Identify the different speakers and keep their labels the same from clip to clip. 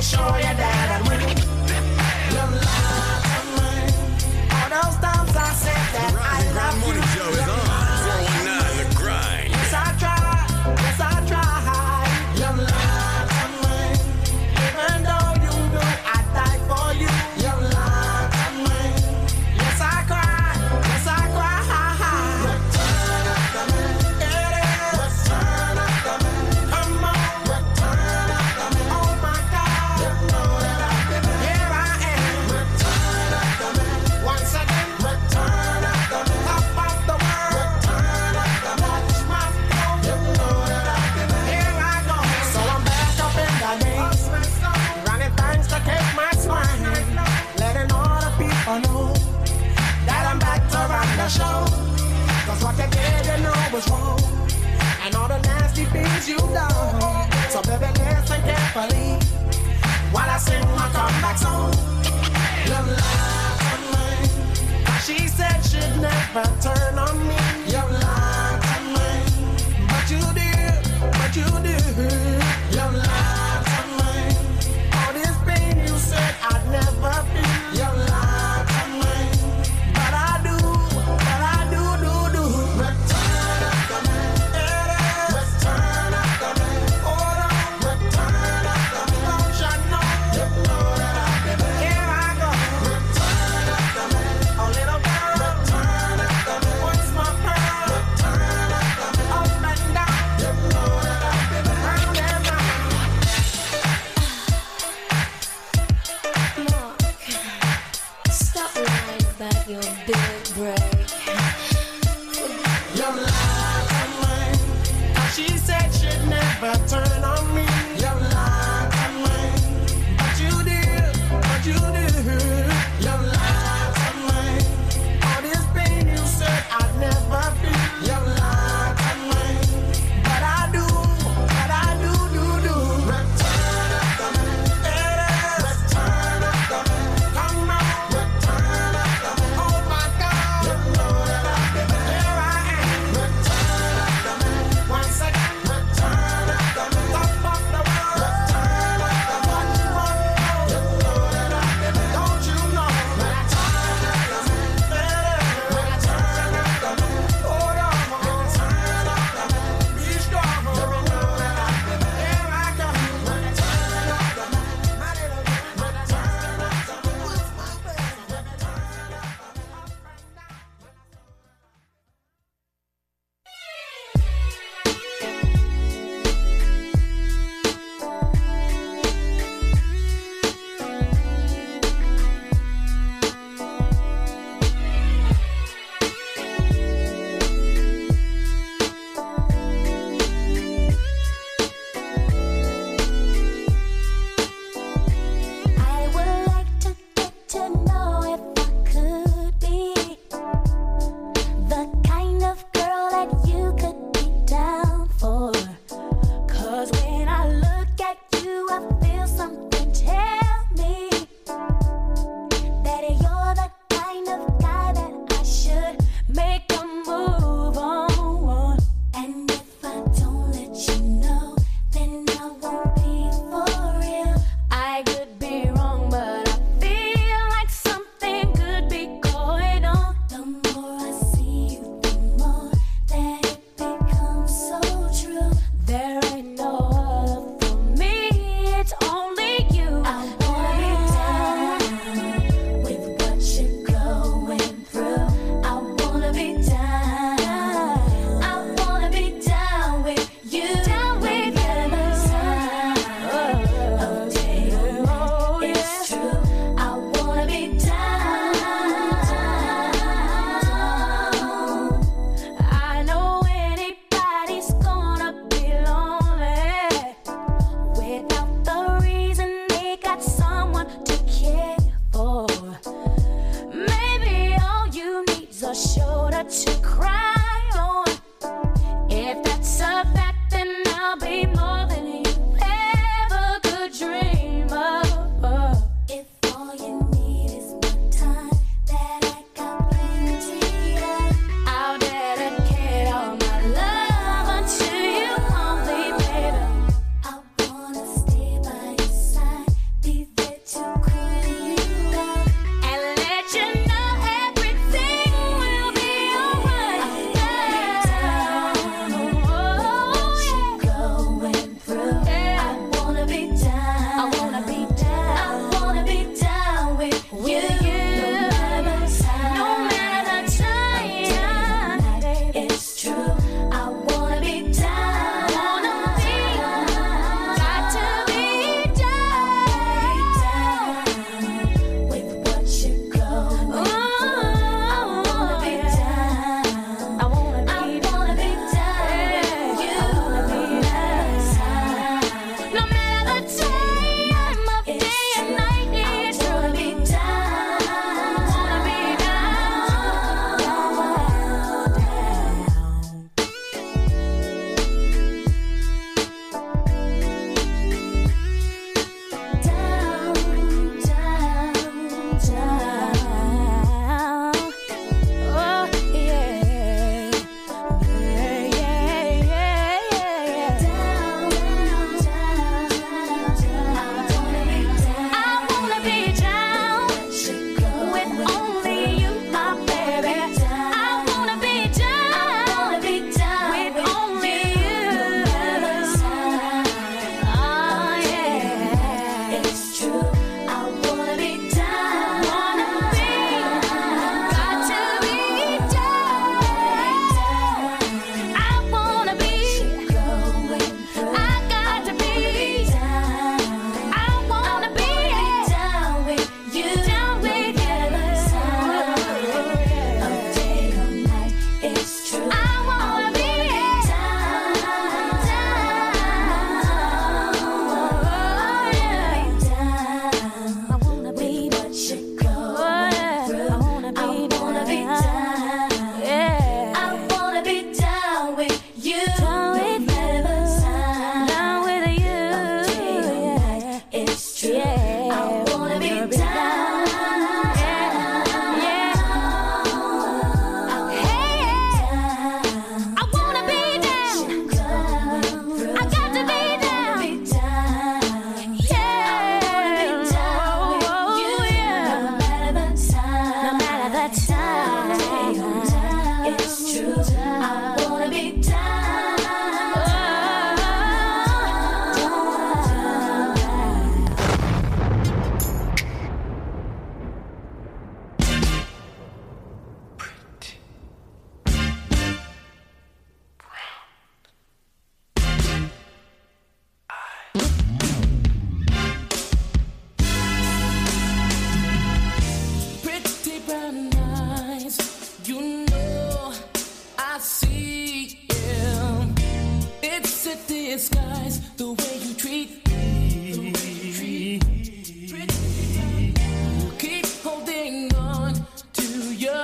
Speaker 1: show you that I win. Your love and mine. All those times I said that I
Speaker 2: Robin,
Speaker 1: love
Speaker 2: Grind
Speaker 1: you.
Speaker 2: Morning Joe is
Speaker 1: Your
Speaker 2: on.
Speaker 1: love
Speaker 2: 419 The Grind.
Speaker 1: Yes, I try. Yes, I try. Your love and mine. Even though you know I die for you. Your love and mine. Yes, I cry. Yes, I cry. Return of the man. It is. Return of the man. Come on. Return of the man. Oh my God. You know that I've been here. I am. Return of the man. Once again. Return of the man. Top of the world. Return of the man. Watch my flow. You know that I've been here. I go. So I'm back up in the mix. Running things to take my swine. Letting all the people know that I'm back to run the show. Cause what you did, you know was wrong. And all the nasty things you've done. So baby, listen carefully while I sing my comeback song. Your lie to mine. She said she'd never turn on me. Your lie to mine. But you did, but you did. Your lie to mine. All this pain you said I'd never feel. Your lie to mine. But I do, but I do, do, do. Return of the man. It is. Return of the man. Hold on. Return of the man. Don't you know? You know that I've been Here I go. Return of the man. Oh, little girl. Return of the man. What's my pearl? Return of the man. Up and down. You know that I've been round and round.
Speaker 3: Mark, stop lying about your big break.
Speaker 1: Your lies are mine. She said she'd never turn on me. Your lies are mine. But you did, but you did. Your lies are mine. All this pain you said I'd never feel. Your lies are mine. But I do, but I do, do, do. Return of the man. It is. Return of the man. Come on. Return of the man. Oh my God. You know that I've been here I am. Return of the man. Once again. Return of the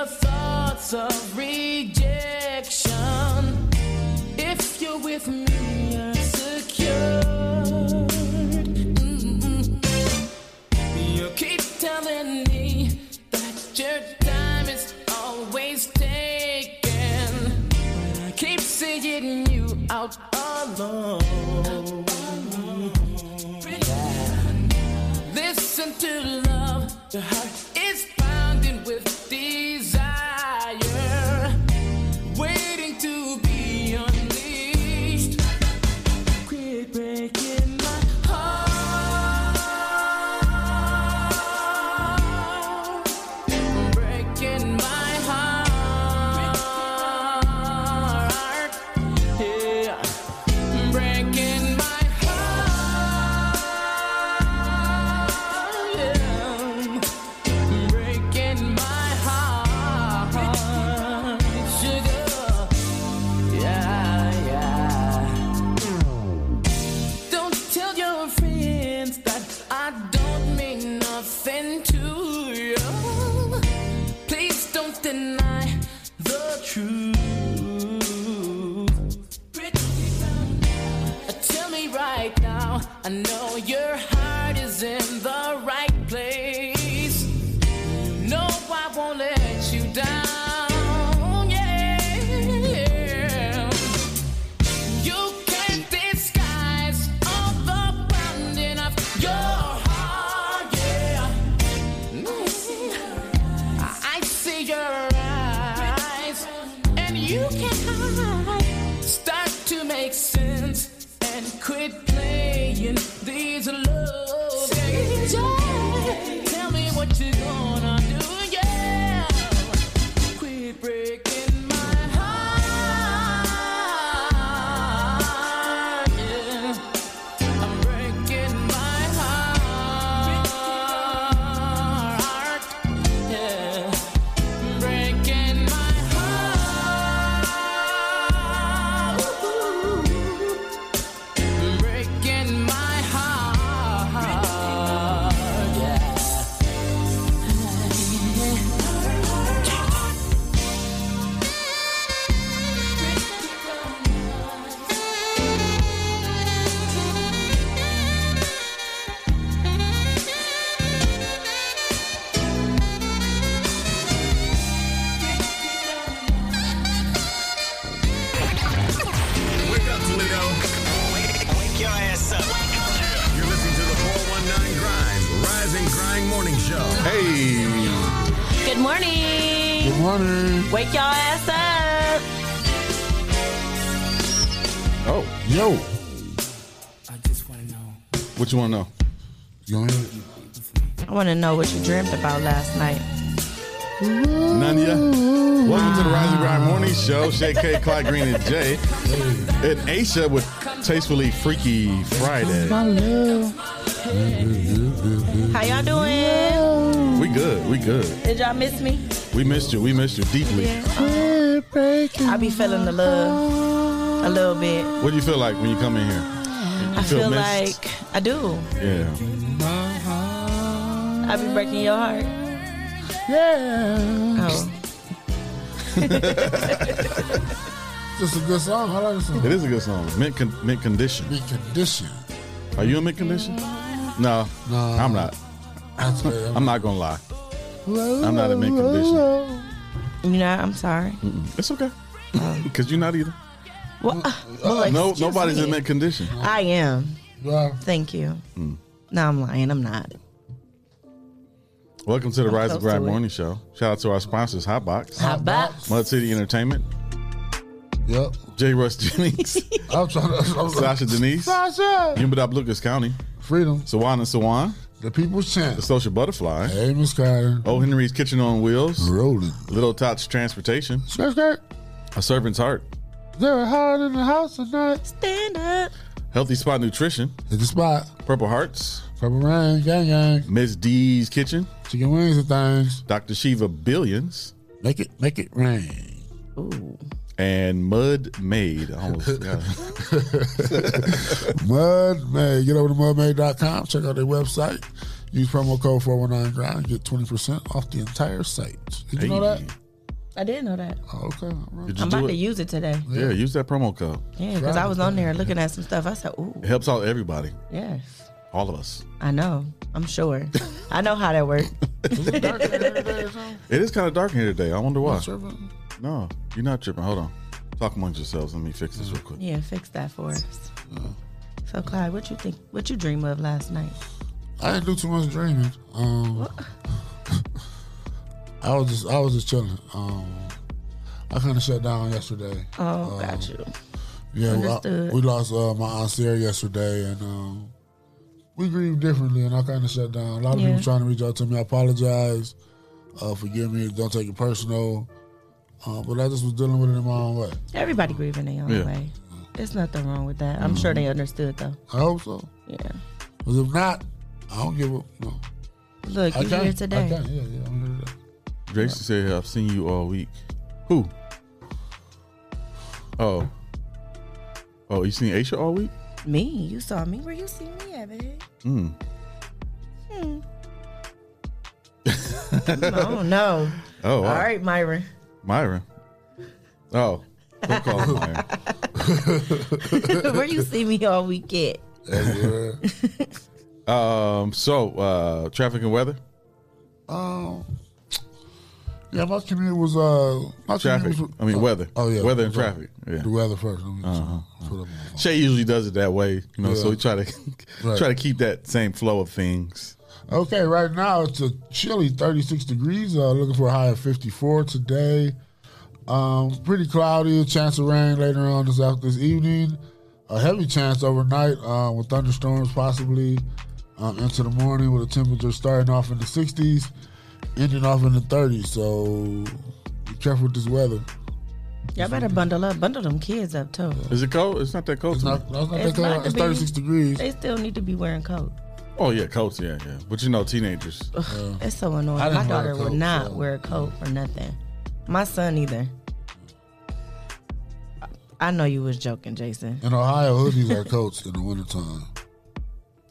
Speaker 2: thoughts of rejection. If you're with me, you're secured. Mm-hmm. You keep telling me that your time is always taken. But I keep seeing you out alone. Listen to love, your heart is pounding with desire, waiting to be unleashed. Quit breaking my heart. Breaking my heart. Yeah. Breaking my heart. Yeah. Breaking my heart. Sugar. Yeah, yeah. Don't tell your friends that I don't mean nothing to you. Please don't deny the truth. Tell me right now, I know your heart is in the right place. No, I won't let you down. Yeah. You can't disguise all the pounding of your heart, yeah. Mm. I see your eyes, and you can't hide. Start to make sense and quit playing these lows. Tell me what you're gonna do, yeah quit breaking my heart. Yeah. I'm breaking my heart. Yeah. Breaking my heart. Breaking my heart. Yeah.
Speaker 4: Wake up, Toledo. Wake, your ass up. You're listening to the 419 Grind, Rise and Grind Morning Show.
Speaker 5: Hey.
Speaker 6: Good morning.
Speaker 5: Morning.
Speaker 6: Wake y'all ass up.
Speaker 5: Oh, yo.
Speaker 2: I just wanna know
Speaker 5: What you want to know?
Speaker 7: You want me
Speaker 6: I want to know what you dreamt about last night.
Speaker 5: None of ya? Welcome to the Rise and Grind Morning Show. Shay K, Clyde Green, and Jay. And Aisha with Tastefully Freaky Friday.
Speaker 6: How y'all doing?
Speaker 5: We good. We good.
Speaker 6: Did y'all miss me?
Speaker 5: We missed you. We missed you deeply.
Speaker 6: I be feeling the love a little bit.
Speaker 5: What do you feel like when you come in here?
Speaker 6: I feel like I do.
Speaker 5: Yeah.
Speaker 6: I be breaking your heart. Yeah. Oh,
Speaker 7: This is a good song. I like this song.
Speaker 5: It is a good song. Mint, con- mint condition.
Speaker 7: Be conditioned.
Speaker 5: Are you in mint condition? No.
Speaker 7: No.
Speaker 5: I'm not.
Speaker 7: That's what I'm-
Speaker 5: I'm not going to lie. I'm not in mint condition.
Speaker 6: Oh. you know I'm sorry.
Speaker 5: It's okay. Because you're not either.
Speaker 6: Well, uh, well,
Speaker 5: No,
Speaker 6: excuse
Speaker 5: nobody's
Speaker 6: me.
Speaker 5: in mint condition. Mm.
Speaker 6: I am.
Speaker 7: Well,
Speaker 6: Thank you. No, I'm lying. I'm not.
Speaker 5: Welcome to the Rise and
Speaker 6: close to
Speaker 5: Grind
Speaker 6: it.
Speaker 5: Morning Show. Shout out to our sponsors, Hotbox,
Speaker 6: How about?
Speaker 5: Mud City Entertainment,
Speaker 7: yep.
Speaker 5: J. Russ Jennings,
Speaker 7: I'm trying to. I'm
Speaker 5: Sasha Denise,
Speaker 7: Sasha.
Speaker 5: Yumadab Lucas County,
Speaker 7: Freedom.
Speaker 5: Sawan and Sawan,
Speaker 7: The people's
Speaker 5: The
Speaker 7: chant.
Speaker 5: Social Butterfly,
Speaker 7: Hey, Miss Carter.
Speaker 5: O. Henry's Kitchen on Wheels,
Speaker 7: Rolling.
Speaker 5: Little Tots Transportation,
Speaker 7: Skirt, skirt.
Speaker 5: A Servant's Heart,
Speaker 7: They're hard in the house tonight.
Speaker 6: Stand up.
Speaker 5: Healthy Spot Nutrition,
Speaker 7: Hit the spot.
Speaker 5: Purple Hearts,
Speaker 7: Purple rain, gang, gang.
Speaker 5: Miss D's Kitchen,
Speaker 7: Chicken wings and things.
Speaker 5: Dr. Shiva Billions,
Speaker 7: Make it, make it rain.
Speaker 6: Ooh.
Speaker 5: and Mud Made. I almost forgot.
Speaker 7: Mudmaid. Get over to mudmaid.com. Check out their website. Use promo code 419 grind. Get 20% off the entire site. Did you know
Speaker 5: Hey.
Speaker 7: that? Oh,
Speaker 6: I didn't know that.
Speaker 7: Okay.
Speaker 5: Did you
Speaker 6: I'm
Speaker 5: do
Speaker 6: about
Speaker 5: it?
Speaker 6: to use it today.
Speaker 5: Yeah, use that promo code.
Speaker 6: Yeah, because I was on there looking at some stuff. I said, ooh,
Speaker 5: It helps out everybody,
Speaker 6: yes.
Speaker 5: all of us.
Speaker 6: I know. I'm sure. I know how that works.
Speaker 5: It is kind of dark in here today. I wonder why.
Speaker 7: tripping?
Speaker 5: No, you're not tripping. Hold on. Talk amongst yourselves. Let me fix this real quick.
Speaker 6: Yeah, fix that for us.
Speaker 7: Mm.
Speaker 6: So, Clyde, what you think? What you dream of last night?
Speaker 7: I didn't do too much dreaming. Um, I was just I was just chilling. Um, I kind of shut down yesterday. Um,
Speaker 6: Oh, got you.
Speaker 7: Yeah, we, I-
Speaker 6: Understood.
Speaker 7: we lost uh, my aunt Sarah yesterday, and um, we grieve differently, and I kind of shut down. A lot of
Speaker 6: Yeah.
Speaker 7: people trying to reach out to me. I apologize. Uh, forgive me. Don't take it personal. Uh, but I just was dealing with it in my own way.
Speaker 6: Everybody grieving their own
Speaker 5: Yeah. Mm-hmm.
Speaker 6: way. There's nothing wrong with that. I'm sure they understood though.
Speaker 7: I hope so.
Speaker 6: Yeah.
Speaker 7: Because if not, I don't give up. No.
Speaker 6: Look,
Speaker 7: I
Speaker 6: you
Speaker 7: can't.
Speaker 6: here
Speaker 7: I
Speaker 6: today.
Speaker 7: can't. Yeah, yeah, I'm here today.
Speaker 5: Jason said, I've seen you all week. Who? Oh. Oh, you seen Aisha all week?
Speaker 6: Me, you saw me. Where you see me at, babe?
Speaker 5: Mm.
Speaker 6: Hmm. I don't know.
Speaker 5: Oh, wow.
Speaker 6: All right, Myron.
Speaker 5: Myron. Oh. Don't call him Myron.
Speaker 6: Where you see me all week at?
Speaker 7: Everywhere.
Speaker 5: Um, so, uh, traffic and weather?
Speaker 7: um, yeah, my community was uh, my
Speaker 5: Traffic.
Speaker 7: community
Speaker 5: I mean, weather.
Speaker 7: Oh yeah,
Speaker 5: Weather and
Speaker 7: Sorry.
Speaker 5: traffic. Yeah.
Speaker 7: The weather first. Let me- that's what I'm on.
Speaker 5: Shay usually does it that way, you know, so
Speaker 7: Yeah.
Speaker 5: we try to
Speaker 7: Right.
Speaker 5: try to keep that same flow of things.
Speaker 7: Okay, right now it's a chilly 36 degrees. Uh, looking for a high of 54 today. Um, pretty cloudy. A chance of rain later on this after this evening. A heavy chance overnight uh, with thunderstorms possibly um, into the morning with a temperature starting off in the 60s, ending off in the 30s. So be careful with this weather.
Speaker 6: Y'all better bundle up. Bundle them kids up too.
Speaker 5: Is it cold? It's not that cold
Speaker 7: It's
Speaker 5: to me.
Speaker 7: not, no, it's not
Speaker 6: It's
Speaker 7: that cold.
Speaker 6: about to
Speaker 7: It's
Speaker 6: be-
Speaker 7: 36 degrees.
Speaker 6: They still need to be wearing coats.
Speaker 5: Oh yeah, coats, yeah, yeah. But you know, teenagers.
Speaker 6: It's so annoying.
Speaker 7: I
Speaker 6: My
Speaker 7: didn't wear a
Speaker 6: daughter would
Speaker 7: coat,
Speaker 6: not
Speaker 7: so-
Speaker 6: wear a coat for nothing. My son either. I- I know you was joking, Jason.
Speaker 7: In Ohio, hoodies are coats in the wintertime.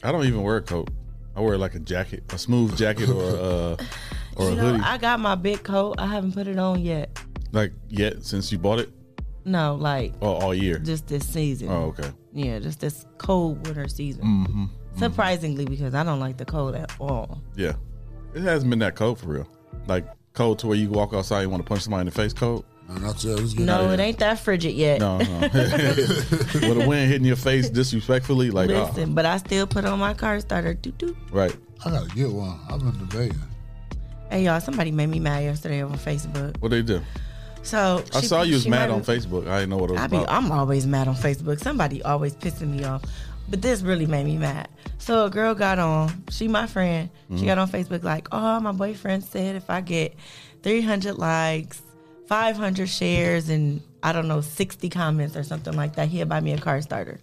Speaker 5: I don't even wear a coat. I wear like a jacket, a smooth jacket or uh or a
Speaker 6: You know,
Speaker 5: hoodie.
Speaker 6: I got my big coat. I haven't put it on yet.
Speaker 5: like yet since you bought it?
Speaker 6: No, like
Speaker 5: Oh, all year.
Speaker 6: just this season.
Speaker 5: Oh, okay. Mm-hmm,
Speaker 6: Yeah, just this cold winter season. Surprisingly, because I don't like the cold at all.
Speaker 5: Yeah. It hasn't been that cold for real. Like cold to where you walk outside and want to punch somebody in the face cold.
Speaker 7: Man, that's it. It's getting
Speaker 6: No,
Speaker 7: out of
Speaker 6: it
Speaker 7: here.
Speaker 6: ain't that frigid yet.
Speaker 5: No, no. With the wind hitting your face disrespectfully, like ah,
Speaker 6: Listen, but I still put on my car starter. Doo doo.
Speaker 5: right.
Speaker 7: I gotta get one. I've been debating.
Speaker 6: Hey y'all, somebody made me mad yesterday over Facebook.
Speaker 5: What they do?
Speaker 6: So
Speaker 5: I
Speaker 6: Oh, she-
Speaker 5: saw you was
Speaker 6: she
Speaker 5: mad
Speaker 6: might-
Speaker 5: on Facebook. I didn't know what it was
Speaker 6: I be,
Speaker 5: about.
Speaker 6: I'm always mad on Facebook. Somebody always pissing me off. But this really made me mad. So a girl got on. She my friend.
Speaker 5: Mm-hmm.
Speaker 6: She got on Facebook like, oh, my boyfriend said if I get 300 likes, 500 shares, and I don't know 60 comments or something like that, he'll buy me a car starter.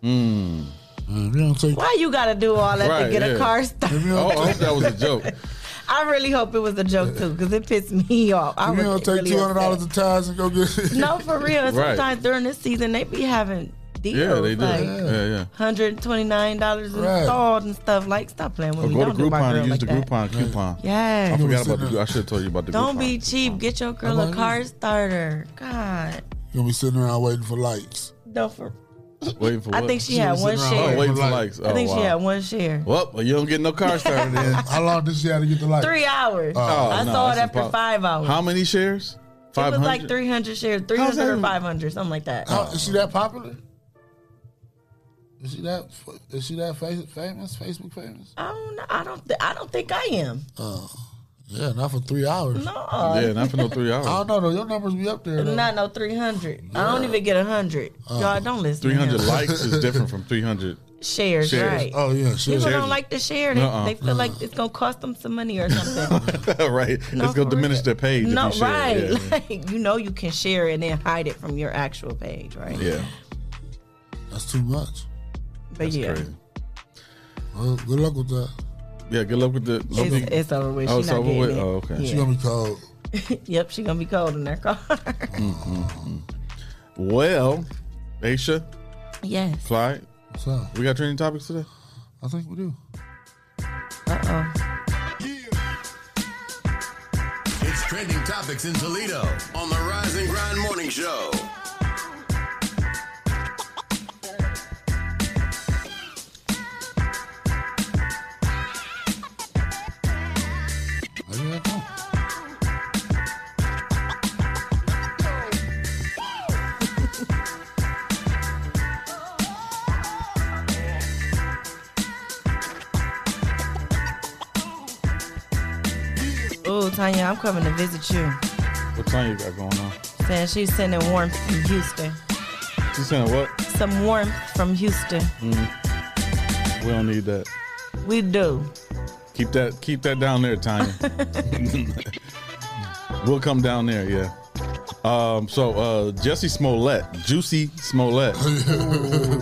Speaker 7: Man, if you don't take
Speaker 6: Why you gotta do all that
Speaker 5: Hmm. Right,
Speaker 6: to get
Speaker 5: yeah.
Speaker 6: a car
Speaker 7: if
Speaker 6: starter?
Speaker 7: you don't,
Speaker 5: Oh,
Speaker 7: take-
Speaker 5: I hope that was a joke.
Speaker 6: I really hope it was a joke too, because it pissed me off. I
Speaker 7: if you don't
Speaker 6: was
Speaker 7: take
Speaker 6: really
Speaker 7: two hundred dollars
Speaker 6: upset.
Speaker 7: in tires and go get it.
Speaker 6: No, for real.
Speaker 5: Right.
Speaker 6: Sometimes during this season, they be having deals.
Speaker 5: Yeah, they do.
Speaker 6: like,
Speaker 5: yeah, yeah.
Speaker 6: hundred twenty nine dollars
Speaker 7: Right.
Speaker 6: installed and stuff. Like, stop playing with
Speaker 5: Or
Speaker 6: me.
Speaker 5: Oh, go to
Speaker 6: don't do my
Speaker 5: Groupon
Speaker 6: girl
Speaker 5: and use
Speaker 6: like
Speaker 5: the
Speaker 6: that.
Speaker 5: Groupon coupon. I
Speaker 6: Yeah.
Speaker 5: forgot about the. I should have told you about the.
Speaker 6: Don't
Speaker 5: Groupon.
Speaker 6: be cheap. Get your girl
Speaker 7: I'm
Speaker 6: a
Speaker 7: on
Speaker 6: car
Speaker 7: it.
Speaker 6: starter. God,
Speaker 7: You gonna be sitting around waiting for lights.
Speaker 6: don't. For,
Speaker 5: waiting for.
Speaker 6: I
Speaker 5: what?
Speaker 6: think she
Speaker 7: She
Speaker 6: had
Speaker 7: was
Speaker 6: one
Speaker 7: sitting around waiting.
Speaker 5: Oh,
Speaker 6: share.
Speaker 5: waiting for
Speaker 7: Like-
Speaker 5: likes. Oh,
Speaker 6: I think
Speaker 5: wow.
Speaker 6: she had one share.
Speaker 5: Well, you don't get no car started then.
Speaker 7: How long did she have to get the lights?
Speaker 6: Three hours.
Speaker 5: Oh,
Speaker 6: I
Speaker 5: no,
Speaker 6: saw it
Speaker 5: that's
Speaker 6: after
Speaker 5: impossible.
Speaker 6: five hours.
Speaker 5: How many shares?
Speaker 6: it
Speaker 5: Five
Speaker 6: was like
Speaker 5: hundred.
Speaker 6: three hundred shares, three
Speaker 5: How's that
Speaker 6: hundred or
Speaker 5: even-
Speaker 6: five hundred, something like that.
Speaker 7: How, is she that popular? Is she that? Is she that fa- famous? Facebook famous?
Speaker 6: I don't. know. I don't. Th- I don't think I am.
Speaker 7: uh, Yeah, not for three hours.
Speaker 6: No.
Speaker 5: Yeah, not for no three
Speaker 7: I
Speaker 5: hours.
Speaker 7: don't know though. Your numbers be up there. Though.
Speaker 6: Not no three hundred. I don't even get a hundred.
Speaker 5: Uh-uh.
Speaker 6: Y'all don't listen.
Speaker 5: Um, Three hundred
Speaker 6: to him.
Speaker 5: likes is different from three hundred.
Speaker 6: shares,
Speaker 5: Shares.
Speaker 6: right?
Speaker 7: oh yeah, she
Speaker 6: People
Speaker 7: was-
Speaker 5: Shares.
Speaker 6: don't like to share. They,
Speaker 5: Nuh-uh.
Speaker 6: they feel like it's gonna cost them some money or something.
Speaker 5: right. it's
Speaker 6: for
Speaker 5: gonna diminish
Speaker 6: real.
Speaker 5: their page.
Speaker 6: no,
Speaker 5: if you share.
Speaker 6: right?
Speaker 5: Yeah.
Speaker 6: Like you know, you can share and then hide it from your actual page, right?
Speaker 5: yeah.
Speaker 7: That's too much.
Speaker 6: but
Speaker 5: That's
Speaker 6: yeah,
Speaker 5: crazy.
Speaker 7: Well, good luck with that.
Speaker 5: Yeah. Good luck with the.
Speaker 6: It's, it's over with.
Speaker 5: Oh,
Speaker 6: She
Speaker 5: it's
Speaker 6: not
Speaker 5: over
Speaker 6: getting
Speaker 5: with?
Speaker 6: it.
Speaker 5: Oh, okay.
Speaker 7: She
Speaker 6: Yeah.
Speaker 7: gonna be cold.
Speaker 6: yep, she gonna be cold in her car.
Speaker 5: Mm, well, Aisha,
Speaker 6: yes.
Speaker 5: Clyde,
Speaker 7: What's up?
Speaker 5: we got training topics today.
Speaker 7: I think we do.
Speaker 6: Uh oh.
Speaker 4: It's trending topics in Toledo on the Rise and Grind Morning Show.
Speaker 7: How you have fun?
Speaker 6: Ooh, Tanya, I'm coming to visit you.
Speaker 5: What time you got going on?
Speaker 6: Saying she's sending warmth from Houston.
Speaker 5: She's saying what?
Speaker 6: Some warmth from Houston.
Speaker 5: Mm. We don't need that.
Speaker 6: We do.
Speaker 5: Keep that keep that down there, Tanya. we'll come down there, yeah. Um, so uh, Jesse Smollett, Juicy Smollett,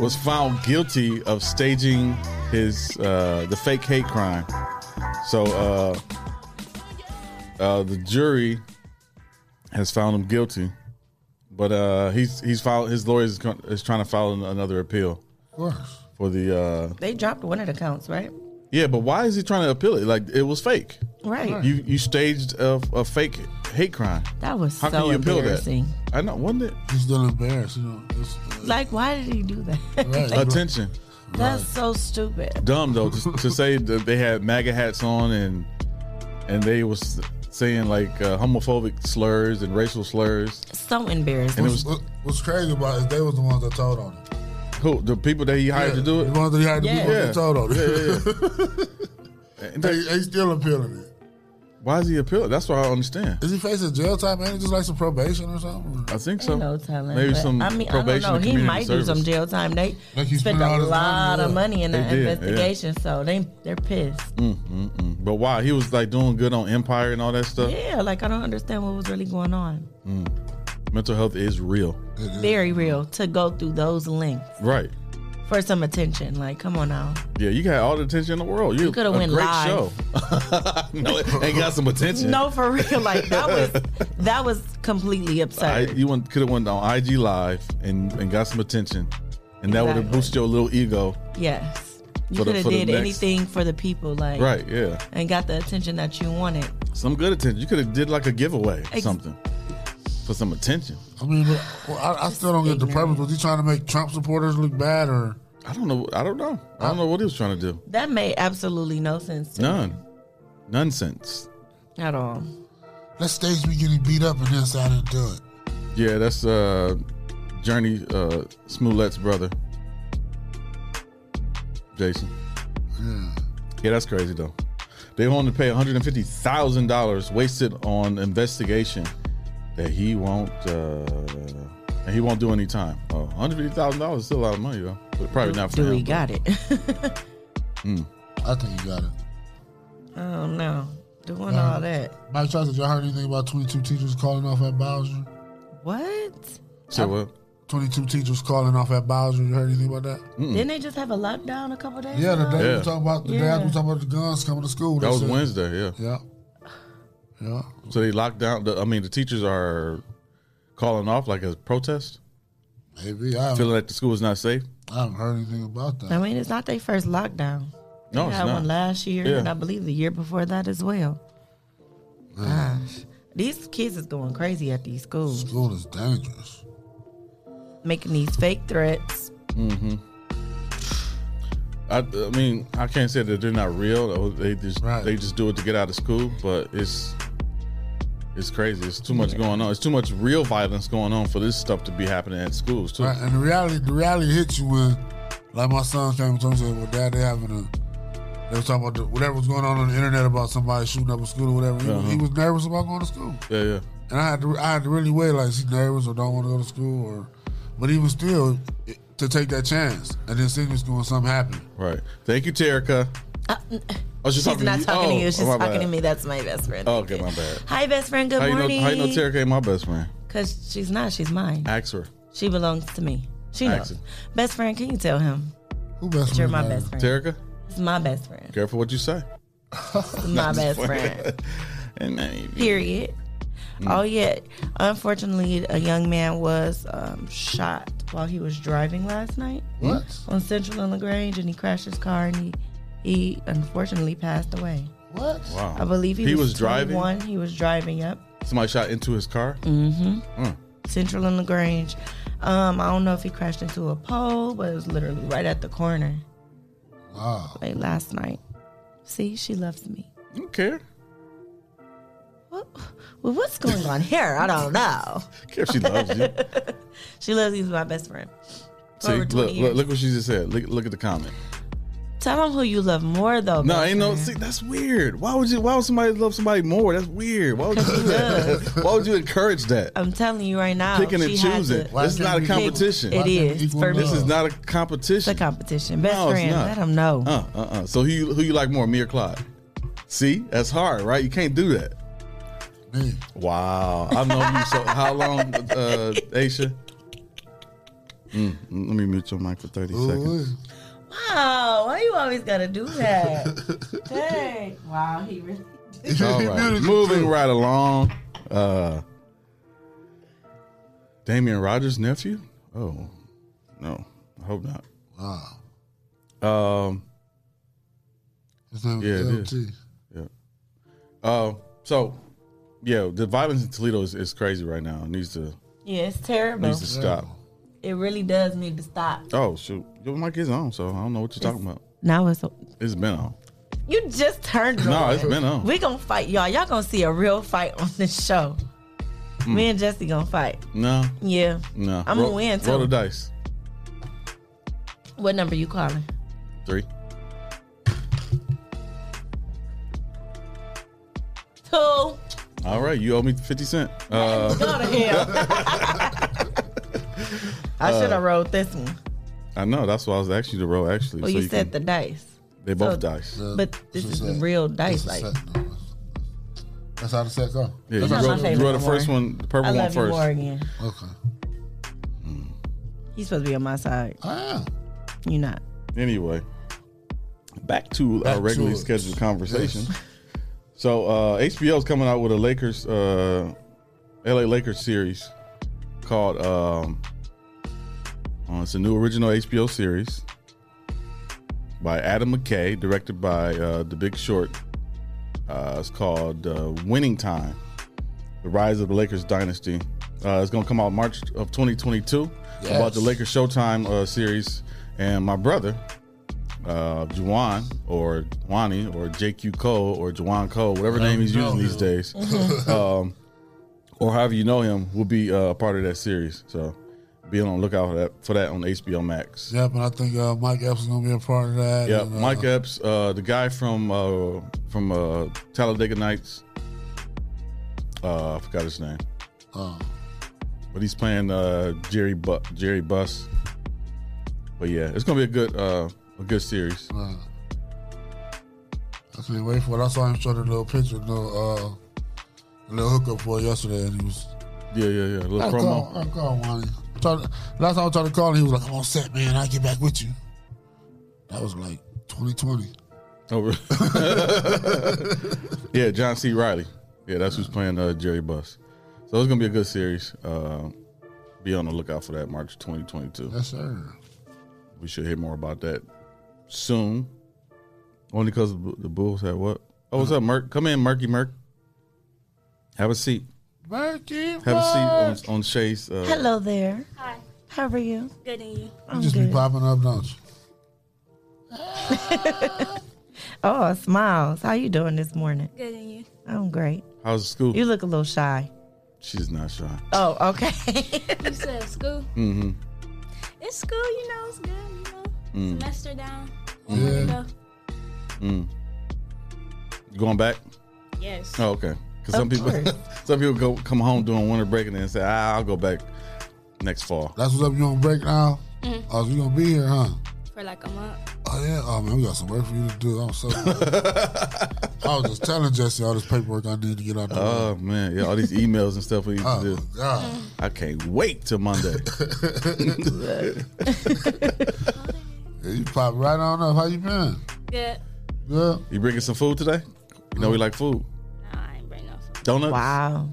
Speaker 5: was found guilty of staging his uh, the fake hate crime. So uh, uh, the jury has found him guilty, but uh, he's he's filed his lawyer is, con- is trying to file an- another appeal
Speaker 7: Of course.
Speaker 5: for the uh,
Speaker 6: They dropped one of the counts, right?
Speaker 5: yeah. But why is he trying to appeal it? Like it was fake.
Speaker 6: Right.
Speaker 5: You you staged a, a fake hate crime.
Speaker 6: That was
Speaker 5: How
Speaker 6: so
Speaker 5: can you appeal that?
Speaker 6: embarrassing.
Speaker 5: I know, wasn't it?
Speaker 7: He's still embarrassed. You know, it's,
Speaker 6: Like, why did he do that?
Speaker 7: right.
Speaker 5: Attention,
Speaker 6: That's so stupid.
Speaker 5: dumb though to, to say that they had MAGA hats on and and they was saying like uh, homophobic slurs and racial slurs.
Speaker 6: So embarrassing.
Speaker 5: And it was
Speaker 7: What, what's crazy about it is they was the ones that told on him.
Speaker 5: who the people that he hired to do
Speaker 7: The
Speaker 5: it.
Speaker 7: ones that he hired to
Speaker 6: Yeah.
Speaker 7: be
Speaker 5: Yeah.
Speaker 7: that told on him.
Speaker 5: And
Speaker 7: they,
Speaker 5: that-
Speaker 7: they still appealing it.
Speaker 5: why is he appealing? That's what I don't understand.
Speaker 7: Is he facing jail time? Ain't it just like some probation or something?
Speaker 5: I think so.
Speaker 6: No telling.
Speaker 5: Maybe
Speaker 6: but,
Speaker 5: some
Speaker 6: I mean,
Speaker 5: probation.
Speaker 6: I
Speaker 5: or
Speaker 6: don't know. He
Speaker 5: community
Speaker 6: might
Speaker 5: service.
Speaker 6: do some jail time. They
Speaker 7: Like he
Speaker 6: spent
Speaker 7: spent
Speaker 6: a
Speaker 7: all his
Speaker 6: lot
Speaker 7: money,
Speaker 6: of
Speaker 7: yeah.
Speaker 6: money in
Speaker 5: They
Speaker 6: that
Speaker 5: did, yeah.
Speaker 6: investigation, so they they're pissed.
Speaker 5: Mm, But why he was like doing good on Empire and all that stuff.
Speaker 6: Yeah, like I don't understand what was really going on.
Speaker 5: Mm. Mental health is real,
Speaker 6: Very real to go through those links
Speaker 5: right?
Speaker 6: for some attention. Like, come on now.
Speaker 5: Yeah, you got all the attention in the world. You,
Speaker 6: coulda
Speaker 5: a
Speaker 6: went
Speaker 5: great
Speaker 6: live.
Speaker 5: show. no, it ain't got some attention.
Speaker 6: No, for real. Like that was that was completely
Speaker 5: I,
Speaker 6: absurd.
Speaker 5: you went, could have went on IG live and, and got some attention, and that would have
Speaker 6: Exactly.
Speaker 5: boosted your little ego.
Speaker 6: yes,
Speaker 5: For
Speaker 6: you
Speaker 5: the-
Speaker 6: could have
Speaker 5: for the
Speaker 6: did
Speaker 5: next-
Speaker 6: anything for the people, like
Speaker 5: Right? Yeah,
Speaker 6: and got the attention that you wanted.
Speaker 5: some good attention. You could have did like a giveaway, or
Speaker 6: Ex-
Speaker 5: something for some attention.
Speaker 7: I mean, but, well, I, I still don't get the purpose. Was he trying to make Trump supporters look bad or?
Speaker 5: I don't know. I don't know. I don't know what he was trying to do.
Speaker 6: That made absolutely no sense to
Speaker 5: None, nonsense.
Speaker 6: me at all.
Speaker 7: Let's stage me getting beat up and then say I didn't do it.
Speaker 5: Yeah, that's uh, Journey uh, Smoulette's brother, Jason. Yeah, that's crazy though. They wanted to pay one hundred and fifty thousand dollars wasted on investigation that he won't uh, and he won't do any time. Oh, one hundred fifty thousand dollars is still a lot of money though, but hmm. probably not for
Speaker 6: Do
Speaker 5: him.
Speaker 6: we got it?
Speaker 7: I think you got it.
Speaker 6: Oh no, doing
Speaker 7: Yeah.
Speaker 6: all that.
Speaker 7: Mike Trout, did y'all heard anything about 22 teachers calling off at Bowser?
Speaker 6: What?
Speaker 5: So what?
Speaker 7: 22 teachers calling off at Bowser. You heard anything about that?
Speaker 6: Didn't they just have a lockdown a couple days?
Speaker 7: Yeah, the
Speaker 6: ago?
Speaker 7: day
Speaker 5: Yeah.
Speaker 7: we talking about the
Speaker 6: Yeah.
Speaker 7: dad was talking about the guns coming to school.
Speaker 5: That
Speaker 7: they
Speaker 5: was
Speaker 7: said-
Speaker 5: Wednesday. Yeah.
Speaker 7: Yeah, yeah.
Speaker 5: So they locked down. The, I mean, the teachers are calling off like a protest,
Speaker 7: Maybe I haven't,
Speaker 5: feeling that the school is not safe.
Speaker 7: I haven't heard anything about that.
Speaker 6: I mean, it's not their first lockdown.
Speaker 5: No,
Speaker 6: they
Speaker 5: it's
Speaker 6: had
Speaker 5: not.
Speaker 6: one last year,
Speaker 5: Yeah.
Speaker 6: and I believe the year before that as well. Gosh, these kids is going crazy at these schools,
Speaker 7: School is dangerous.
Speaker 6: making these fake threats.
Speaker 5: Mm-hmm. I, I mean, I can't say that they're not real. They just
Speaker 7: Right.
Speaker 5: they just do it to get out of school, but it's it's crazy. It's too much going on. It's too much real violence going on for this stuff to be happening at schools too.
Speaker 7: Right, and the reality, the reality hits you when, like my son came to me and said, "Well, Dad, they having a." They were talking about the, whatever was going on on the internet about somebody shooting up a school or whatever. He, was, he
Speaker 5: Uh-huh.
Speaker 7: was nervous about going to school,
Speaker 5: Yeah, yeah.
Speaker 7: and I had to, I had to really weigh like, is he nervous or don't want to go to school or, but even still, it, to take that chance and then seeing this going something happen.
Speaker 5: Right. Thank you, Terica. oh, she's
Speaker 6: She's
Speaker 5: talking
Speaker 6: not
Speaker 5: to you.
Speaker 6: talking
Speaker 5: oh,
Speaker 6: to you. She's
Speaker 5: oh, my
Speaker 6: talking
Speaker 5: bad.
Speaker 6: to me. That's my best friend.
Speaker 5: Oh,
Speaker 6: Thank
Speaker 5: okay,
Speaker 6: you.
Speaker 5: my bad.
Speaker 6: Hi, best friend. Good
Speaker 5: How you know?
Speaker 6: morning.
Speaker 5: How you know Terica ain't my best friend?
Speaker 6: Cause she's not. She's mine.
Speaker 5: Ask her.
Speaker 6: She belongs to me. She knows.
Speaker 5: Excellent.
Speaker 6: Best friend, can you tell him
Speaker 7: Who best
Speaker 6: you're
Speaker 7: friend
Speaker 6: my
Speaker 7: is that?
Speaker 6: best friend?
Speaker 5: Terica,
Speaker 6: It's my best friend.
Speaker 5: careful what you say.
Speaker 6: It's my best friend.
Speaker 5: And then you- Mm.
Speaker 6: Period. Oh yeah. Unfortunately, a young man was um, shot while he was driving last night
Speaker 7: What?
Speaker 6: on Central and Lagrange, and he crashed his car, and he he unfortunately passed away.
Speaker 7: What?
Speaker 5: wow.
Speaker 6: I believe he,
Speaker 5: was, driving.
Speaker 6: 21. He was driving. Yep.
Speaker 5: Somebody shot into his car. Mm-hmm.
Speaker 6: Central and Lagrange. Um, I don't know if he crashed into a pole, but it was literally right at the corner.
Speaker 7: Wow.
Speaker 6: Like last night. See, she loves me.
Speaker 5: Don't care.
Speaker 6: What? Well, what's going on here? I don't know.
Speaker 5: Don't care if she loves you.
Speaker 6: She loves he's my best friend.
Speaker 5: See,
Speaker 6: over
Speaker 5: look,
Speaker 6: 20
Speaker 5: look,
Speaker 6: years.
Speaker 5: look what she just said. Look, look at the comment.
Speaker 6: Tell him who you love more though.
Speaker 5: No,
Speaker 6: Oh, best
Speaker 5: ain't no.
Speaker 6: friend.
Speaker 5: See, that's weird. Why would you? Why would somebody love somebody more? That's weird. Why would you do that? why would you encourage that?
Speaker 6: I'm telling you right now.
Speaker 5: Picking and
Speaker 6: she had
Speaker 5: choosing.
Speaker 6: to-
Speaker 7: Why
Speaker 5: This is not
Speaker 7: can't
Speaker 5: a
Speaker 7: we pick-
Speaker 5: competition.
Speaker 6: It
Speaker 7: Why can't
Speaker 6: is
Speaker 7: we equal
Speaker 6: for me.
Speaker 5: This is
Speaker 7: love?
Speaker 5: not a
Speaker 6: It's a
Speaker 5: competition.
Speaker 6: competition. Best
Speaker 5: No, it's
Speaker 6: friend.
Speaker 5: not.
Speaker 6: Let him know.
Speaker 5: Uh, uh, uh. So who you, who you like more, me or Clyde? See, that's hard, right? You can't do that.
Speaker 7: Me.
Speaker 5: Wow, I've known you so how long, uh, Aisha? Mm, mm, let me mute your mic for thirty
Speaker 7: Ooh,
Speaker 5: seconds.
Speaker 6: Wow, Oh, why you always gotta do that? Dang. Wow, he really.
Speaker 5: All right, moving right along. Uh, Damian Rogers' nephew? Oh, no, I hope not.
Speaker 7: Wow.
Speaker 5: Um,
Speaker 7: His name
Speaker 5: Yeah,
Speaker 7: is
Speaker 5: it
Speaker 7: LT.
Speaker 5: uh, so yeah, the violence in Toledo is, is crazy right now. It needs to
Speaker 6: Yeah, it's terrible.
Speaker 5: needs to stop.
Speaker 6: It really does need to stop.
Speaker 5: Oh shoot, your mic is on, so I don't know what you're talking about.
Speaker 6: Now it's
Speaker 5: It's been on.
Speaker 6: you just turned. it
Speaker 5: No,
Speaker 6: on.
Speaker 5: it's been on.
Speaker 6: We gonna fight, y'all. Y'all gonna see a real fight on this show.
Speaker 5: Mm.
Speaker 6: Me and Jesse gonna fight.
Speaker 5: No,
Speaker 6: Yeah.
Speaker 5: no.
Speaker 6: I'ma
Speaker 5: Roll-
Speaker 6: win, too.
Speaker 5: Roll the dice.
Speaker 6: What number you calling?
Speaker 5: Three.
Speaker 6: Two.
Speaker 5: All right, you owe me fifty cent. Uh,
Speaker 6: Go to hell. I should have rolled this one.
Speaker 5: Uh, I know that's why I was asking you to roll. Actually,
Speaker 6: Well, you said
Speaker 5: can-
Speaker 6: the dice,
Speaker 5: they both
Speaker 6: so-
Speaker 5: dice.
Speaker 7: Yeah,
Speaker 6: but this
Speaker 7: a
Speaker 6: is the
Speaker 7: set.
Speaker 6: real
Speaker 7: It's
Speaker 6: dice.
Speaker 7: a
Speaker 6: Like
Speaker 7: set, though. That's how the set go.
Speaker 5: Yeah, you
Speaker 7: That's
Speaker 6: not
Speaker 5: roll,
Speaker 6: my favorite
Speaker 5: you roll the
Speaker 6: no
Speaker 5: first
Speaker 6: more.
Speaker 5: one, the
Speaker 6: I
Speaker 5: purple one
Speaker 6: love you,
Speaker 5: first.
Speaker 6: Oregon.
Speaker 7: Okay.
Speaker 6: He's supposed to be on my side.
Speaker 7: I am.
Speaker 6: You not.
Speaker 5: Anyway, back to
Speaker 7: Back
Speaker 5: our
Speaker 7: to
Speaker 5: regularly
Speaker 7: it.
Speaker 5: scheduled conversation. So uh, HBO's coming out with a Lakers, uh, LA Lakers series called. Um, uh, it's a new original HBO series by Adam McKay, directed by uh, The Big Short. Uh, it's called uh, Winning Time: The Rise of the Lakers Dynasty. Uh, it's going to come out March of 2022. About
Speaker 7: Yes.
Speaker 5: the Lakers Showtime uh, series, and my brother, uh, Juwan or Wani or JQ Cole or Juwan Cole, whatever name he's
Speaker 7: know Mm-hmm.
Speaker 5: using these
Speaker 7: him.
Speaker 5: days, um, or however you know him, will be uh, a part of that series. So be on the lookout for that, for that on HBO Max.
Speaker 7: Yep, and I think uh, Mike Epps is gonna be a part of that.
Speaker 5: Yeah,
Speaker 7: and, uh,
Speaker 5: Mike Epps, uh, the guy from uh, from uh, Talladega Nights. Uh, I forgot his name,
Speaker 7: uh,
Speaker 5: but he's playing uh, Jerry Bu- Jerry Bus. But yeah, it's gonna be a good uh, a good series.
Speaker 7: uh, I couldn't wait for it. I saw him show the little picture, the little, uh, the little hookup for it yesterday, and he was.
Speaker 5: Yeah, yeah, yeah. A little
Speaker 7: I
Speaker 5: promo.
Speaker 7: called, I called Wani. Tried to- Last time I tried to call him, he was like, "I'm on set, man. I will get back with you." That was like 2020.
Speaker 5: Oh, really? yeah, John C. Riley. Yeah, that's who's playing uh, Jerry Buss. So it's gonna be a good series. Uh, be on the lookout for that March 2022.
Speaker 7: Yes, sir.
Speaker 5: We should hear more about that soon. Only because the Bulls had what? Oh, what's up, Merc? Come in, Murky Merc. Have a seat.
Speaker 7: Murky,
Speaker 5: Have a seat on, on Shay's. Uh,
Speaker 6: Hello there.
Speaker 8: Hi,
Speaker 6: How are you?
Speaker 8: good and you.
Speaker 6: I'm
Speaker 7: just be
Speaker 6: good.
Speaker 7: popping up, don't you?
Speaker 6: Oh, smiles. How you doing this morning?
Speaker 8: Good and you.
Speaker 6: I'm great.
Speaker 5: How's the school?
Speaker 6: You look a little shy.
Speaker 5: She's not shy.
Speaker 6: Oh, okay.
Speaker 8: You said school? Mm-hmm. It's school, you know, it's good, you
Speaker 5: Mm-hmm. Mm.
Speaker 8: know. Semester down.
Speaker 7: Yeah.
Speaker 8: You know.
Speaker 5: You Mm. going back?
Speaker 8: Yes.
Speaker 5: Oh, okay. Because some
Speaker 6: Of
Speaker 5: people,
Speaker 6: course.
Speaker 5: some people go come home during winter break and then say, ah, "I'll go back next fall."
Speaker 7: That's what's up. You on break now?
Speaker 6: Mm.
Speaker 7: Oh, you gonna be here, huh?
Speaker 8: For like a month.
Speaker 7: Oh yeah. Oh man, we got some work for you to do. I'm so. I was just telling Jesse all this paperwork I need to get out the way.
Speaker 5: Oh man, yeah, all these emails and stuff we need
Speaker 7: Oh
Speaker 5: to do.
Speaker 7: my god.
Speaker 5: I can't wait till Monday.
Speaker 7: Yeah, you pop right on up. How you been?
Speaker 8: Good.
Speaker 7: Good.
Speaker 5: you bringing some food today? You know we like food.
Speaker 8: No, I ain't bring no food.
Speaker 5: Donuts,
Speaker 6: wow.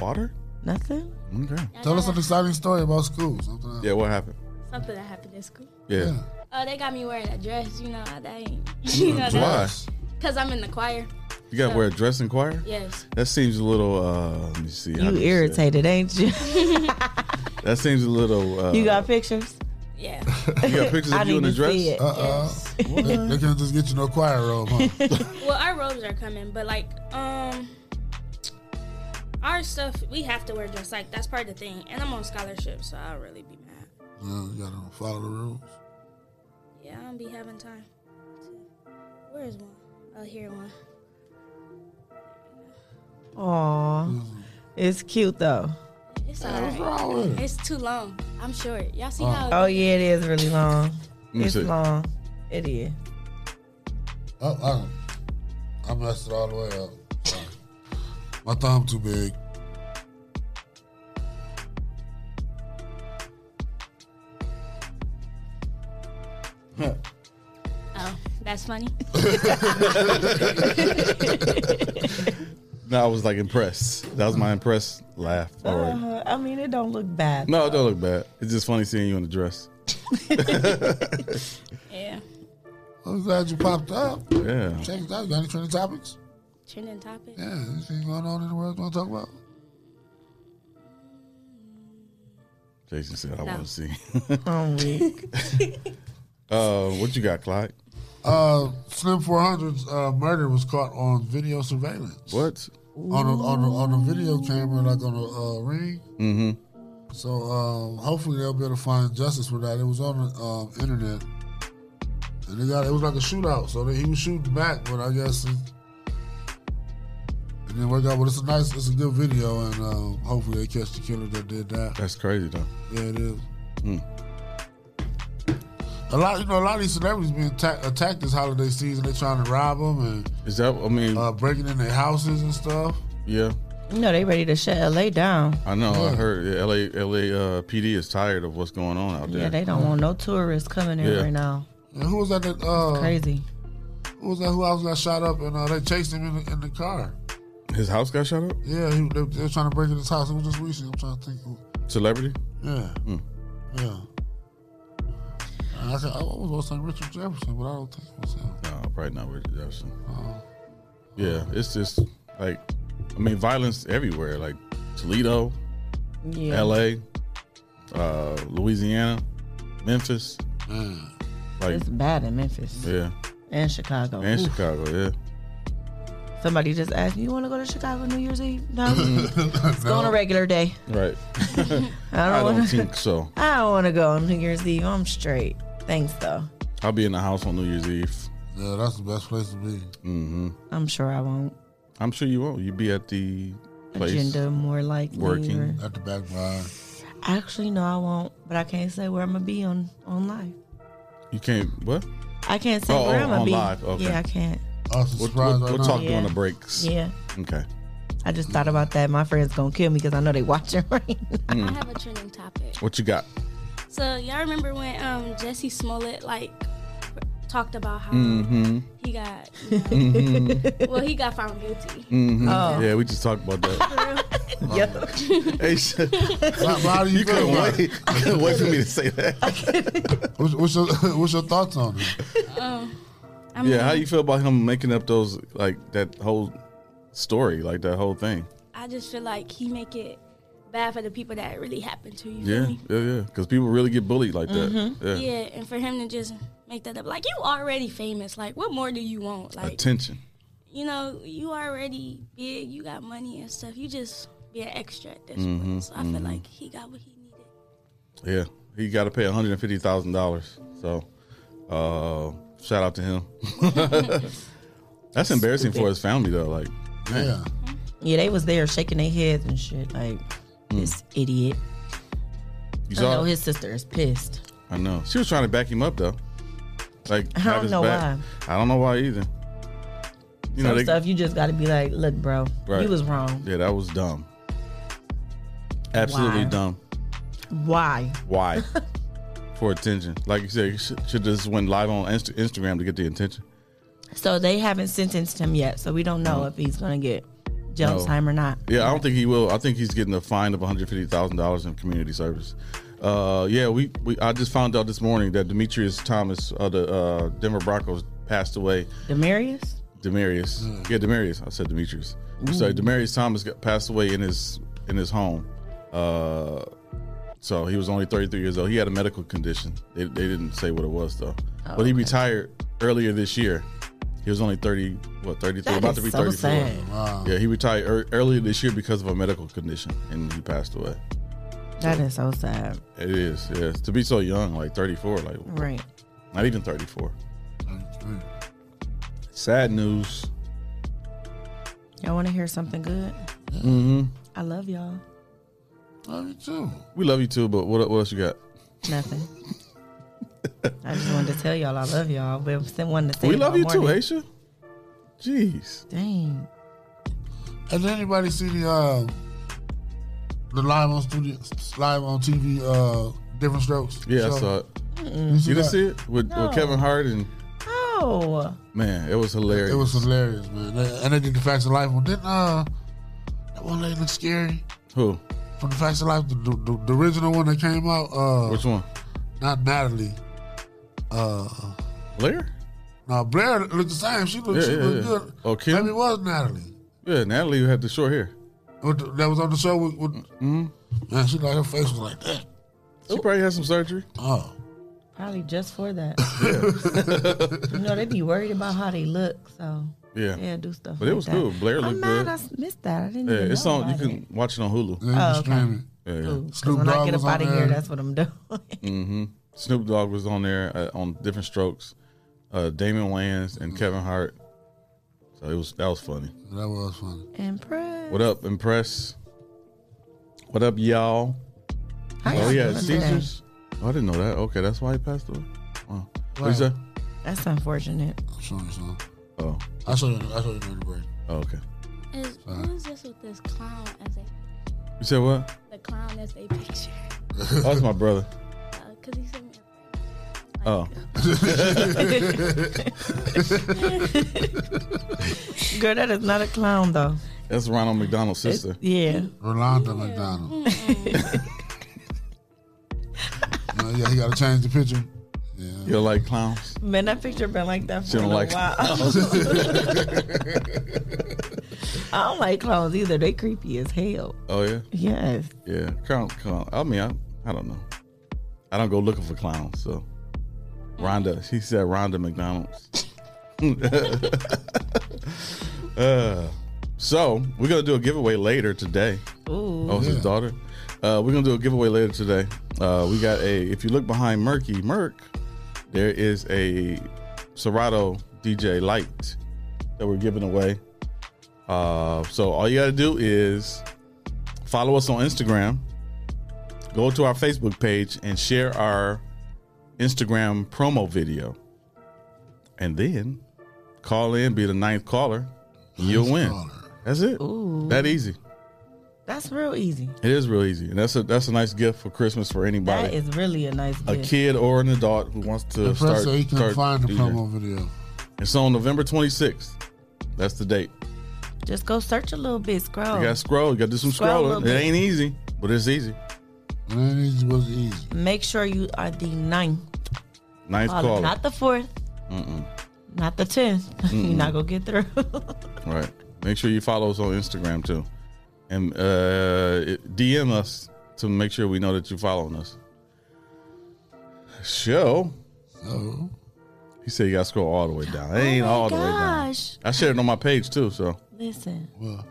Speaker 5: water.
Speaker 6: Nothing?
Speaker 5: Okay.
Speaker 8: Y'all
Speaker 7: Tell
Speaker 8: know
Speaker 7: us an
Speaker 8: that-
Speaker 7: exciting story about school. Something.
Speaker 5: Yeah, what happened?
Speaker 8: something that happened at school.
Speaker 5: Yeah. Mm,
Speaker 7: Yeah.
Speaker 8: Oh, they got me wearing a dress, you know, that ain't. You know,
Speaker 5: Why?
Speaker 8: Because I'm in the choir.
Speaker 5: You got to wear a dress in choir?
Speaker 8: Yes.
Speaker 5: That seems a little. Uh, let me see. how do
Speaker 6: You
Speaker 5: say it?
Speaker 6: irritated, ain't you?
Speaker 5: That seems a little. Uh,
Speaker 6: you got pictures?
Speaker 8: Yeah.
Speaker 5: you got pictures
Speaker 6: I
Speaker 5: of you
Speaker 6: need
Speaker 5: in a
Speaker 6: to
Speaker 5: dress.
Speaker 6: see it.
Speaker 7: Uh uh They can't just get you no choir robe, huh?
Speaker 8: Well, our robes are coming, but like, um, our stuff we have to wear dress. Like that's part of the thing. And I'm on scholarship, so I'll really be mad.
Speaker 7: no, you gotta follow the rules.
Speaker 8: Yeah, I don't be having time. Where is one? Oh, here one.
Speaker 6: Aw, it's cute though.
Speaker 8: It's
Speaker 7: What's
Speaker 8: alright.
Speaker 7: wrong with it?
Speaker 8: It's too long. I'm short. Y'all see how?
Speaker 6: Oh yeah, it is really long.
Speaker 5: me
Speaker 6: It's
Speaker 5: see.
Speaker 6: long. It is.
Speaker 7: Oh, I, I messed it all the way up. Sorry. My thumb too big.
Speaker 8: Oh, that's funny.
Speaker 5: No, I was like impressed. That was my impressed laugh. All right.
Speaker 6: Uh, I mean, it don't look bad.
Speaker 5: No, it don't look bad. It's just funny seeing you in a dress.
Speaker 8: Yeah.
Speaker 7: I'm glad you popped up.
Speaker 5: Yeah.
Speaker 7: Check it out. You got any trending topics?
Speaker 8: Trending topic.
Speaker 7: Yeah, anything going on in the world you want to talk about?
Speaker 5: Jason said, I want to see.
Speaker 6: Oh, I'm weak.
Speaker 5: Uh, what you got, Clyde?
Speaker 7: Uh, Slim 400's uh, murder was caught on video surveillance.
Speaker 5: What?
Speaker 7: On a, on a, on a video camera, like on a uh, ring. Mm-hmm. So um, hopefully they'll be able to find justice for that. It was on the um, internet, and they got it was like a shootout. So they, he was shooting back, but I guess. It, and then worked out. But it's a nice, it's a good video, and um, hopefully they catch the killer that did that.
Speaker 5: That's crazy, though. Hmm.
Speaker 7: Yeah, it is. A lot, you know, a lot of these celebrities being ta- attacked this holiday season. They're trying to rob them and
Speaker 5: Is that, I mean,
Speaker 7: uh, breaking in their houses and stuff.
Speaker 5: yeah.
Speaker 6: you know they ready to shut LA down.
Speaker 5: I know. I heard yeah, LA, LA uh, PD is tired of what's going on out there.
Speaker 6: Yeah, they don't want no tourists coming in
Speaker 5: Yeah.
Speaker 6: right now.
Speaker 7: And who was that? That uh,
Speaker 6: Crazy.
Speaker 7: who was that? Who else got shot up and uh, they chased him in the, in the car?
Speaker 5: His house got shot up?
Speaker 7: Yeah, he, they, they were trying to break in his house. It was just recent. I'm trying to think. Who,
Speaker 5: Celebrity? Hmm.
Speaker 7: yeah, yeah. And I, said, I was going to say Richard Jefferson, but I don't think it was him.
Speaker 5: No, probably not Richard Jefferson. Yeah, it's just like, I mean, violence everywhere. Like Toledo,
Speaker 6: Yeah.
Speaker 5: L.A., uh, Louisiana, Memphis.
Speaker 7: Man,
Speaker 5: Like,
Speaker 6: Mm. It's bad in Memphis
Speaker 5: yeah,
Speaker 6: and Chicago.
Speaker 5: and
Speaker 6: Ooh.
Speaker 5: Chicago. Yeah,
Speaker 6: Somebody just asked me, "You want to go to Chicago New Year's Eve?" No, let's
Speaker 7: Mm-hmm.
Speaker 6: go on a regular day.
Speaker 5: right.
Speaker 6: I
Speaker 5: I
Speaker 6: don't
Speaker 5: don't
Speaker 6: want to.
Speaker 5: think so.
Speaker 6: I don't want to go on New Year's Eve. I'm straight. Thanks though.
Speaker 5: I'll be in the house on New Year's Eve. Mm-hmm.
Speaker 7: yeah, that's the best place to be.
Speaker 6: I'm sure I won't.
Speaker 5: I'm sure you won't. You'll be at the place.
Speaker 6: Agenda more likely.
Speaker 5: Working.
Speaker 6: or-
Speaker 7: Uh, At the back bar.
Speaker 6: Actually, no, I won't. But I can't say where I'm gonna be on on live.
Speaker 5: You can't. What?
Speaker 6: I can't say
Speaker 5: Oh,
Speaker 6: where
Speaker 5: oh,
Speaker 6: I'm gonna
Speaker 5: on
Speaker 6: be.
Speaker 5: live, okay.
Speaker 6: Yeah, I can't.
Speaker 7: I'm
Speaker 5: We'll,
Speaker 7: surprised
Speaker 5: we'll,
Speaker 7: right
Speaker 5: we'll
Speaker 7: now.
Speaker 5: talk during
Speaker 6: Yeah.
Speaker 5: the breaks.
Speaker 6: Yeah,
Speaker 5: Okay.
Speaker 6: I just thought about that. My friends gonna kill me because I know they watching right now.
Speaker 7: Mm.
Speaker 8: I have a trending topic.
Speaker 5: What you got?
Speaker 8: So y'all remember when um Jesse Smollett like talked about how
Speaker 6: Um.
Speaker 8: he got
Speaker 5: Mm-hmm.
Speaker 8: you know, well he got found guilty.
Speaker 6: Oh.
Speaker 5: Yeah, we just talked about that.
Speaker 6: Yeah.
Speaker 5: hey, shit.
Speaker 7: Why, why do you,
Speaker 5: you
Speaker 7: feel
Speaker 5: couldn't
Speaker 7: about it?
Speaker 5: wait. You couldn't wait for me to say that.
Speaker 7: What's, what's, your, what's your thoughts on it?
Speaker 8: Um, I mean,
Speaker 5: Yeah, how you feel about him making up those like that whole story, like that whole thing?
Speaker 8: I just feel like he make it bad for the people that it really happened to. You feel
Speaker 5: Yeah,
Speaker 8: me?
Speaker 5: yeah, yeah. Because people really get bullied like that.
Speaker 6: Mm-hmm.
Speaker 5: Yeah.
Speaker 8: Mm-hmm. Yeah, and for him to just make that up, like you already famous. Like what more do you want? Like
Speaker 5: Attention.
Speaker 8: you know, you already big, you got money and stuff. You just be an extra at this
Speaker 5: Mm-hmm,
Speaker 8: point. So I feel like he got what he needed.
Speaker 5: Yeah, he got to pay one hundred and fifty thousand dollars. So, uh, shout out to him. That's embarrassing for his family though. Like,
Speaker 7: Yeah.
Speaker 6: yeah, they was there shaking their heads and shit like this idiot.
Speaker 5: Hmm. you
Speaker 6: I know
Speaker 5: saw.
Speaker 6: his sister is pissed.
Speaker 5: I know she was trying to back him up though. Like,
Speaker 6: I
Speaker 5: have
Speaker 6: don't
Speaker 5: his
Speaker 6: know
Speaker 5: back. I don't know why either. You know,
Speaker 6: Some
Speaker 5: they,
Speaker 6: stuff you just gotta be like, look, bro,
Speaker 5: Right.
Speaker 6: you was wrong.
Speaker 5: yeah, that was dumb. Absolutely
Speaker 6: Why?
Speaker 5: dumb.
Speaker 6: Why?
Speaker 5: Why? for attention, like you said, you should, should just went live on Inst- Instagram to get the attention.
Speaker 6: So they haven't sentenced him yet, so we don't know if he's gonna get jail
Speaker 5: No.
Speaker 6: time or not.
Speaker 5: Yeah, I don't think he will. I think he's getting a fine of one hundred fifty thousand dollars in community service. Uh, yeah, we, we I just found out this morning that Demetrius Thomas of the uh, Denver Broncos uh, passed away.
Speaker 6: Demarius?
Speaker 5: Demarius. Yeah, Demarius. I said Demetrius. I'm sorry, Demarius Thomas got passed away in his in his home. Uh, so he was only 33 years old. He had a medical condition. They, they didn't say what it was though.
Speaker 6: Oh,
Speaker 5: but he retired earlier this year. He was only 30, what 33,
Speaker 6: That
Speaker 5: about
Speaker 6: is
Speaker 5: to be
Speaker 6: so
Speaker 5: 34.
Speaker 6: sad.
Speaker 7: Wow.
Speaker 5: Yeah, he retired ear earlier this year because of a medical condition, and he passed away.
Speaker 6: That is so sad.
Speaker 5: It is, yes, to be so young, like 34, like
Speaker 6: Right.
Speaker 5: not even 34.
Speaker 7: Mm-hmm.
Speaker 5: Sad news.
Speaker 6: Y'all want to hear something good? Mm-hmm. I love y'all.
Speaker 7: Love you too.
Speaker 5: We love you too, but what, what else you got?
Speaker 6: Nothing. I just wanted to tell y'all I love y'all. But I wanted to say
Speaker 5: we
Speaker 6: it
Speaker 5: love
Speaker 6: all
Speaker 5: you too,
Speaker 6: morning.
Speaker 5: Aisha. Jeez.
Speaker 6: Dang.
Speaker 7: Has anybody seen the uh, the live on studio, live on TV, uh, Different Strokes?
Speaker 5: Yeah, I
Speaker 7: show?
Speaker 5: saw it.
Speaker 7: You, see
Speaker 5: You didn't
Speaker 7: that?
Speaker 5: see it with, with Kevin Hart and
Speaker 6: Oh.
Speaker 5: man, it was hilarious.
Speaker 7: It was hilarious, man. They, and they did the Facts of Life one. Didn't uh, that one lady look scary
Speaker 5: who?
Speaker 7: from the Facts of Life? The, the, the, the original one that came out. Uh,
Speaker 5: Which one?
Speaker 7: Not Natalie. Uh,
Speaker 5: Blair?
Speaker 7: now Blair looked the same. She looked,
Speaker 5: Yeah,
Speaker 7: she
Speaker 5: yeah,
Speaker 7: looked
Speaker 5: yeah.
Speaker 7: good.
Speaker 5: Oh, Kim?
Speaker 7: Maybe it was Natalie.
Speaker 5: Yeah, Natalie had the short hair. Mm-hmm.
Speaker 7: With the- that was on the show with. with Man, she like her face was like that.
Speaker 5: She probably had some surgery.
Speaker 7: Oh,
Speaker 6: Probably just for that. you know, they be worried about how they look, so
Speaker 5: Yeah.
Speaker 6: yeah, do stuff.
Speaker 5: But it
Speaker 6: like
Speaker 5: was
Speaker 6: that.
Speaker 5: good. Blair
Speaker 6: I'm
Speaker 5: looked
Speaker 6: mad
Speaker 5: good.
Speaker 6: I s- missed that. I didn't
Speaker 5: Yeah,
Speaker 6: even
Speaker 5: it's
Speaker 6: know
Speaker 5: on. You
Speaker 6: about
Speaker 5: can
Speaker 6: it.
Speaker 5: watch it on Hulu.
Speaker 7: they
Speaker 6: Oh,
Speaker 7: oh,
Speaker 6: okay.
Speaker 7: streaming.
Speaker 5: Yeah.
Speaker 6: Ooh, 'cause
Speaker 7: Snoop
Speaker 6: when I
Speaker 7: Dogg
Speaker 6: get up
Speaker 7: was
Speaker 6: out of
Speaker 7: on
Speaker 6: here,
Speaker 7: there.
Speaker 6: that's what I'm doing.
Speaker 5: Mm-hmm. Snoop Dogg was on there uh, on different strokes. Uh, Damon Wayans and Kevin Hart. So it was that was funny.
Speaker 7: That was funny.
Speaker 6: Impressed.
Speaker 5: What up, Impress? What up, y'all?
Speaker 6: How
Speaker 5: Oh
Speaker 6: y'all
Speaker 5: yeah,
Speaker 6: doing today?
Speaker 5: Caesars. Oh, I didn't know that. Okay, that's why he passed away. Wow. What you
Speaker 7: Wow.
Speaker 5: say?
Speaker 6: That's unfortunate.
Speaker 7: I'm showing you something.
Speaker 5: Oh,
Speaker 7: I saw you. I saw you during the break.
Speaker 5: oh, okay.
Speaker 8: Is, who is this with this clown as a
Speaker 5: You said what?
Speaker 8: the clown as a picture?
Speaker 5: Oh, that's my brother.
Speaker 8: Because he sent me.
Speaker 5: Oh,
Speaker 6: Girl, that is not a clown though.
Speaker 5: that's Ronald McDonald's sister.
Speaker 6: Yeah.
Speaker 7: Rolanda McDonald. No, yeah, he got to change the picture. Yeah.
Speaker 5: You like clowns?
Speaker 6: Man, that picture been like that for
Speaker 5: She
Speaker 6: a
Speaker 5: don't like
Speaker 6: while. I don't like clowns either. They creepy as hell.
Speaker 5: Oh yeah,
Speaker 6: Yes.
Speaker 5: yeah. Clown, clown. I mean, I, I don't know. I don't go looking for clowns. So, Rhonda. She said Rhonda McDonald's. uh, so we're gonna do a giveaway later today.
Speaker 6: Ooh.
Speaker 5: Oh, it's his daughter. Uh, we're gonna do a giveaway later today. Uh, we got a. If you look behind Murky Merc, there is a Serato DJ light that we're giving away. Uh, so all you gotta do is follow us on Instagram, go to our Facebook page, and share our Instagram promo video, and then call in, be the ninth caller, and you'll win. That's it. That easy.
Speaker 6: That's real easy.
Speaker 5: It is real easy, and that's a that's a nice gift for Christmas for
Speaker 6: That
Speaker 5: anybody,
Speaker 6: is really a nice
Speaker 5: a
Speaker 6: gift.
Speaker 5: kid or an adult who wants to
Speaker 7: The press
Speaker 5: start.
Speaker 7: said he couldn't
Speaker 5: start
Speaker 7: find the
Speaker 5: DJing.
Speaker 7: promo video.
Speaker 5: It's on November 26th. That's the date.
Speaker 6: Just go search a little bit, scroll.
Speaker 5: You got to scroll. You got to do some
Speaker 6: Oh. Scroll a
Speaker 5: scrolling.
Speaker 6: little
Speaker 5: It
Speaker 6: bit.
Speaker 5: ain't easy, but it's easy.
Speaker 7: It ain't easy, but it's easy.
Speaker 6: Make sure you are the ninth
Speaker 5: Ninth
Speaker 6: caller,
Speaker 5: caller.
Speaker 6: not the 4th not the tenth. You're not gonna get through.
Speaker 5: right. Make sure you follow us on Instagram too, and uh, it- DM us to make sure we know that you're following us. Show.
Speaker 7: So,
Speaker 5: He said you got to scroll all the way down. It
Speaker 8: Oh,
Speaker 5: ain't all the way down.
Speaker 6: Gosh,
Speaker 5: I shared it on my page too, so
Speaker 6: listen.
Speaker 7: well,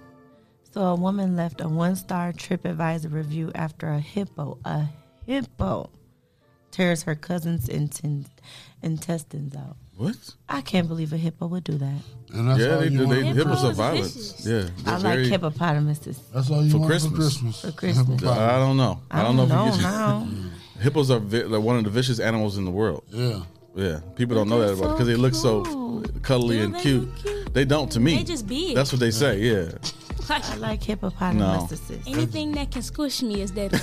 Speaker 6: So a woman left a one-star TripAdvisor review after a hippo, a hippo, tears her cousin's inten- intestines out.
Speaker 5: what?
Speaker 6: I can't believe a hippo would do that.
Speaker 7: and that's
Speaker 5: Yeah,
Speaker 7: all
Speaker 5: they
Speaker 7: you
Speaker 5: do. They
Speaker 7: want.
Speaker 5: hippos are
Speaker 8: Hippos are
Speaker 5: violent.
Speaker 8: vicious.
Speaker 5: Yeah, they're
Speaker 6: I
Speaker 5: very-
Speaker 6: like hippopotamuses.
Speaker 7: That's all you
Speaker 5: For
Speaker 7: want
Speaker 5: Christmas.
Speaker 7: for Christmas.
Speaker 6: For Christmas.
Speaker 7: Hippopotamus.
Speaker 5: I don't know. I don't, know. If you get,
Speaker 6: now.
Speaker 5: hippos are vi- like one of the vicious animals in the world.
Speaker 7: Yeah.
Speaker 5: Yeah, people don't know that
Speaker 8: they're
Speaker 5: about
Speaker 8: so
Speaker 5: because they look so
Speaker 8: cute.
Speaker 5: cuddly
Speaker 8: Do
Speaker 5: and
Speaker 8: they
Speaker 5: cute.
Speaker 8: look cute?
Speaker 5: They don't to me.
Speaker 8: They just big.
Speaker 5: That's what they say. Yeah,
Speaker 8: Like,
Speaker 6: I like hippopotamuses.
Speaker 8: anything that can squish me is dead.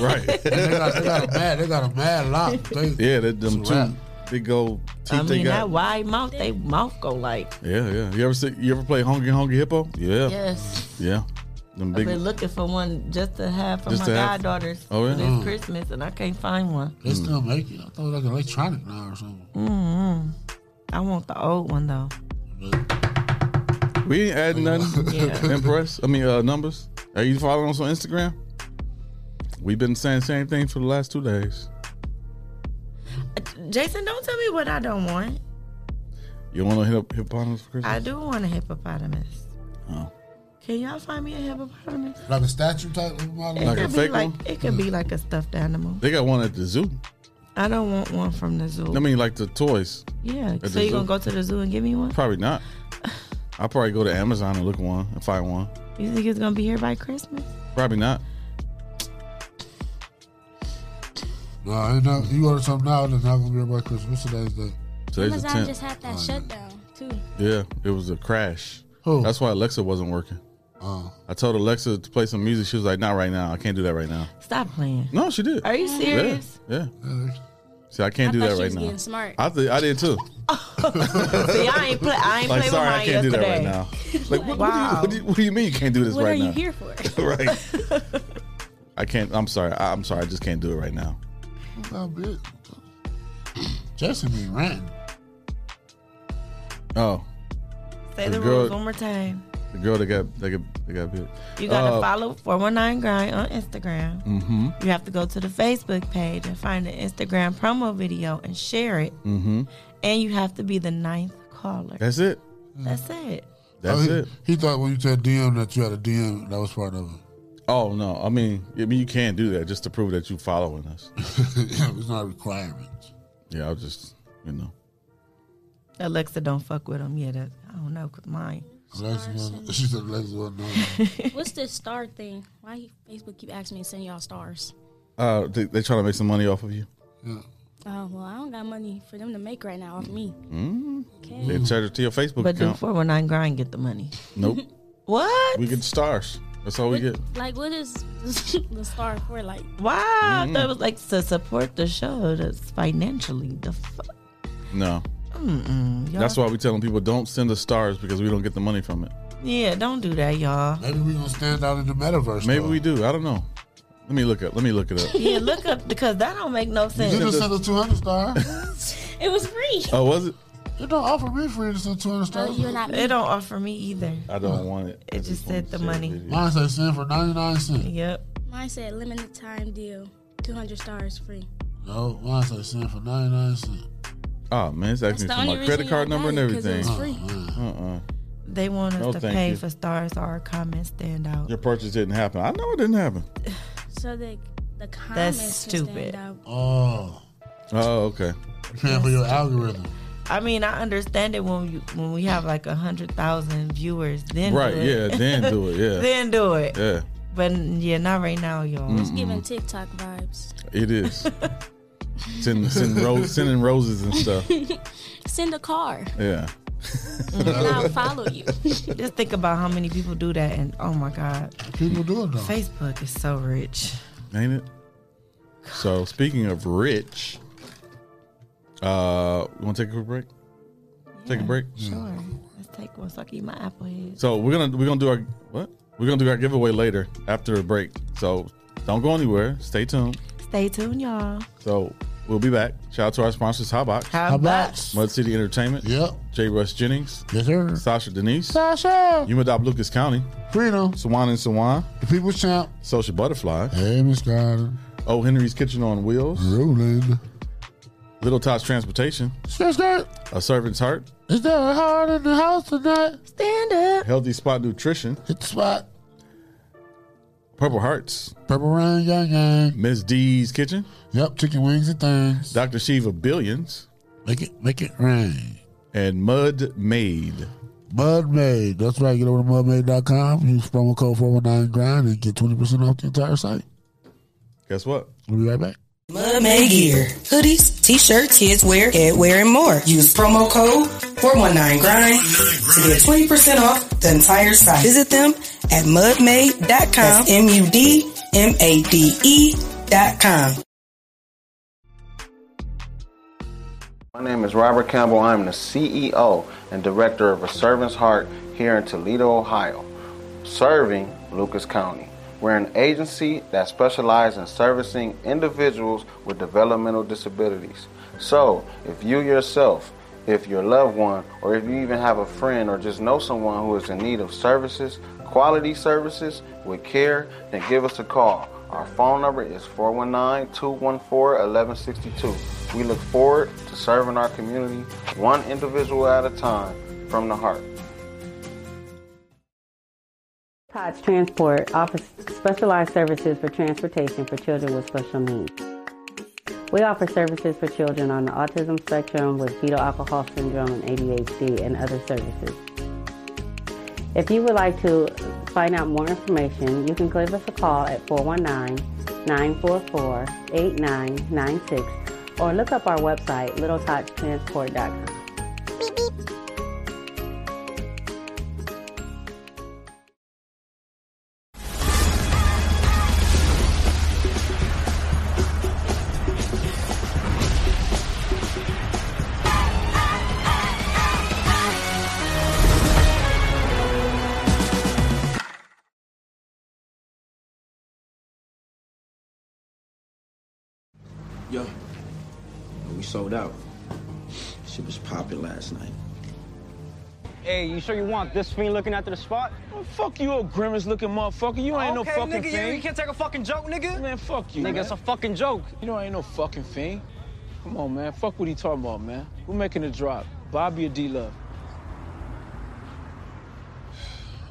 Speaker 5: right.
Speaker 7: They got, they got a mad. They got a mad lot. They,
Speaker 5: Yeah, they, them
Speaker 7: It's a wrap.
Speaker 5: two big old teeth
Speaker 6: I
Speaker 5: they
Speaker 6: mean, that
Speaker 5: got.
Speaker 6: wide mouth, they mouth go like,
Speaker 5: yeah, yeah. You ever see? You ever play Hungry Hungry Hippo? Yeah, yeah.
Speaker 6: yes.
Speaker 5: Them
Speaker 6: I've
Speaker 5: big.
Speaker 6: been looking for one just to have for
Speaker 5: Just
Speaker 6: my
Speaker 5: to have-
Speaker 6: goddaughters
Speaker 5: Oh, yeah?
Speaker 6: for this
Speaker 5: Mm.
Speaker 6: Christmas, and I can't find one.
Speaker 7: they still make it. I thought it
Speaker 6: Mm-hmm.
Speaker 7: was like electronic now or something.
Speaker 5: Mm-hmm.
Speaker 6: I want the old one though.
Speaker 7: But
Speaker 5: We ain't adding nothing.
Speaker 6: Yeah.
Speaker 5: Impress. I mean, uh, numbers. Are you following us on Instagram? We've been saying the same thing for the last two days.
Speaker 6: Jason, don't tell me what I don't want.
Speaker 5: You want to hit up hippopotamus for Christmas?
Speaker 6: I do want a hippopotamus.
Speaker 5: Oh.
Speaker 6: Can y'all find me a hippopotamus?
Speaker 7: Like a statue type of model.
Speaker 5: Like a
Speaker 6: It could be
Speaker 5: fake
Speaker 6: like
Speaker 5: one? Mm.
Speaker 6: it could be like a stuffed animal.
Speaker 5: They got one at the zoo.
Speaker 6: I don't want one from the zoo.
Speaker 5: I mean, like the toys.
Speaker 6: yeah.
Speaker 5: the
Speaker 6: So you gonna
Speaker 5: zoo?
Speaker 6: go to the zoo and give me one?
Speaker 5: Probably not. I'll probably go to Amazon and look at one and find one.
Speaker 6: You think it's gonna be here by Christmas?
Speaker 5: Probably not.
Speaker 7: No, ain't not, you order something now, it's not gonna be here by Christmas. What's today's date?
Speaker 5: Today's the
Speaker 8: Amazon
Speaker 5: tenth.
Speaker 8: just had that shutdown too.
Speaker 5: yeah, it was a crash.
Speaker 7: Who?
Speaker 5: That's why Alexa wasn't working.
Speaker 7: Uh,
Speaker 5: I told Alexa to play some music. She was like, "Not right now. I can't do that right now."
Speaker 6: Stop playing.
Speaker 5: No, she did.
Speaker 6: Are you
Speaker 5: yeah,
Speaker 6: serious?
Speaker 5: yeah.
Speaker 7: yeah, they-
Speaker 5: See, I can't
Speaker 8: I
Speaker 5: do
Speaker 8: thought
Speaker 5: that
Speaker 8: she
Speaker 5: right
Speaker 8: was
Speaker 5: now.
Speaker 8: getting smart.
Speaker 5: I th- I did too.
Speaker 6: See, I ain't play. I ain't
Speaker 5: Like, sorry,
Speaker 6: play with
Speaker 5: I
Speaker 6: mine
Speaker 5: can't
Speaker 6: yesterday.
Speaker 5: do that right now. Like, what,
Speaker 6: Wow.
Speaker 5: what, do you, what, do you, what do you mean you can't do this
Speaker 8: what
Speaker 5: right
Speaker 8: are you
Speaker 5: now?
Speaker 8: here for?
Speaker 5: right. I can't. I'm sorry. I, I'm sorry. I just can't do it right now.
Speaker 7: Well, bitch. Jason be ranting.
Speaker 5: Oh,
Speaker 6: Say
Speaker 5: It's
Speaker 6: the
Speaker 5: good.
Speaker 6: rules one more time.
Speaker 5: the girl that got that got that got bit.
Speaker 6: You gotta
Speaker 5: Uh,
Speaker 6: follow 419 Grind on Instagram.
Speaker 5: Mm-hmm.
Speaker 6: You have to go to the Facebook page and find the Instagram promo video and share it.
Speaker 5: Mm-hmm.
Speaker 6: And you have to be the ninth caller.
Speaker 5: That's it.
Speaker 6: That's it.
Speaker 5: That's
Speaker 7: Oh, he,
Speaker 5: it.
Speaker 7: He thought when you said DM that you had a DM, that was part of it.
Speaker 5: Oh no. I mean, I mean, you can do that just to prove that you following us.
Speaker 7: it's not a requirement.
Speaker 5: Yeah, I'll just you know.
Speaker 6: Alexa, don't fuck with them yet. I don't know, cause mine.
Speaker 7: Alexa,
Speaker 8: Stars.
Speaker 7: she said Alexa wasn't on.
Speaker 8: What's this star thing? Why you- Facebook keep asking me to send y'all stars?
Speaker 5: Uh, they, they trying to make some money off of you.
Speaker 7: Yeah.
Speaker 8: Oh well, I don't got money for them to make right now off me.
Speaker 5: They charge it to your Facebook
Speaker 6: Mm-hmm. But do
Speaker 5: account.
Speaker 6: 419 Grind get the money?
Speaker 5: nope.
Speaker 6: What?
Speaker 5: We get stars. That's all we get.
Speaker 8: Like, what is the star for? Like,
Speaker 6: wow.
Speaker 5: Mm-hmm.
Speaker 6: That was like to support the show that's financially. The fuck.
Speaker 5: No.
Speaker 6: y'all.
Speaker 5: That's why we telling people don't send us stars because we don't get the money from it.
Speaker 6: Yeah, don't do that, y'all.
Speaker 7: Maybe we gonna stand out in the metaverse.
Speaker 5: Maybe
Speaker 7: though.
Speaker 5: we do. I don't know. Let me look up. Let me look it up.
Speaker 6: Yeah, look up because that don't make no
Speaker 7: You
Speaker 6: sense.
Speaker 7: just send a 200 star.
Speaker 8: it was free.
Speaker 5: Oh, was it?
Speaker 7: It don't offer me free to send 200
Speaker 8: No,
Speaker 7: stars.
Speaker 8: you're not.
Speaker 6: It don't offer me either.
Speaker 5: I don't want it. I
Speaker 6: It just
Speaker 5: wanna
Speaker 6: said the
Speaker 5: share
Speaker 6: money.
Speaker 5: video.
Speaker 7: Mine say send for 99 cents.
Speaker 6: Yep.
Speaker 8: Mine said limited time deal, 200 stars free.
Speaker 7: No, mine say send for 99 cents.
Speaker 5: Oh man, it's asking me for my credit card
Speaker 8: y'all
Speaker 5: number and
Speaker 8: got it, 'cause
Speaker 5: everything.
Speaker 8: It was free.
Speaker 7: Uh-uh.
Speaker 8: Uh-uh.
Speaker 5: Uh uh
Speaker 6: They want us
Speaker 5: No,
Speaker 6: to
Speaker 5: thank
Speaker 6: pay
Speaker 5: you.
Speaker 6: for stars or our comments stand out.
Speaker 5: Your purchase didn't happen. I know it didn't happen.
Speaker 8: So the the comments can stand
Speaker 6: stupid.
Speaker 8: out.
Speaker 7: Oh,
Speaker 5: Oh, okay.
Speaker 7: you paying for your algorithm.
Speaker 6: I mean, I understand it when you when we have like a hundred thousand viewers. Then
Speaker 5: Right,
Speaker 6: do
Speaker 5: yeah,
Speaker 6: it.
Speaker 5: then do it, yeah.
Speaker 6: then do it.
Speaker 5: Yeah,
Speaker 6: But yeah, not right now, y'all.
Speaker 8: It's giving TikTok vibes.
Speaker 5: it is. send, send ro- sending roses and stuff.
Speaker 8: Send a car,
Speaker 5: Yeah.
Speaker 8: and I'll follow you.
Speaker 6: Mm-hmm. Just think about how many people do that, and oh my God,
Speaker 7: People do it though.
Speaker 6: Facebook is so rich.
Speaker 5: Ain't it? So speaking of rich, uh you wanna take a quick break? Take a break?
Speaker 6: Sure, let's take one. So I keep my apple head.
Speaker 5: So we're gonna we're gonna do our what? We're gonna do our giveaway later after the break. So don't go anywhere. Stay tuned.
Speaker 6: Stay tuned, y'all.
Speaker 5: So we'll be back. Shout out to our sponsors, Hotbox,
Speaker 6: How
Speaker 7: How
Speaker 6: about?
Speaker 7: about?
Speaker 5: Mud City Entertainment,
Speaker 7: Yep.
Speaker 5: J. Russ Jennings,
Speaker 7: Yes, sir.
Speaker 5: Sasha Denise,
Speaker 7: Sasha.
Speaker 5: Umadop Lucas County,
Speaker 7: Freedom.
Speaker 5: Swan and Swan,
Speaker 7: The People's Champ.
Speaker 5: Social Butterfly,
Speaker 7: Hey, Miss Carter.
Speaker 5: O. Henry's Kitchen on Wheels,
Speaker 7: Rolling.
Speaker 5: Little Tots Transportation,
Speaker 7: Skirt, skirt.
Speaker 5: A Servant's Heart,
Speaker 7: Is there hard in the house tonight?
Speaker 6: Stand up.
Speaker 5: Healthy Spot Nutrition,
Speaker 7: Hit the spot.
Speaker 5: Purple Hearts,
Speaker 7: Purple rain, yang, yang.
Speaker 5: Miss D's Kitchen,
Speaker 7: Yep, chicken wings and things.
Speaker 5: Dr. Shiva Billions,
Speaker 7: Make it, make it rain.
Speaker 5: and Mud Made.
Speaker 7: Mudmaid. That's right. Get over to mudmaid.com. Use promo code 419grind and get 20% off the entire site.
Speaker 5: Guess what?
Speaker 7: We'll be right back.
Speaker 9: Mudmaid Gear. Hoodies, t-shirts, kidswear, headwear, and more. Use promo code 419grind to get 20% off the entire site. Visit them at mudmaid.com. That's M-U-D-M-A-D-E E dot com.
Speaker 10: My name is Robert Campbell. I'm the CEO and director of A Servant's Heart here in Toledo, Ohio, serving Lucas County. We're an agency that specializes in servicing individuals with developmental disabilities. So, if you yourself If your loved one, or if you even have a friend, or just know someone who is in need of services, quality services, with care, then give us a call. Our phone number is 419 214 1162. We look forward to serving our community one individual at a time from the heart.
Speaker 11: Tots Transport offers specialized services for transportation for children with special needs. We offer services for children on the autism spectrum with fetal alcohol syndrome and ADHD and other services. If you would like to find out more information, you can give us a call at 419-944-8996 or look up our website, littletotstransport.com.
Speaker 12: Yo, we sold out. Shit was popping last night.
Speaker 13: Hey, you sure you want this fiend looking after the spot?
Speaker 14: Man, fuck you, old grimace looking motherfucker. You ain't no
Speaker 13: Okay,
Speaker 14: fucking
Speaker 13: nigga, you-
Speaker 14: fiend.
Speaker 13: you can't take a fucking joke, nigga.
Speaker 14: Man, fuck you.
Speaker 13: Nigga,
Speaker 14: man.
Speaker 13: it's a
Speaker 14: fucking joke. You know I ain't no fucking fiend. Come on, man. Fuck what he talking about, man. We're making a drop. Bobby or D Love?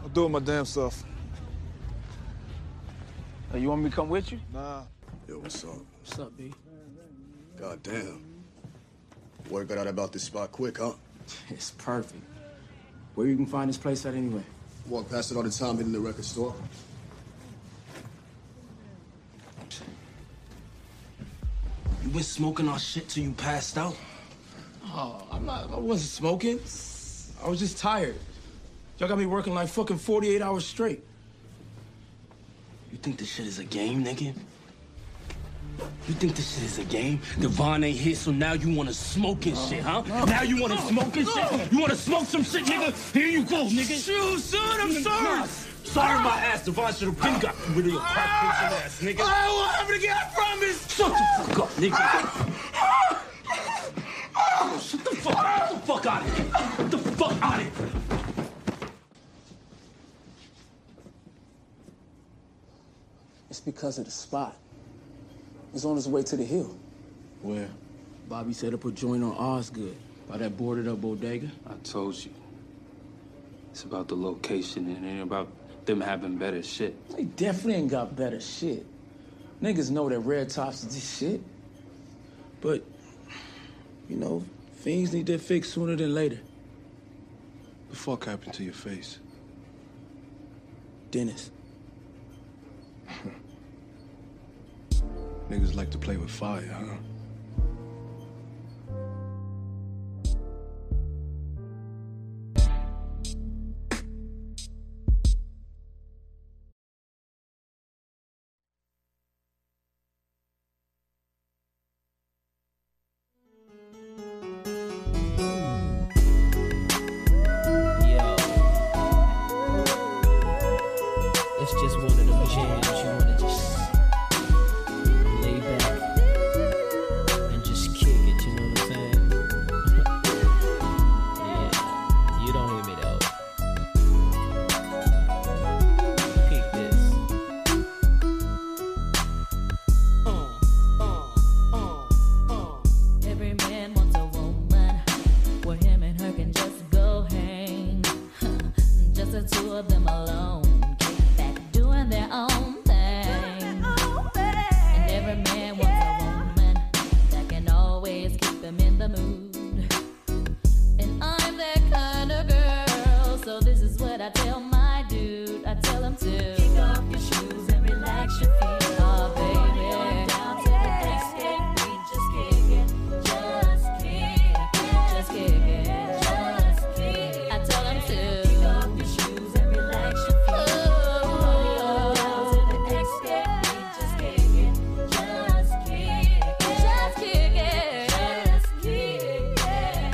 Speaker 15: I'll do it my damn self.
Speaker 14: you want me to come with you?
Speaker 15: Nah. Yo, what's up? What's up, B? Goddamn. Word got out about this spot quick, huh?
Speaker 1: It's perfect. Where you can find this place at anyway?
Speaker 15: Walk past it all the time in the record store.
Speaker 1: You been smoking our shit till you passed out? Oh, I'm not. I wasn't smoking. I was just tired. Y'all got me working like fucking 48 hours straight. You think this shit is a game, nigga? You think this shit is a game? Devon ain't here, so now you wanna smoke and shit, huh? Now you wanna smoke and shit? You wanna smoke some shit, nigga? Here you go, nigga. Shoot, son, I'm sorry. Sorry, my ass. Devon should have been got rid of your crack bitch ass, nigga.
Speaker 2: I will have it again, I promise.
Speaker 1: Shut the fuck up, nigga. Shut the fuck Get the fuck out of here. Get the fuck out of here. It's because of the spot. It's on its way to the hill. Where? Bobby set up a joint on Osgood by that boarded up bodega.
Speaker 3: I told you. It's about the location and it ain't about them having better shit.
Speaker 1: They definitely ain't got better shit. Niggas know that red tops is this shit. But, you know, things need their fix sooner than later.
Speaker 15: The fuck happened to your face?
Speaker 1: Dennis.
Speaker 15: Niggas like to play with fire, huh?
Speaker 16: Yo. It's just one of them jams you wanna just lay back and just kick it, you know what I'm saying? yeah, you don't hear me though. Peek this.
Speaker 17: Uh, Every man wants a woman where him and her can just go hang. Just the two of them alone, kick back, doing their own thing. And every man wants a woman that can always keep them in the mood. And I'm that kind of girl, so this is what I tell my dude. I tell him to kick off your shoes and relax your feet. Oh, baby. Down to the next step, we just kick it, just kick it, just kick it, just kick it. I tell him to kick off your shoes and relax your feet. Oh, down to the next step, we just kick it, just kick it, just kick it, just kick it.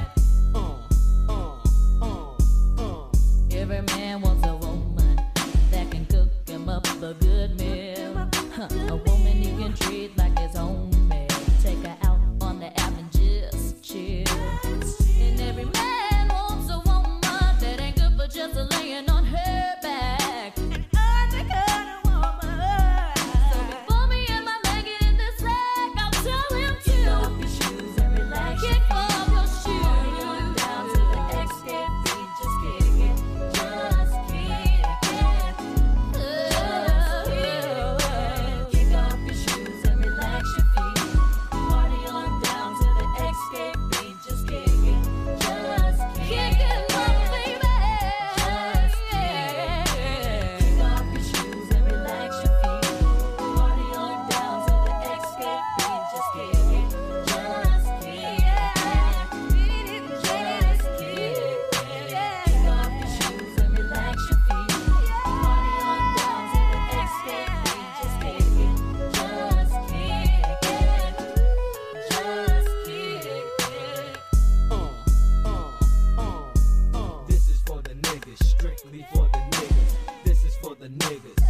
Speaker 18: the niggas.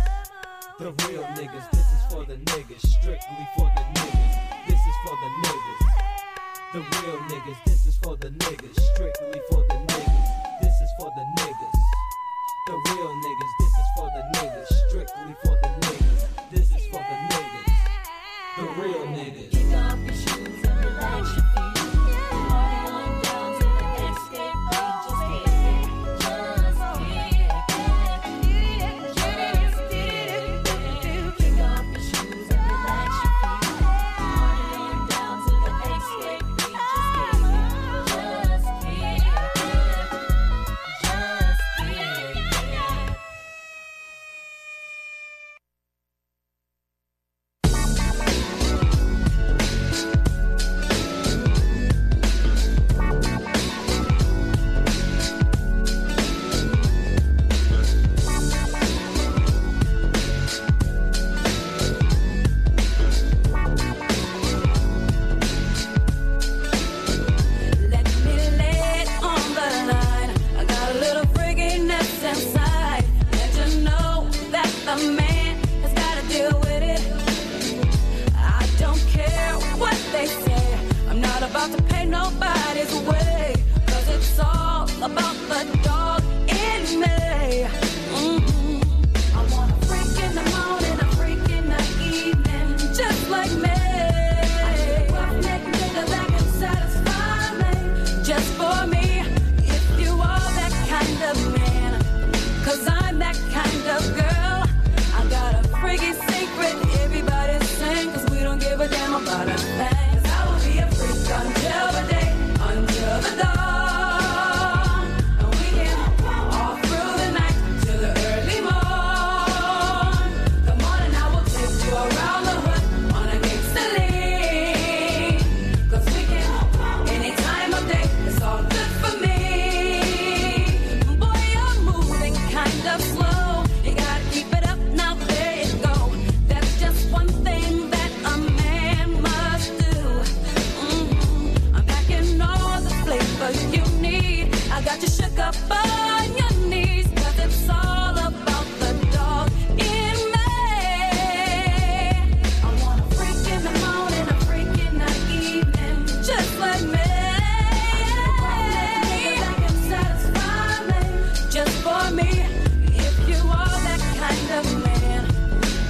Speaker 18: The real niggas, this is for the niggas. Strictly for the niggas. This is for the niggas. The real niggas, this is for the niggas. Strictly for the niggas. This is for the niggas. The real niggas, this is for the niggas. Strictly for the niggas. This is for the niggas. The real niggas. Kick off your shoes and relax your
Speaker 19: Let me lay it on the line. I got a little freakiness inside. Let you know that the man has gotta deal with it. I don't care what they say. I'm not about to pay nobody's way. Cause it's all about the dog in me. Mhm. I want a freak in the morning, a freak in the evening, just like me. I need a roughneck nigga that can satisfy me just for me. If you are that kind of man, cause I'm that kind of girl. I got a freaking secret, everybody's saying, cause we don't give a damn about a thing. 'Cause I will be a freak until the day, until the dawn. And we can all through the night till the early morn. The morning I will take you around the hood on a gangster league. Cause we can any time of day, it's all good for me. Boy, you're moving kind of slow. You gotta keep it up now, there you go. That's just one thing that a man must do. Mhm. I'm packing all the flavor you need. I got you shook up on your knees, cause it's all about the dog in me. I want a freak in the morning, a freak in the evening, just like me. I can satisfy me, just for me. If you are that kind of man,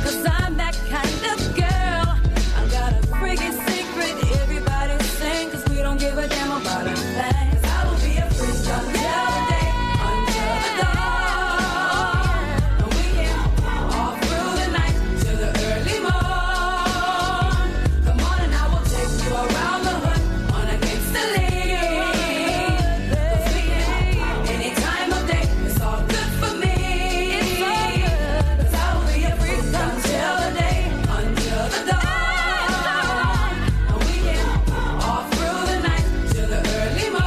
Speaker 19: cause I'm that kind of girl. I got a freaking secret, everybody sing, cause we don't give a damn about a thing. 'Cause I will be a freak until the day, until the dawn. And we can all through the night till the early morn. The morning I will take you around the hood on a gangster league. Cause we can any time of day, it's all good for me. Cause I will be a freak until the day, until the dawn. And we can all through the night till the early morn.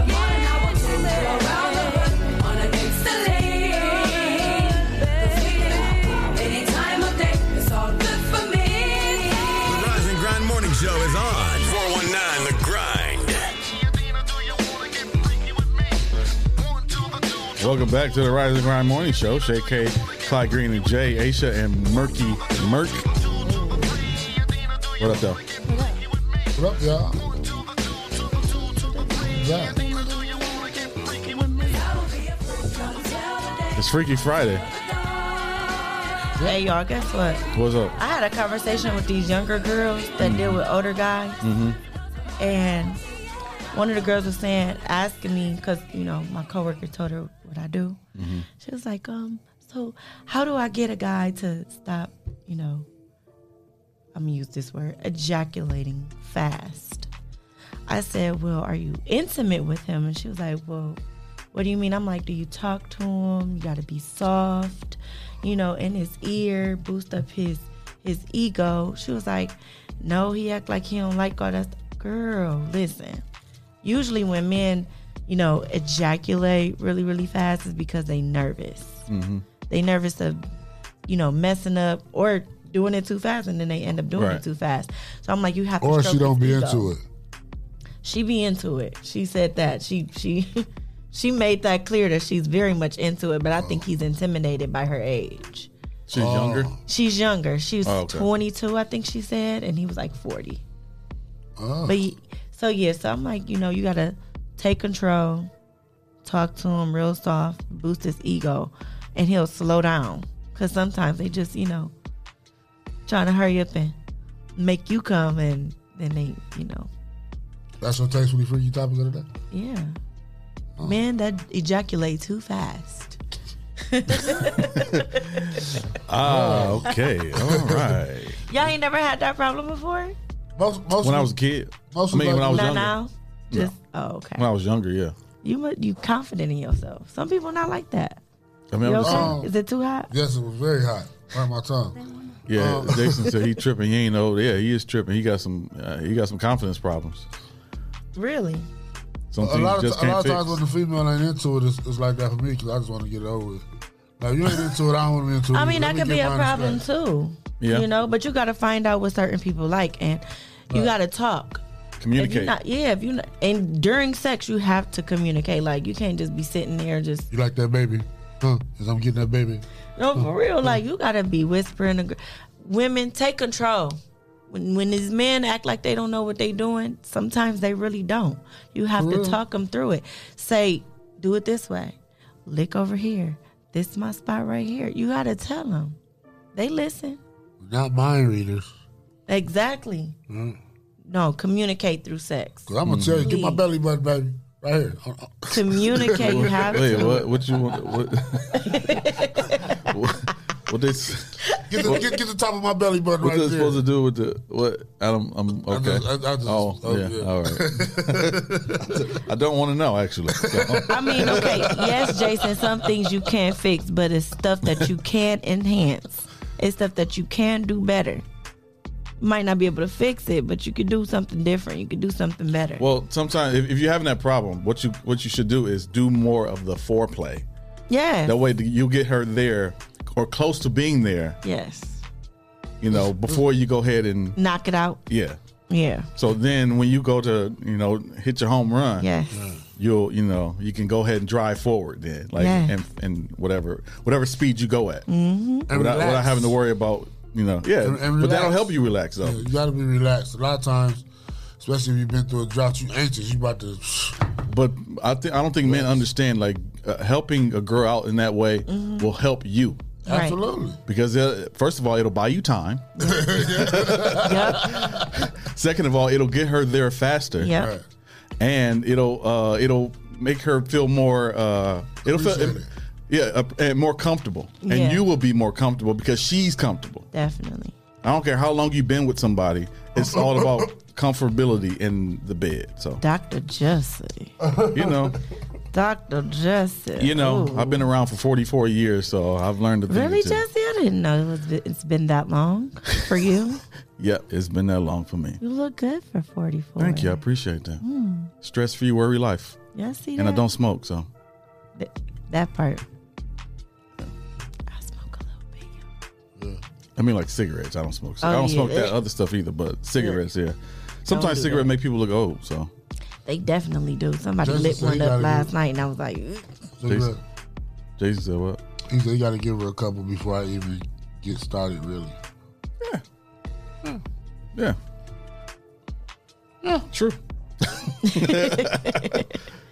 Speaker 19: The morning I will take you around the hood on a gangster league. Cause we can any time of day, it's all good for me.
Speaker 4: The Rise and Grind Morning Show is on 419 The Grind.
Speaker 5: Welcome back to the Rise and Grind Morning Show. Shay K, Clyde Green, and Jay, Aisha, and Murky Merk. What up, though?
Speaker 7: What up, y'all? Yeah.
Speaker 5: It's Freaky Friday.
Speaker 6: Hey y'all, guess what?
Speaker 5: What's up?
Speaker 6: I had a conversation with these younger girls that deal with older guys,
Speaker 5: Mm-hmm.
Speaker 6: and one of the girls was saying, asking me, because you know my coworker told her what I do.
Speaker 1: Mhm.
Speaker 6: She was like, um, so how do I get a guy to stop? You know, I'm gonna use this word, ejaculating fast. I said, well, are you intimate with him? And she was like, well, what do you mean? I'm like, do you talk to him? You gotta be soft, you know, in his ear, boost up his his ego. She was like, no, he act like he don't like all that. st- Girl, listen. Usually when men, you know, ejaculate really, really fast is because they nervous.
Speaker 5: Mhm.
Speaker 6: They nervous of, you know, messing up or doing it too fast, and then they end up doing
Speaker 7: Right.
Speaker 6: it too fast. So I'm like, you have to.
Speaker 7: Or
Speaker 6: stroke
Speaker 7: she don't
Speaker 6: his
Speaker 7: be
Speaker 6: ego.
Speaker 7: into it.
Speaker 6: She be into it. She said that. She she She made that clear that she's very much into it, but I think he's intimidated by her age.
Speaker 5: She's Oh. younger?
Speaker 6: She's younger. She was
Speaker 5: Oh, okay.
Speaker 6: 22, I think she said, and he was like 40.
Speaker 7: Oh.
Speaker 6: But he- so yeah, so I'm like, you know, you gotta take control, talk to him real soft, boost his ego, and he'll slow down. Cause sometimes they just, you know, trying to hurry up and make you come, and then they, you know,
Speaker 7: That's what takes when you freaky topics of the day.
Speaker 6: yeah.
Speaker 7: Oh.
Speaker 6: Man, that ejaculate too fast.
Speaker 5: Ah,
Speaker 7: Oh.
Speaker 5: okay. All right.
Speaker 6: Y'all ain't never had that problem before?
Speaker 7: Most,
Speaker 5: when I was a kid. I mean, when I was
Speaker 6: not
Speaker 5: younger.
Speaker 6: now.
Speaker 5: No.
Speaker 6: Just oh, okay.
Speaker 5: When I was younger, yeah.
Speaker 6: You mu- you confident in yourself. Some people not like that.
Speaker 5: I mean,
Speaker 6: You
Speaker 5: I'm just
Speaker 6: okay?
Speaker 5: saying.
Speaker 6: Is it too hot?
Speaker 7: Yes, it was very hot. Burned my tongue.
Speaker 5: Yeah,
Speaker 7: Um,
Speaker 5: Jason said he tripping. He ain't old. Yeah, he is tripping. He got some. Uh, he got some confidence problems.
Speaker 6: Really?
Speaker 5: Some
Speaker 7: a
Speaker 5: things
Speaker 7: lot of,
Speaker 5: you just
Speaker 7: ti- a
Speaker 5: can't
Speaker 7: lot of
Speaker 5: fix.
Speaker 7: times when the female ain't into it, it's, it's like that for me because I just want to get it over. with. Now you ain't into it, I don't want to be into it.
Speaker 6: I mean,
Speaker 7: Let
Speaker 6: that
Speaker 7: me
Speaker 6: could
Speaker 7: get
Speaker 6: be a
Speaker 7: mine
Speaker 6: problem
Speaker 7: straight.
Speaker 6: too.
Speaker 5: Yeah.
Speaker 6: You know, but you got to find out what certain people like, and you got to talk. If
Speaker 5: Communicate.
Speaker 6: you're not, yeah, if you not, and during sex you have to communicate. Like you can't just be sitting there just
Speaker 7: You like that baby? Huh? Cause I'm getting that baby.
Speaker 6: No,
Speaker 7: Huh.
Speaker 3: Mm-hmm.
Speaker 6: for real. Like you gotta be whispering. ag- Women take control. When when these men act like they don't know what they doing, sometimes they really don't. You have
Speaker 3: For
Speaker 6: to
Speaker 3: real.
Speaker 6: talk them through it. Say, do it this way. Lick over here. This my spot right here. You gotta tell them. They listen.
Speaker 7: Not mind readers.
Speaker 6: Exactly.
Speaker 7: Mm.
Speaker 6: No, communicate through sex.
Speaker 7: Cause I'm gonna tell you, get my
Speaker 6: Please.
Speaker 7: belly button, baby, right here.
Speaker 6: Mm.
Speaker 7: Uh,
Speaker 6: Communicate. You have
Speaker 5: Wait,
Speaker 6: to.
Speaker 5: what? What you want? What? what, what this?
Speaker 7: Get the,
Speaker 5: what,
Speaker 7: get, get the top of my belly button
Speaker 5: what
Speaker 7: right there.
Speaker 5: this supposed to do with the what? I don't. I'm
Speaker 7: I
Speaker 5: okay.
Speaker 7: just- I- I just-
Speaker 5: oh,
Speaker 7: oh,
Speaker 5: yeah.
Speaker 7: yeah.
Speaker 5: All right. I don't want to know actually. so.
Speaker 6: I mean, okay, yes, Jason, some things you can't fix, but it's stuff that you can enhance. It's stuff that you can do better. Might not be able to fix it, but you could do something different. You could do something better.
Speaker 5: Well, sometimes if, if you're having that problem, what you what you should do is do more of the foreplay.
Speaker 6: Yeah.
Speaker 5: That way you get her there or close to being there.
Speaker 6: Yes.
Speaker 5: You know, before you go ahead and
Speaker 6: Knock it out.
Speaker 5: yeah.
Speaker 6: Yeah.
Speaker 5: So then when you go to, you know, hit your home run,
Speaker 6: Yes. Yeah.
Speaker 5: you'll, you know, you can go ahead and drive forward then. Like
Speaker 6: Yeah.
Speaker 5: and and whatever whatever speed you go at.
Speaker 6: Mhm. And
Speaker 5: Without, without
Speaker 7: relax.
Speaker 5: having to worry about, you know. Yeah.
Speaker 7: And- and
Speaker 5: but
Speaker 7: relax.
Speaker 5: that'll help you relax though.
Speaker 7: Yeah, you got to be relaxed. A lot of times, especially if you've been through a drought, you anxious. You about to.
Speaker 5: But I think I don't think men understand like uh, helping a girl out in that way
Speaker 6: Mm-hmm.
Speaker 5: will help you.
Speaker 7: Right. Absolutely.
Speaker 5: Because uh, first of all, it'll buy you time. Second of all, it'll get her there faster.
Speaker 6: Yep. Right.
Speaker 5: And it'll uh, it'll make her feel more. Uh, it'll feel.
Speaker 6: Appreciate
Speaker 5: Yeah, uh, and more comfortable,
Speaker 6: Yeah.
Speaker 5: and you will be more comfortable because she's comfortable.
Speaker 6: Definitely.
Speaker 5: I don't care how long you've been with somebody; it's all about comfortability in the bed. So,
Speaker 6: Dr. Jesse.
Speaker 5: you know,
Speaker 6: Dr. Jesse.
Speaker 5: you know,
Speaker 6: Ooh.
Speaker 5: I've been around for 44 years, so I've learned the thing.
Speaker 6: Really,
Speaker 5: too.
Speaker 6: Jesse? I didn't know it was, it's been that long for you.
Speaker 5: Yep, it's been that long for me.
Speaker 6: you look good for 44.
Speaker 5: Thank you. I appreciate that.
Speaker 6: Mm.
Speaker 5: Stress free, worry life.
Speaker 6: Yeah, I see
Speaker 5: And I
Speaker 6: that.
Speaker 5: don't smoke, so.
Speaker 6: Th- that part.
Speaker 5: I mean, like cigarettes. I don't smoke.
Speaker 6: Oh,
Speaker 5: I don't
Speaker 6: yeah.
Speaker 5: smoke that other stuff either, but cigarettes, yeah. Sometimes
Speaker 6: do
Speaker 5: cigarettes
Speaker 6: that.
Speaker 5: make people look old, so.
Speaker 6: They definitely do. Somebody
Speaker 7: Jesse
Speaker 6: lit
Speaker 7: said
Speaker 6: one
Speaker 7: he
Speaker 6: up
Speaker 7: gotta
Speaker 6: last
Speaker 7: do-
Speaker 6: night, and I was like, "Ugh."
Speaker 5: Jason, Jason said what?
Speaker 7: He said you got to give her a couple before I even get started. Really.
Speaker 5: Yeah. True.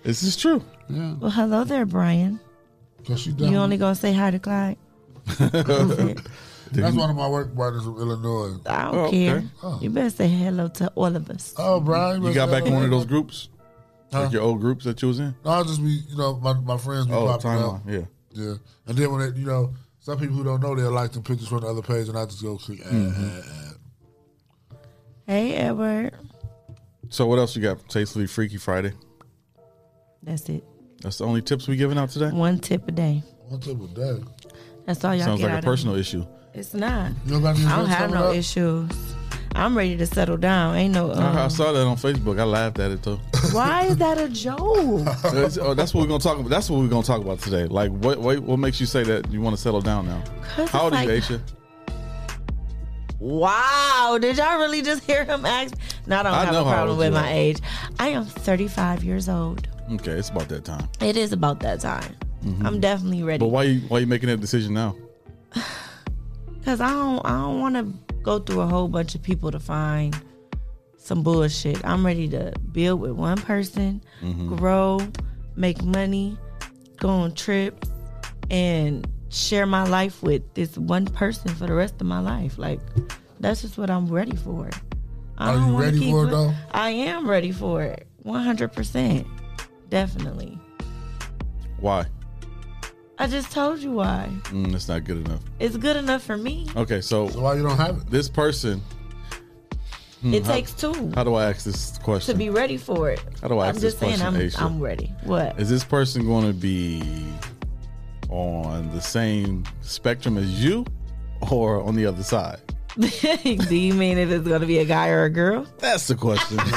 Speaker 5: this is true.
Speaker 7: Yeah.
Speaker 6: well, hello there, Brian.
Speaker 7: Cause you done.
Speaker 6: You only gonna say hi to Clyde?
Speaker 7: That's one of my work partners from Illinois.
Speaker 6: I
Speaker 5: Oh,
Speaker 6: don't care. You better say hello to all of us.
Speaker 7: Oh, Brian,
Speaker 5: You got back in one of those groups?
Speaker 7: Huh?
Speaker 5: Like your old groups that you was in?
Speaker 7: No, I just be you know my, my friends be
Speaker 5: Oh,
Speaker 7: popping up.
Speaker 5: timeline, yeah.
Speaker 7: yeah. And then when they, you know some people who don't know they'll like the pictures from the other page, and I just go click. add,
Speaker 5: Mhm.
Speaker 7: add, add.
Speaker 6: Hey, Edward.
Speaker 5: So, what else you got? Tastefully Freaky Friday.
Speaker 6: That's it.
Speaker 5: That's the only tips we giving out today?
Speaker 6: One tip a day.
Speaker 7: One tip a day.
Speaker 6: That's all y'all
Speaker 5: Sounds
Speaker 6: get
Speaker 5: like a
Speaker 6: out of
Speaker 5: personal
Speaker 6: me.
Speaker 5: issue.
Speaker 6: It's not.
Speaker 7: You don't got any
Speaker 6: I don't
Speaker 7: events
Speaker 6: have
Speaker 7: coming
Speaker 6: no
Speaker 7: up?
Speaker 6: issues. I'm ready to settle down. Ain't no.
Speaker 5: I, I
Speaker 6: Um,
Speaker 5: saw that on Facebook. I laughed at it though.
Speaker 6: why is that a joke?
Speaker 5: That's, oh, that's what we're gonna talk about. That's what we're gonna talk about today. Like, what what, what makes you say that you want to settle down now?
Speaker 6: 'Cause
Speaker 5: How old
Speaker 6: it's
Speaker 5: are you,
Speaker 6: like-
Speaker 5: Aisha?
Speaker 6: Wow, did y'all really just hear him ask? No, I don't
Speaker 5: I
Speaker 6: have
Speaker 5: know
Speaker 6: a
Speaker 5: how
Speaker 6: problem
Speaker 5: old
Speaker 6: with
Speaker 5: you
Speaker 6: my
Speaker 5: are.
Speaker 6: age. I am 35 years old.
Speaker 5: Okay, it's about that time.
Speaker 6: It is about that time.
Speaker 5: Mhm.
Speaker 7: Mm-hmm.
Speaker 6: I'm definitely ready.
Speaker 5: But why you why you making that decision now?
Speaker 6: Cause I don't I don't want to go through a whole bunch of people to find some bullshit. I'm ready to build with one person,
Speaker 7: Mm-hmm.
Speaker 5: Mhm.
Speaker 6: grow, make money, go on trip, and share my life with this one person for the rest of my life. Like that's just what I'm ready for. I
Speaker 7: Are
Speaker 6: don't
Speaker 7: you
Speaker 6: wanna
Speaker 7: ready
Speaker 6: keep
Speaker 7: for it,
Speaker 6: with-
Speaker 7: though?
Speaker 6: I am ready for it, 100, percent definitely.
Speaker 5: Why?
Speaker 6: I just told you why.
Speaker 5: Mm, that's not good enough.
Speaker 6: It's good enough for me.
Speaker 5: Okay, so,
Speaker 7: why you don't have it?
Speaker 5: This person. hmm,
Speaker 6: It takes two.
Speaker 5: How do I ask this question?
Speaker 6: To be ready for it.
Speaker 5: How do I
Speaker 6: I'm
Speaker 5: ask
Speaker 6: just
Speaker 5: this question,
Speaker 6: saying
Speaker 5: Aisha?
Speaker 6: I'm, I'm ready. What?
Speaker 5: Is this person going to be on the same spectrum as you, or on the other side?
Speaker 6: Do you mean if it's going to be a guy or a girl?
Speaker 5: That's the question.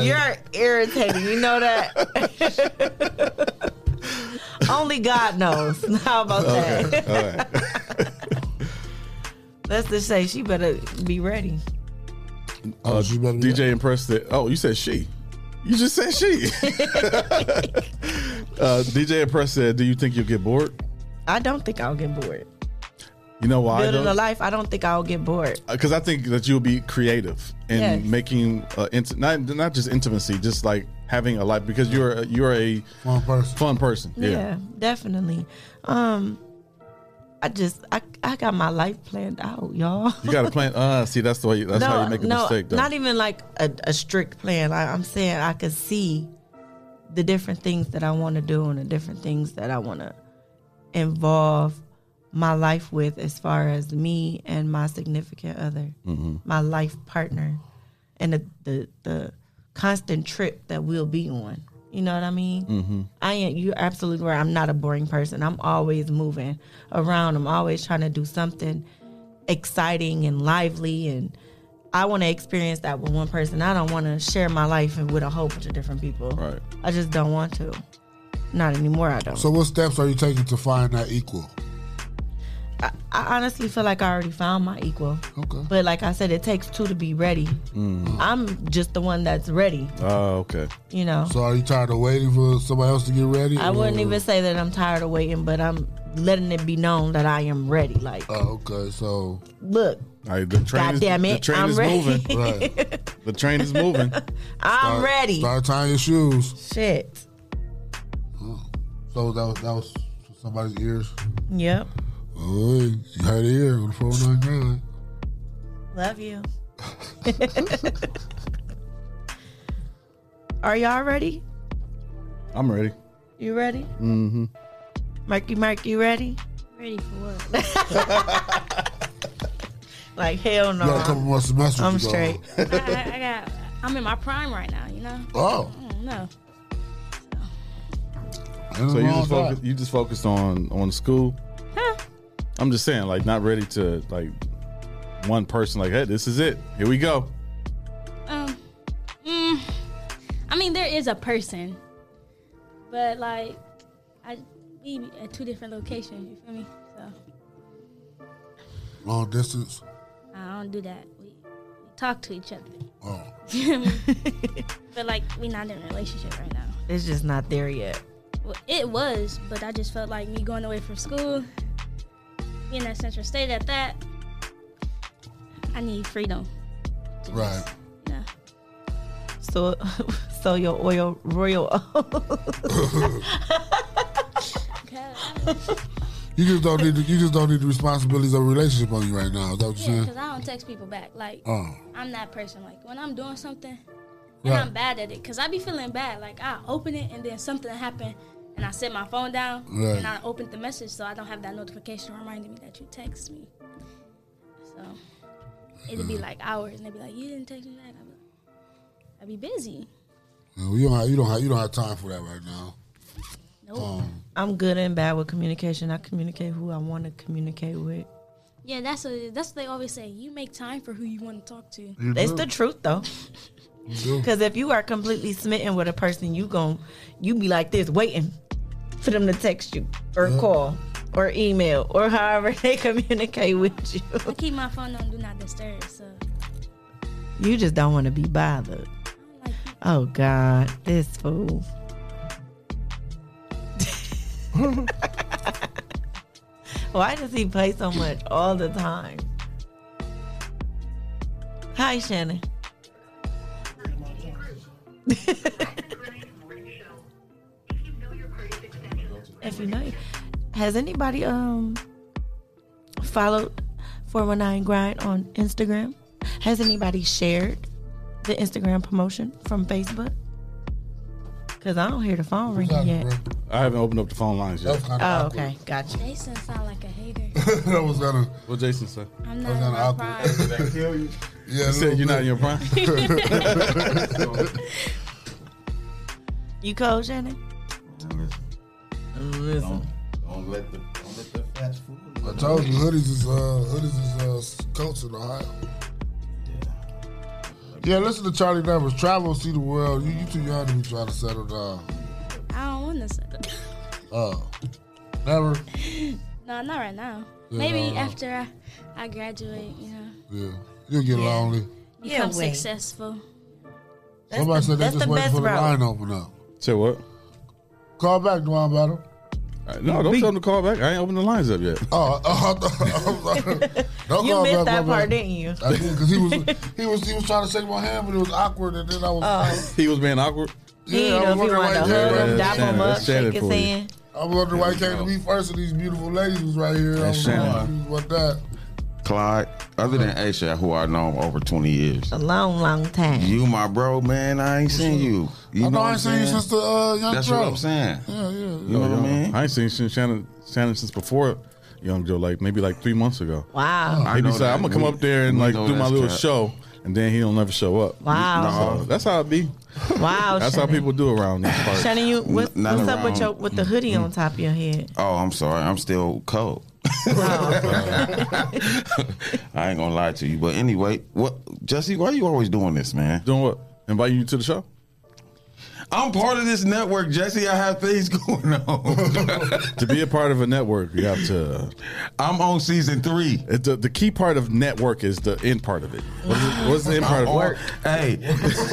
Speaker 6: You're irritating. You know that? Only God knows. How about that?
Speaker 5: Okay,
Speaker 6: Let's just say she better be ready. Oh,
Speaker 5: Uh, DJ impressed that. Oh, you said she. You just said she. Uh, DJ impressed said, "Do you think you'll get bored?
Speaker 6: I don't think I'll get bored.
Speaker 5: You know why?
Speaker 6: Building a life, I don't think I'll get bored.
Speaker 5: because I think that you'll be creative in
Speaker 6: Yes.
Speaker 5: making uh, int- not not just intimacy, just like having a life because you're a, you're a fun person.
Speaker 6: Yeah,
Speaker 5: Yeah.
Speaker 6: definitely. Um, I just I I got my life planned out, y'all.
Speaker 5: you got to plan. Uh, see, that's the way. That's how you make a
Speaker 6: no,
Speaker 5: mistake. Though.
Speaker 6: Not even like a, a strict plan. Like I'm saying I could see the different things that I want to do and the different things that I want to involve my life with as far as me and my significant other,
Speaker 5: Mhm.
Speaker 6: my life partner, and the, the the constant trip that we'll be on. You know what I mean?
Speaker 5: Mhm.
Speaker 6: Mm-hmm. I am. You're absolutely right. I'm not a boring person. I'm always moving around. I'm always trying to do something exciting and lively, and I want to experience that with one person. I don't want to share my life and with a whole bunch of different people.
Speaker 5: Right.
Speaker 6: I just don't want to. Not anymore. I don't.
Speaker 7: So what steps are you taking to find that equal?
Speaker 6: I, I honestly feel like I already found my equal.
Speaker 7: Okay.
Speaker 6: But like I said, it takes two to be ready.
Speaker 7: Mm.
Speaker 6: I'm just the one that's ready.
Speaker 5: Oh, okay.
Speaker 6: You know.
Speaker 7: So are you tired of waiting for somebody else to get ready?
Speaker 6: I wouldn't
Speaker 7: or-
Speaker 6: even say that I'm tired of waiting, but I'm letting it be known that I am ready. Like,
Speaker 7: Oh, okay. So
Speaker 6: look,
Speaker 5: All right, the train is,
Speaker 6: goddamn
Speaker 5: the
Speaker 6: it,
Speaker 5: train
Speaker 6: I'm
Speaker 5: is
Speaker 6: ready.
Speaker 5: moving. The train is moving.
Speaker 6: I'm
Speaker 7: Start-
Speaker 6: ready.
Speaker 7: Start tying your shoes.
Speaker 6: Shit.
Speaker 7: So that was that was for somebody's ears.
Speaker 6: Yep.
Speaker 7: Oh, you had an ear on the four nine nine.
Speaker 6: Love you. Are y'all ready?
Speaker 5: I'm ready.
Speaker 6: You ready?
Speaker 5: Mm-hmm.
Speaker 6: Marky Mark, you ready?
Speaker 8: Ready for what?
Speaker 6: Like hell no.
Speaker 7: You got a couple more semesters.
Speaker 6: I'm
Speaker 7: to go.
Speaker 6: straight.
Speaker 8: I, I, I got. I'm in my prime right now. You know.
Speaker 7: Oh.
Speaker 8: I don't know.
Speaker 5: So you
Speaker 7: wrong
Speaker 5: just
Speaker 7: with
Speaker 5: focus, you just focused on on school.
Speaker 8: Huh.
Speaker 5: I'm just saying, like, not ready to like one person. Like, hey, this is it. Here we go.
Speaker 8: Um. Mm, I mean, there is a person, but like, I we be at two different locations. You feel me? So
Speaker 7: Long distance.
Speaker 8: I don't do that. We, we talk to each other.
Speaker 7: Oh.
Speaker 8: but like, we not in a relationship right now.
Speaker 6: It's just not there yet.
Speaker 8: Well, it was, but I just felt like me going away from school, being at Central State at that, I need freedom.
Speaker 7: Right.
Speaker 8: Yeah.
Speaker 6: So, so your oil royal.
Speaker 7: You just don't need the, you just don't need the responsibilities of a relationship on you right now. Is that what you're
Speaker 8: Yeah,
Speaker 7: saying?
Speaker 8: because I don't text people back. Like,
Speaker 7: Oh.
Speaker 8: I'm that person. Like, when I'm doing something, and
Speaker 7: Right.
Speaker 8: I'm bad at it, because I be feeling bad. Like, I open it, and then something happened, and I set my phone down,
Speaker 7: Right.
Speaker 8: and I opened the message, so I don't have that notification reminding me that you text me. So, it'd be like hours, and they'd be like, you didn't text me back. I'd be, like, I'd be busy.
Speaker 7: Yeah, well, you don't have, you don't have you don't have time for that right now.
Speaker 8: Nope.
Speaker 7: Um,
Speaker 6: I'm good and bad with communication. I communicate who I want to communicate with.
Speaker 8: Yeah, that's a, that's what they always say. You make time for who you want to talk to.
Speaker 6: It's the truth though. Because if you are completely smitten with a person, you gon' you be like this, waiting for them to text you or call or email or however they communicate with you.
Speaker 8: I keep my phone on do not disturb, so
Speaker 6: You just don't want to be bothered. Oh God, this fool. Why does he play so much all the time? Hi, Shannon. if you know, has anybody um followed 419 Grind on Instagram? Has anybody shared the Instagram promotion from Facebook? Because I don't hear the phone ringing yet.
Speaker 5: I haven't opened up the phone lines yet.
Speaker 6: Oh, okay. Gotcha.
Speaker 8: Jason sound like a hater.
Speaker 5: that was gonna. What Jason said?
Speaker 8: I'm not in my prime.
Speaker 5: Yeah, he said you're not in your prime.
Speaker 6: You cold, Shannon? Listen.
Speaker 20: Don't let the don't let the fast food.
Speaker 7: I told you, hoodies is uh, hoodies is uh, culture in Ohio. Yeah, listen to Charlie Nevers. Travel, see the world. You, you too young to be trying to settle down.
Speaker 8: I don't want to settle.
Speaker 7: Oh, never.
Speaker 8: No, not right now.
Speaker 7: Yeah,
Speaker 8: Maybe
Speaker 7: no, no.
Speaker 8: after I, I graduate, you know,
Speaker 7: Yeah, you'll get lonely.
Speaker 8: become
Speaker 6: wait.
Speaker 8: successful.
Speaker 7: Somebody said they
Speaker 8: that's
Speaker 7: just
Speaker 8: the
Speaker 7: waiting
Speaker 8: best
Speaker 7: for the
Speaker 8: route.
Speaker 7: line to open up.
Speaker 5: Say what? Uh,
Speaker 7: Call back, Dwan Battle.
Speaker 5: No, don't tell him to call back. I ain't opened the lines up yet.
Speaker 7: Oh, oh, oh, I'm sorry. Don't
Speaker 6: You
Speaker 7: call
Speaker 6: missed
Speaker 7: back, Dwan
Speaker 6: that part,
Speaker 7: Battle.
Speaker 6: didn't you?
Speaker 7: I did because he was he was he was trying to shake my hand, but it was awkward, and then I was.
Speaker 6: Oh.
Speaker 5: he was being awkward.
Speaker 7: Yeah, I was wondering why he came
Speaker 5: Yeah,
Speaker 7: to me.
Speaker 5: that's Shannon. That's Shannon for you.
Speaker 7: I was wondering why he came to me first, and these beautiful ladies was right here. I
Speaker 5: That's
Speaker 7: was
Speaker 5: Shannon.
Speaker 7: wondering what that.
Speaker 3: Clyde, other than Aisha, who I know over 20 years.
Speaker 6: Uh-huh. A long, long time.
Speaker 3: You my bro, man. I ain't seen you. You
Speaker 7: I
Speaker 3: know
Speaker 7: know
Speaker 3: what
Speaker 7: I
Speaker 3: I'm
Speaker 7: ain't seen you
Speaker 3: saying?
Speaker 7: since the uh, young
Speaker 3: That's
Speaker 7: Joe.
Speaker 3: what I'm saying.
Speaker 7: Yeah, yeah.
Speaker 6: Mm-hmm.
Speaker 3: You know what I mean?
Speaker 5: I ain't seen since Shannon, Shannon since before Young Joe, like maybe like three months ago.
Speaker 6: Wow.
Speaker 5: He decided, I'm gonna come up there and like do my little show, and then he don't never show up.
Speaker 6: Wow.
Speaker 5: So, that's how it be.
Speaker 6: Wow,
Speaker 5: that's how
Speaker 6: Shannon.
Speaker 5: people do around these parts.
Speaker 6: Shannon, you what,
Speaker 3: Not
Speaker 6: what's up with
Speaker 3: around.
Speaker 6: your with the hoodie
Speaker 5: Mm.
Speaker 6: on top of your head?
Speaker 3: Oh, I'm sorry. I'm still cold. I ain't gonna lie to you, but anyway, what Jesse? Why you always doing this, man?
Speaker 5: Doing what? Inviting you to the show?
Speaker 3: I'm part of this network, Jesse. I have things going on.
Speaker 5: to be a part of a network, you have to.
Speaker 3: I'm on season three.
Speaker 5: The, the key part of network is the end part of it. What's, the- what's the end part of
Speaker 3: Work. Hey,
Speaker 5: What's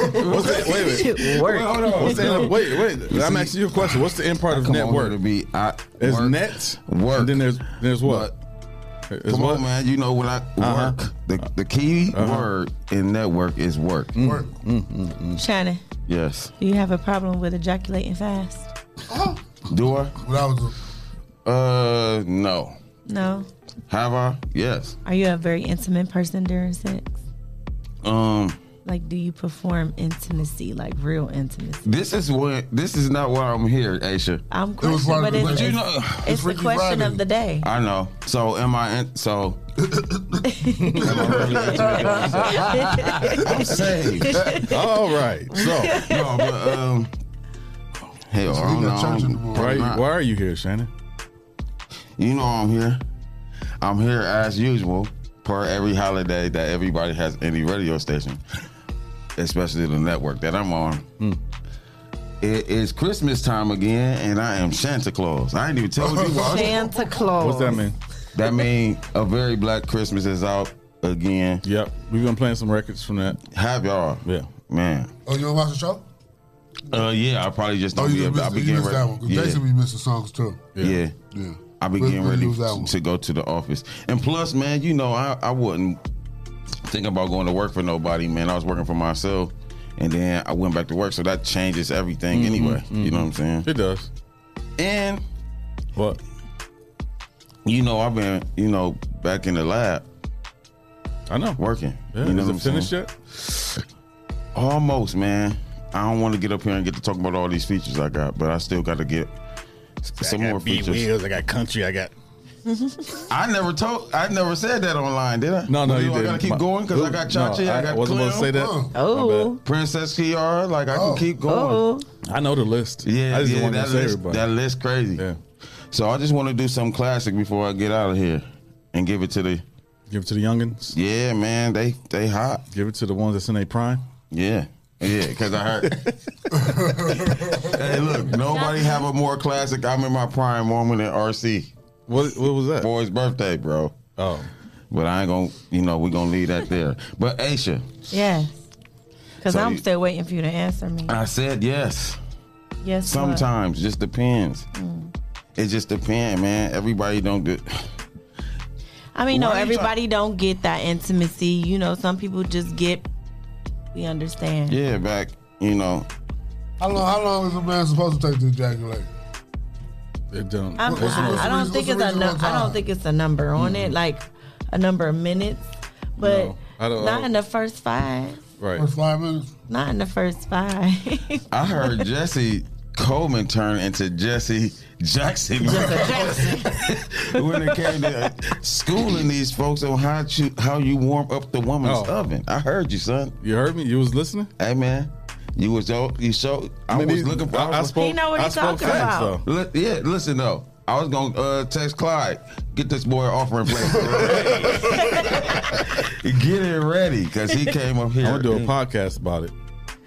Speaker 5: the, wait, wait, wait,
Speaker 3: Work.
Speaker 5: hold on. What's the end- wait, wait.
Speaker 3: You
Speaker 5: I'm
Speaker 3: see-
Speaker 5: asking you a question. What's the end part of
Speaker 3: Come on
Speaker 5: network?
Speaker 3: here to be, I,
Speaker 5: There's
Speaker 3: work,
Speaker 5: net
Speaker 3: work.
Speaker 5: then there's there's what? There's
Speaker 3: Come
Speaker 5: what?
Speaker 3: on, man. You know when I
Speaker 5: Uh-huh.
Speaker 3: work, the, the key
Speaker 5: Uh-huh.
Speaker 3: word in network is work.
Speaker 6: Work.
Speaker 3: Mm,
Speaker 6: Shannon,
Speaker 3: Yes.
Speaker 6: do you have a problem with ejaculating fast?
Speaker 3: Do I?
Speaker 7: was
Speaker 3: Uh, no.
Speaker 6: No.
Speaker 3: Have I? Yes.
Speaker 6: Are you a very intimate person during sex?
Speaker 3: Um,
Speaker 6: Like, do you perform intimacy, like real intimacy?
Speaker 3: this is what. This is not why I'm here, Aisha.
Speaker 6: I'm questioning, but it's,
Speaker 3: you
Speaker 6: it's,
Speaker 3: know, uh,
Speaker 6: it's the question of the day.
Speaker 3: I know. So am I? In, so I'm safe.
Speaker 5: All right. So
Speaker 3: no, but um, hell, I don't know. I'm-
Speaker 5: Why, are you, why are you here, Shannon?
Speaker 3: You know I'm here. I'm here as usual, per every holiday that everybody has any radio station, especially the network that I'm on.
Speaker 5: Hmm.
Speaker 3: It is Christmas time again, and I am Santa Claus. I ain't even told you what.
Speaker 6: Santa Claus.
Speaker 3: That mean a very black Christmas is out again.
Speaker 5: Yep, we've been playing some records from that.
Speaker 3: Have y'all?
Speaker 5: Yeah,
Speaker 3: man.
Speaker 7: Oh, you don't watch the show?
Speaker 3: Uh, yeah, I probably just
Speaker 7: Oh,
Speaker 3: don't
Speaker 7: you done
Speaker 3: be. able- I
Speaker 7: missed, you
Speaker 3: begin.
Speaker 7: missed that one. 'cause
Speaker 3: yeah.
Speaker 7: Jason be missing songs too.
Speaker 3: Yeah. Yeah. I be
Speaker 7: Let's
Speaker 3: getting
Speaker 7: do
Speaker 3: ready
Speaker 7: that one.
Speaker 3: to go to the office. And plus, man, you know, I, I wasn't thinking about going to work for nobody, man. I was working for myself. And then I went back to work. So that changes everything
Speaker 5: Mhm,
Speaker 3: anyway. You know what I'm saying?
Speaker 5: It does.
Speaker 3: And
Speaker 5: what?
Speaker 3: You know, I've been, you know, back in the lab.
Speaker 5: I know.
Speaker 3: Working.
Speaker 5: Yeah,
Speaker 3: You know
Speaker 5: is
Speaker 3: what
Speaker 5: it
Speaker 3: I'm
Speaker 5: finished
Speaker 3: saying?
Speaker 5: yet?
Speaker 3: Almost, man. I don't want to get up here and get to talk about all these features I got, but I still got to get s- some more features.
Speaker 5: I got country. I got.
Speaker 3: I never told. I never said that online, did I?
Speaker 5: No, no,
Speaker 3: Well,
Speaker 5: you
Speaker 3: I gotta
Speaker 5: didn't.
Speaker 3: keep
Speaker 5: My-
Speaker 3: going because I got
Speaker 5: No,
Speaker 3: Chachi. I,
Speaker 5: I
Speaker 3: got
Speaker 5: wasn't
Speaker 3: Clem.
Speaker 5: supposed to say that.
Speaker 3: Uh,
Speaker 5: Oh. My
Speaker 3: Princess Kiara. Like I
Speaker 5: Oh.
Speaker 3: can keep going.
Speaker 5: Oh. I know the list.
Speaker 3: Yeah,
Speaker 5: I just
Speaker 3: yeah,
Speaker 5: wanted to
Speaker 3: that
Speaker 5: say
Speaker 3: list,
Speaker 5: everybody.
Speaker 3: That list crazy. Yeah. So I just want to do some classic before I get out of here and give it to the
Speaker 5: give it to the youngins.
Speaker 3: Yeah, man, they they hot.
Speaker 5: Give it to the ones that's in their prime.
Speaker 3: Yeah. Yeah, because I heard. hey, look, nobody have a more classic. I'm in my prime moment at RC.
Speaker 5: What what was that?
Speaker 3: Boy's birthday, bro.
Speaker 5: Oh.
Speaker 3: But I ain't gonna, you know, we gonna leave that there. But Aisha,
Speaker 6: Yeah. Because
Speaker 3: So
Speaker 6: I'm
Speaker 3: you-
Speaker 6: still waiting for you to answer me.
Speaker 3: I said yes.
Speaker 6: Yes. what?
Speaker 3: Sometimes just depends.
Speaker 6: Mm.
Speaker 3: It just depends, man. Everybody don't do.
Speaker 6: I mean, no,
Speaker 3: Why are you
Speaker 6: everybody don't get that intimacy. You know, some people just get. We understand.
Speaker 3: Yeah, back. You know,
Speaker 7: How long? How long is a man supposed to take to ejaculate?
Speaker 5: It don't.
Speaker 6: I'm,
Speaker 7: What's the-
Speaker 6: I,
Speaker 7: what's
Speaker 6: I
Speaker 7: the
Speaker 6: don't
Speaker 7: reason-
Speaker 6: think
Speaker 7: what's
Speaker 6: it's
Speaker 7: the
Speaker 6: a
Speaker 7: reason
Speaker 6: nu-
Speaker 7: one
Speaker 6: I don't
Speaker 7: time?
Speaker 6: think it's a number on it, like a number of minutes, but
Speaker 3: I don't- I
Speaker 6: not
Speaker 3: don't-
Speaker 6: in the first five.
Speaker 3: right.
Speaker 7: five minutes.
Speaker 6: Not in the first five.
Speaker 3: I heard Jesse Coleman turn into Jesse Jackson. when it came to schooling these folks on how you how you warm up the woman's oven. I heard you, son.
Speaker 5: Oh. You heard me. You was listening.
Speaker 3: Hey, man. You was out- you so I
Speaker 5: Man,
Speaker 3: was
Speaker 5: he-
Speaker 3: looking for.
Speaker 5: I- I
Speaker 3: was-
Speaker 5: spoke- He know what I he spoke talking facts, about.
Speaker 3: Li- yeah, listen though. I was gonna uh, text Clyde. Get this boy offering plate. Get it ready because he came up here.
Speaker 5: I'm gonna do a podcast about it.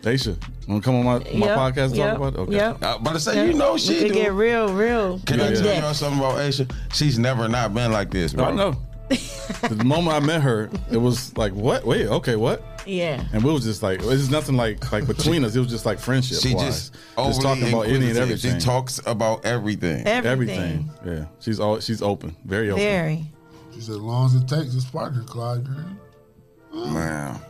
Speaker 5: Daisha, wanna come on my, my
Speaker 3: Yep,
Speaker 5: podcast and
Speaker 3: yep,
Speaker 5: talk about it? Okay.
Speaker 3: yep. Uh, I was about to say, you know she
Speaker 6: it could
Speaker 3: do.
Speaker 6: get real, real.
Speaker 3: Can I
Speaker 6: in
Speaker 3: tell
Speaker 6: depth.
Speaker 3: y'all something about Aisha? She's never not been like this, bro.
Speaker 5: I know. the moment I met her, it was like, what? Wait, okay, what?
Speaker 6: Yeah.
Speaker 5: And we was just like, it was nothing like like between us. It was just like friendship.
Speaker 3: She
Speaker 5: wise.
Speaker 3: just overly
Speaker 5: talking about any and
Speaker 3: inquisitive. She
Speaker 5: everything.
Speaker 3: talks about everything.
Speaker 6: Everything.
Speaker 5: Yeah, she's all she's open, very open.
Speaker 6: Very.
Speaker 7: She said, as long as it takes, it's partner, Clyde. Girl.
Speaker 3: Wow.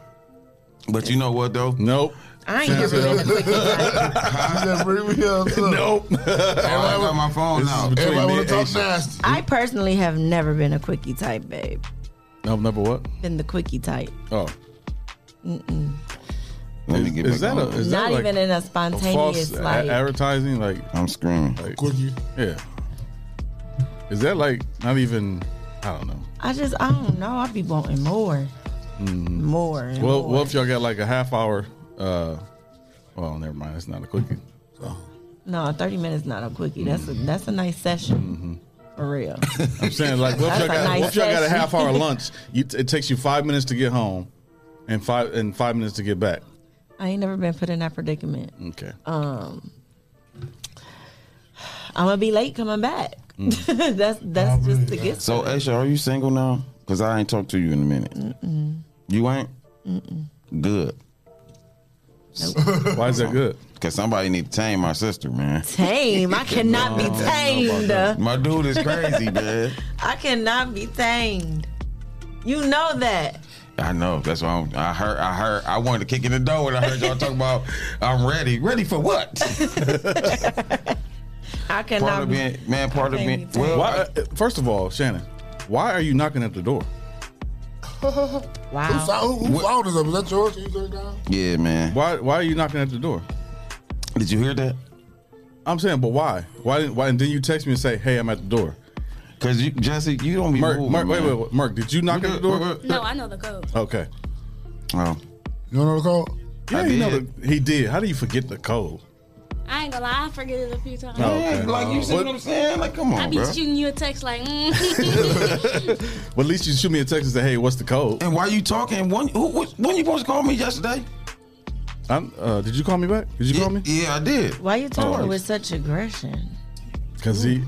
Speaker 3: But you know what though?
Speaker 5: Nope.
Speaker 6: I ain't never been a quickie.
Speaker 7: She said, bring me up.
Speaker 5: Nope.
Speaker 3: I got my phone
Speaker 7: This is
Speaker 3: now.
Speaker 7: between Everybody me wanna and talk Aisha. nasty.
Speaker 6: I personally have never been a quickie type, babe.
Speaker 5: No, number what?
Speaker 6: Been the quickie type.
Speaker 5: Oh,
Speaker 6: Mm-mm.
Speaker 3: Let me get
Speaker 5: is
Speaker 3: back
Speaker 5: that a
Speaker 3: on.
Speaker 5: is that
Speaker 6: Not
Speaker 5: like
Speaker 6: even in a
Speaker 5: a
Speaker 6: spontaneous
Speaker 5: false a-
Speaker 6: like.
Speaker 5: advertising? Like
Speaker 3: I'm screaming.
Speaker 5: Like, yeah. Is that like not even? I don't know.
Speaker 6: I just I don't know. I be wanting more, more. And
Speaker 5: Mm. Hmm. Well,
Speaker 6: more.
Speaker 5: what if y'all got like a half hour? uh Well, never mind. It's not a quickie.
Speaker 6: No, thirty minutes not a quickie. That's a that's a nice session, for real.
Speaker 5: Mm-hmm. I'm saying like, what if y'all
Speaker 6: That's a
Speaker 5: got,
Speaker 6: nice
Speaker 5: what if y'all got a
Speaker 6: session.
Speaker 5: half hour lunch? You, it takes you five minutes to get home, and five and five minutes to get back.
Speaker 6: I ain't never been put in that predicament.
Speaker 5: Okay.
Speaker 6: Um, I'm gonna be late coming back.
Speaker 3: Mm.
Speaker 6: that's that's just the gift.
Speaker 3: So Aisha, are you single now? Cause I ain't talked to you in a minute. You ain't. Good.
Speaker 5: Why is that good?
Speaker 3: Cause somebody need to tame my sister, man.
Speaker 6: Tame. I cannot be
Speaker 3: No,
Speaker 6: tamed.
Speaker 3: My dude is crazy, man.
Speaker 6: I cannot be tamed. You know that.
Speaker 3: I know. That's why I'm, I heard. I heard. I wanted to kick in the door when I heard y'all talk about. I'm ready. Ready for what?
Speaker 6: I cannot
Speaker 3: Part of
Speaker 6: be.
Speaker 3: being, man. Part of
Speaker 6: Can't
Speaker 3: being.
Speaker 6: be tamed.
Speaker 3: Well,
Speaker 5: Why, uh, first of all, Shannon, why are you knocking at the door?
Speaker 6: Wow.
Speaker 7: Who phone who, who phone is up? Is that yours? Can you turn it down?
Speaker 3: Yeah, man.
Speaker 5: Why why are you knocking at the door?
Speaker 3: Did you hear that?
Speaker 5: I'm saying, but why? Why didn't why and then you text me and say, Hey, I'm at the door.
Speaker 3: Cause you Jesse, you don't be
Speaker 5: Merk,
Speaker 3: moving,
Speaker 5: Merk, wait,
Speaker 3: man.
Speaker 5: wait, wait, Merk, did you knock at the door?
Speaker 8: No, I know the code.
Speaker 5: Okay.
Speaker 3: Oh.
Speaker 7: You don't know the code?
Speaker 5: Yeah, you know the, he did. How do you forget the code?
Speaker 8: I ain't gonna lie, I forget it a few times.
Speaker 5: Oh, okay. What-
Speaker 8: I be shooting you a text like, mm.
Speaker 5: Well, at least you shoot me a text and say, "Hey, what's the code?"
Speaker 3: And why you talking? When who, wh- when you supposed to call me yesterday?
Speaker 5: I'm, uh, did you call me back? Did you call me?
Speaker 3: Yeah, I did.
Speaker 6: Why you
Speaker 3: Oh.
Speaker 6: talking with such aggression?
Speaker 5: Because he,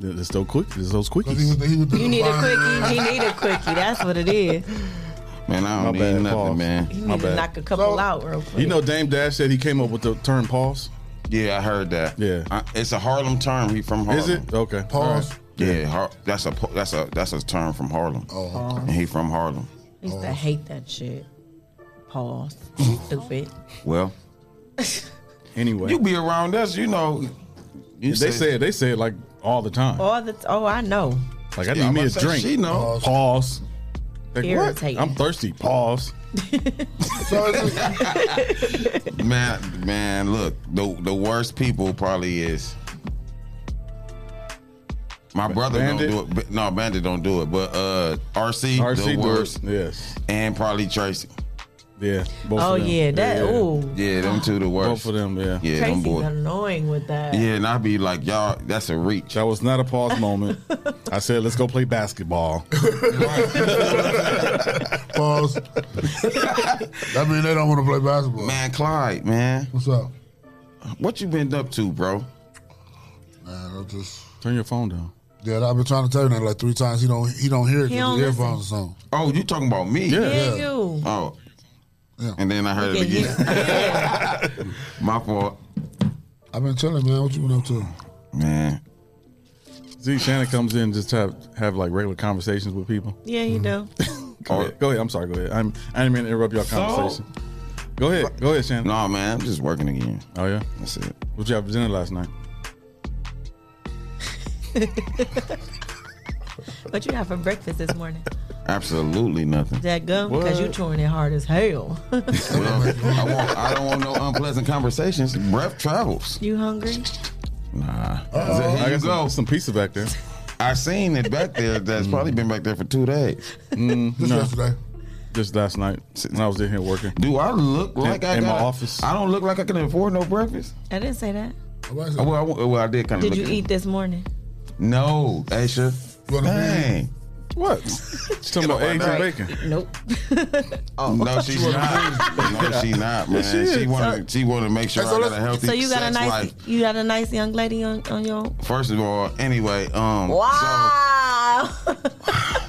Speaker 5: it's those quick, it's those quickies.
Speaker 6: You need a quickie. He need a quickie. That's what it is.
Speaker 3: Man, I
Speaker 5: My
Speaker 3: don't need
Speaker 5: bad,
Speaker 3: nothing,
Speaker 5: pause.
Speaker 3: man.
Speaker 6: You need to knock a couple out real quick.
Speaker 5: You know, Dame Dash said he came up with the term pause.
Speaker 3: Yeah, I heard that.
Speaker 5: Yeah,
Speaker 3: I, it's a Harlem term. He from Harlem.
Speaker 5: Is it? Okay.
Speaker 7: Pause.
Speaker 3: Yeah, Har- that's a po- that's a that's a term from Harlem.
Speaker 5: Oh,
Speaker 6: okay.
Speaker 3: And he from Harlem.
Speaker 6: I used to
Speaker 3: Oh.
Speaker 6: hate that shit. Pause.
Speaker 3: Mm.
Speaker 6: Stupid.
Speaker 3: Well,
Speaker 5: anyway,
Speaker 3: you be around us, you know. you
Speaker 5: they
Speaker 3: say-
Speaker 5: say it, they say it like all the time.
Speaker 6: All the t- oh, I know.
Speaker 5: Like I need
Speaker 3: Yeah, I'm
Speaker 5: me a
Speaker 3: about to say,
Speaker 5: drink.
Speaker 3: she know.
Speaker 5: Pause. Like, what?
Speaker 6: Irritating.
Speaker 5: I'm thirsty. Pause.
Speaker 3: Man, man, look, the the worst people probably is my brother
Speaker 5: Bandit?
Speaker 3: don't do it. but- No, Bandit don't do it. But uh RC,
Speaker 5: RC do
Speaker 3: the
Speaker 5: it,
Speaker 3: worst.
Speaker 5: Yes.
Speaker 3: And probably Tracy.
Speaker 5: Yeah.
Speaker 6: Oh, yeah, that- ooh.
Speaker 3: Yeah, them two the worst.
Speaker 5: Both of them. Yeah.
Speaker 3: Yeah, them
Speaker 6: Tracy's
Speaker 3: boys.
Speaker 6: annoying with that.
Speaker 3: Yeah, and I'd be like, y'all, that's a reach.
Speaker 5: That was not a pause moment. I said, let's go play basketball.
Speaker 7: Pause. that mean they don't want to play basketball.
Speaker 3: Man, Clyde, man,
Speaker 7: What's up?
Speaker 3: what you been up to, bro?
Speaker 7: Man, I just
Speaker 5: Turn your phone down.
Speaker 7: yeah. I've been trying to tell him that like three times. He don't he don't hear it
Speaker 6: He
Speaker 7: because
Speaker 6: don't
Speaker 7: the earphones or something.
Speaker 3: Oh, you talking about me?
Speaker 6: Yeah, you.
Speaker 3: Oh, And then I heard it again. My fault.
Speaker 7: I've been telling man, what you been up to?
Speaker 3: Man.
Speaker 5: See, Shannon comes in just to have, have like regular conversations with people.
Speaker 6: Yeah, you
Speaker 7: Mm-hmm.
Speaker 6: do.
Speaker 5: Go, ahead. Go ahead. I'm sorry. Go ahead. I'm, I didn't mean to interrupt your
Speaker 6: So-
Speaker 5: conversation. Go ahead. Go ahead, Shannon.
Speaker 3: No, man. I'm just working again.
Speaker 5: Oh, yeah?
Speaker 3: That's it.
Speaker 5: What you have for dinner last night?
Speaker 6: What you have for breakfast this morning?
Speaker 3: Absolutely nothing.
Speaker 6: That gum? Because you chewing it hard as hell.
Speaker 3: Well, I, want, I don't want no unpleasant conversations. Breath travels.
Speaker 6: you hungry?
Speaker 3: Nah.
Speaker 5: Uh-oh. I got some-
Speaker 3: some
Speaker 5: pizza back there.
Speaker 3: I seen it back there. That's probably been back there for two days.
Speaker 5: Mm,
Speaker 3: Just
Speaker 5: no.
Speaker 3: yesterday.
Speaker 5: Just last night when I was in here working.
Speaker 3: Do I look like
Speaker 5: in,
Speaker 3: I
Speaker 5: in my
Speaker 3: got-
Speaker 5: office?
Speaker 3: I don't look like I can afford no breakfast.
Speaker 6: I didn't say that.
Speaker 3: Well, I, well, I did kind of.
Speaker 6: Did you eat this morning?
Speaker 3: No, Aisha. Dang.
Speaker 5: What? She's talking about eggs and bacon.
Speaker 6: Nope.
Speaker 3: Oh. No, she's not. no, she's not, man.
Speaker 5: Yes,
Speaker 3: she
Speaker 5: she is.
Speaker 3: wanted. she wanted to make sure
Speaker 6: So
Speaker 3: I got
Speaker 6: let's-
Speaker 3: a healthy
Speaker 6: so you got a
Speaker 3: sex
Speaker 6: nice,
Speaker 3: life.
Speaker 6: you got a nice young lady on, on your.
Speaker 3: First of all, anyway, um,
Speaker 6: Wow.
Speaker 3: so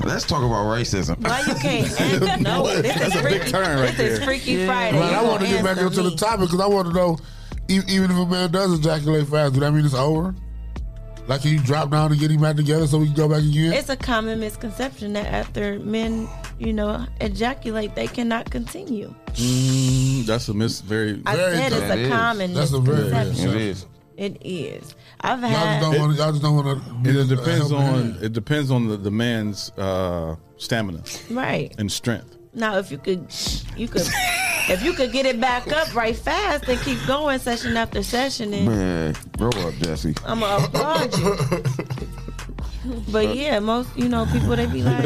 Speaker 3: let's talk about racism.
Speaker 6: Why you can't? Answer? No, this is freaky. this is freaky Friday.
Speaker 7: Man,
Speaker 6: You
Speaker 7: I want to
Speaker 6: gonna
Speaker 7: get back
Speaker 6: answer
Speaker 7: up to
Speaker 6: me.
Speaker 7: the topic because I want to know, e- even if a man does ejaculate fast, do that mean it's over? Like, can you drop down and get him back together so we can go back again?
Speaker 6: It's a common misconception that after men, you know, ejaculate, they cannot continue.
Speaker 5: Mm, that's a miss. Very.
Speaker 6: I Very said it's a That is. common That's a very misconception.
Speaker 5: It is.
Speaker 6: It is. I've
Speaker 7: y'all, just
Speaker 6: had.
Speaker 7: don't wanna, y'all just don't want
Speaker 5: It,
Speaker 7: to.
Speaker 5: depends on. It depends on the, the man's uh, stamina.
Speaker 6: Right.
Speaker 5: And strength.
Speaker 6: Now, if you could, you could, if you could get it back up right fast and keep going session after session, and
Speaker 3: Man, grow up, Jesse.
Speaker 6: I'm gonna applaud you. But yeah, most you know people they be like,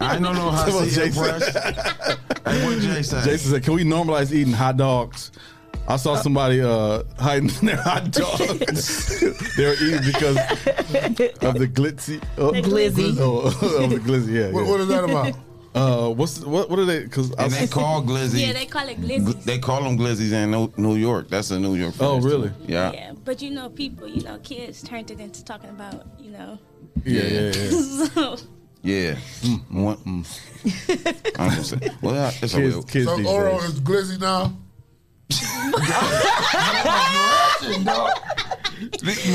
Speaker 3: I don't know how
Speaker 5: Come on,
Speaker 3: to
Speaker 5: Jason.
Speaker 3: impressed. hey, what Jay said?
Speaker 5: Jason said, "Can we normalize eating hot dogs?" I saw somebody uh, hiding their hot dogs. they were eating because of the glitzy, uh,
Speaker 6: The glizzy.
Speaker 5: oh, of the glizzy. Yeah.
Speaker 7: What-
Speaker 5: yeah.
Speaker 7: what is that about?
Speaker 5: Uh, what's what? What are they? Because
Speaker 3: And they call glizzy.
Speaker 8: Yeah, they call it glizzy.
Speaker 3: Gl- They call them glizzies in New- New York. That's a New York.
Speaker 5: Oh,
Speaker 3: phrase,
Speaker 5: really?
Speaker 3: too. Yeah.
Speaker 8: Yeah, but you know, people, you know, kids turned it into talking about, you know.
Speaker 3: Yeah, yeah,
Speaker 8: so,
Speaker 3: yeah. Yeah. One- mm. I'm just saying. Well, it's a
Speaker 5: Kids-
Speaker 3: real.
Speaker 5: kids
Speaker 7: So Oro is glizzy now.
Speaker 3: Is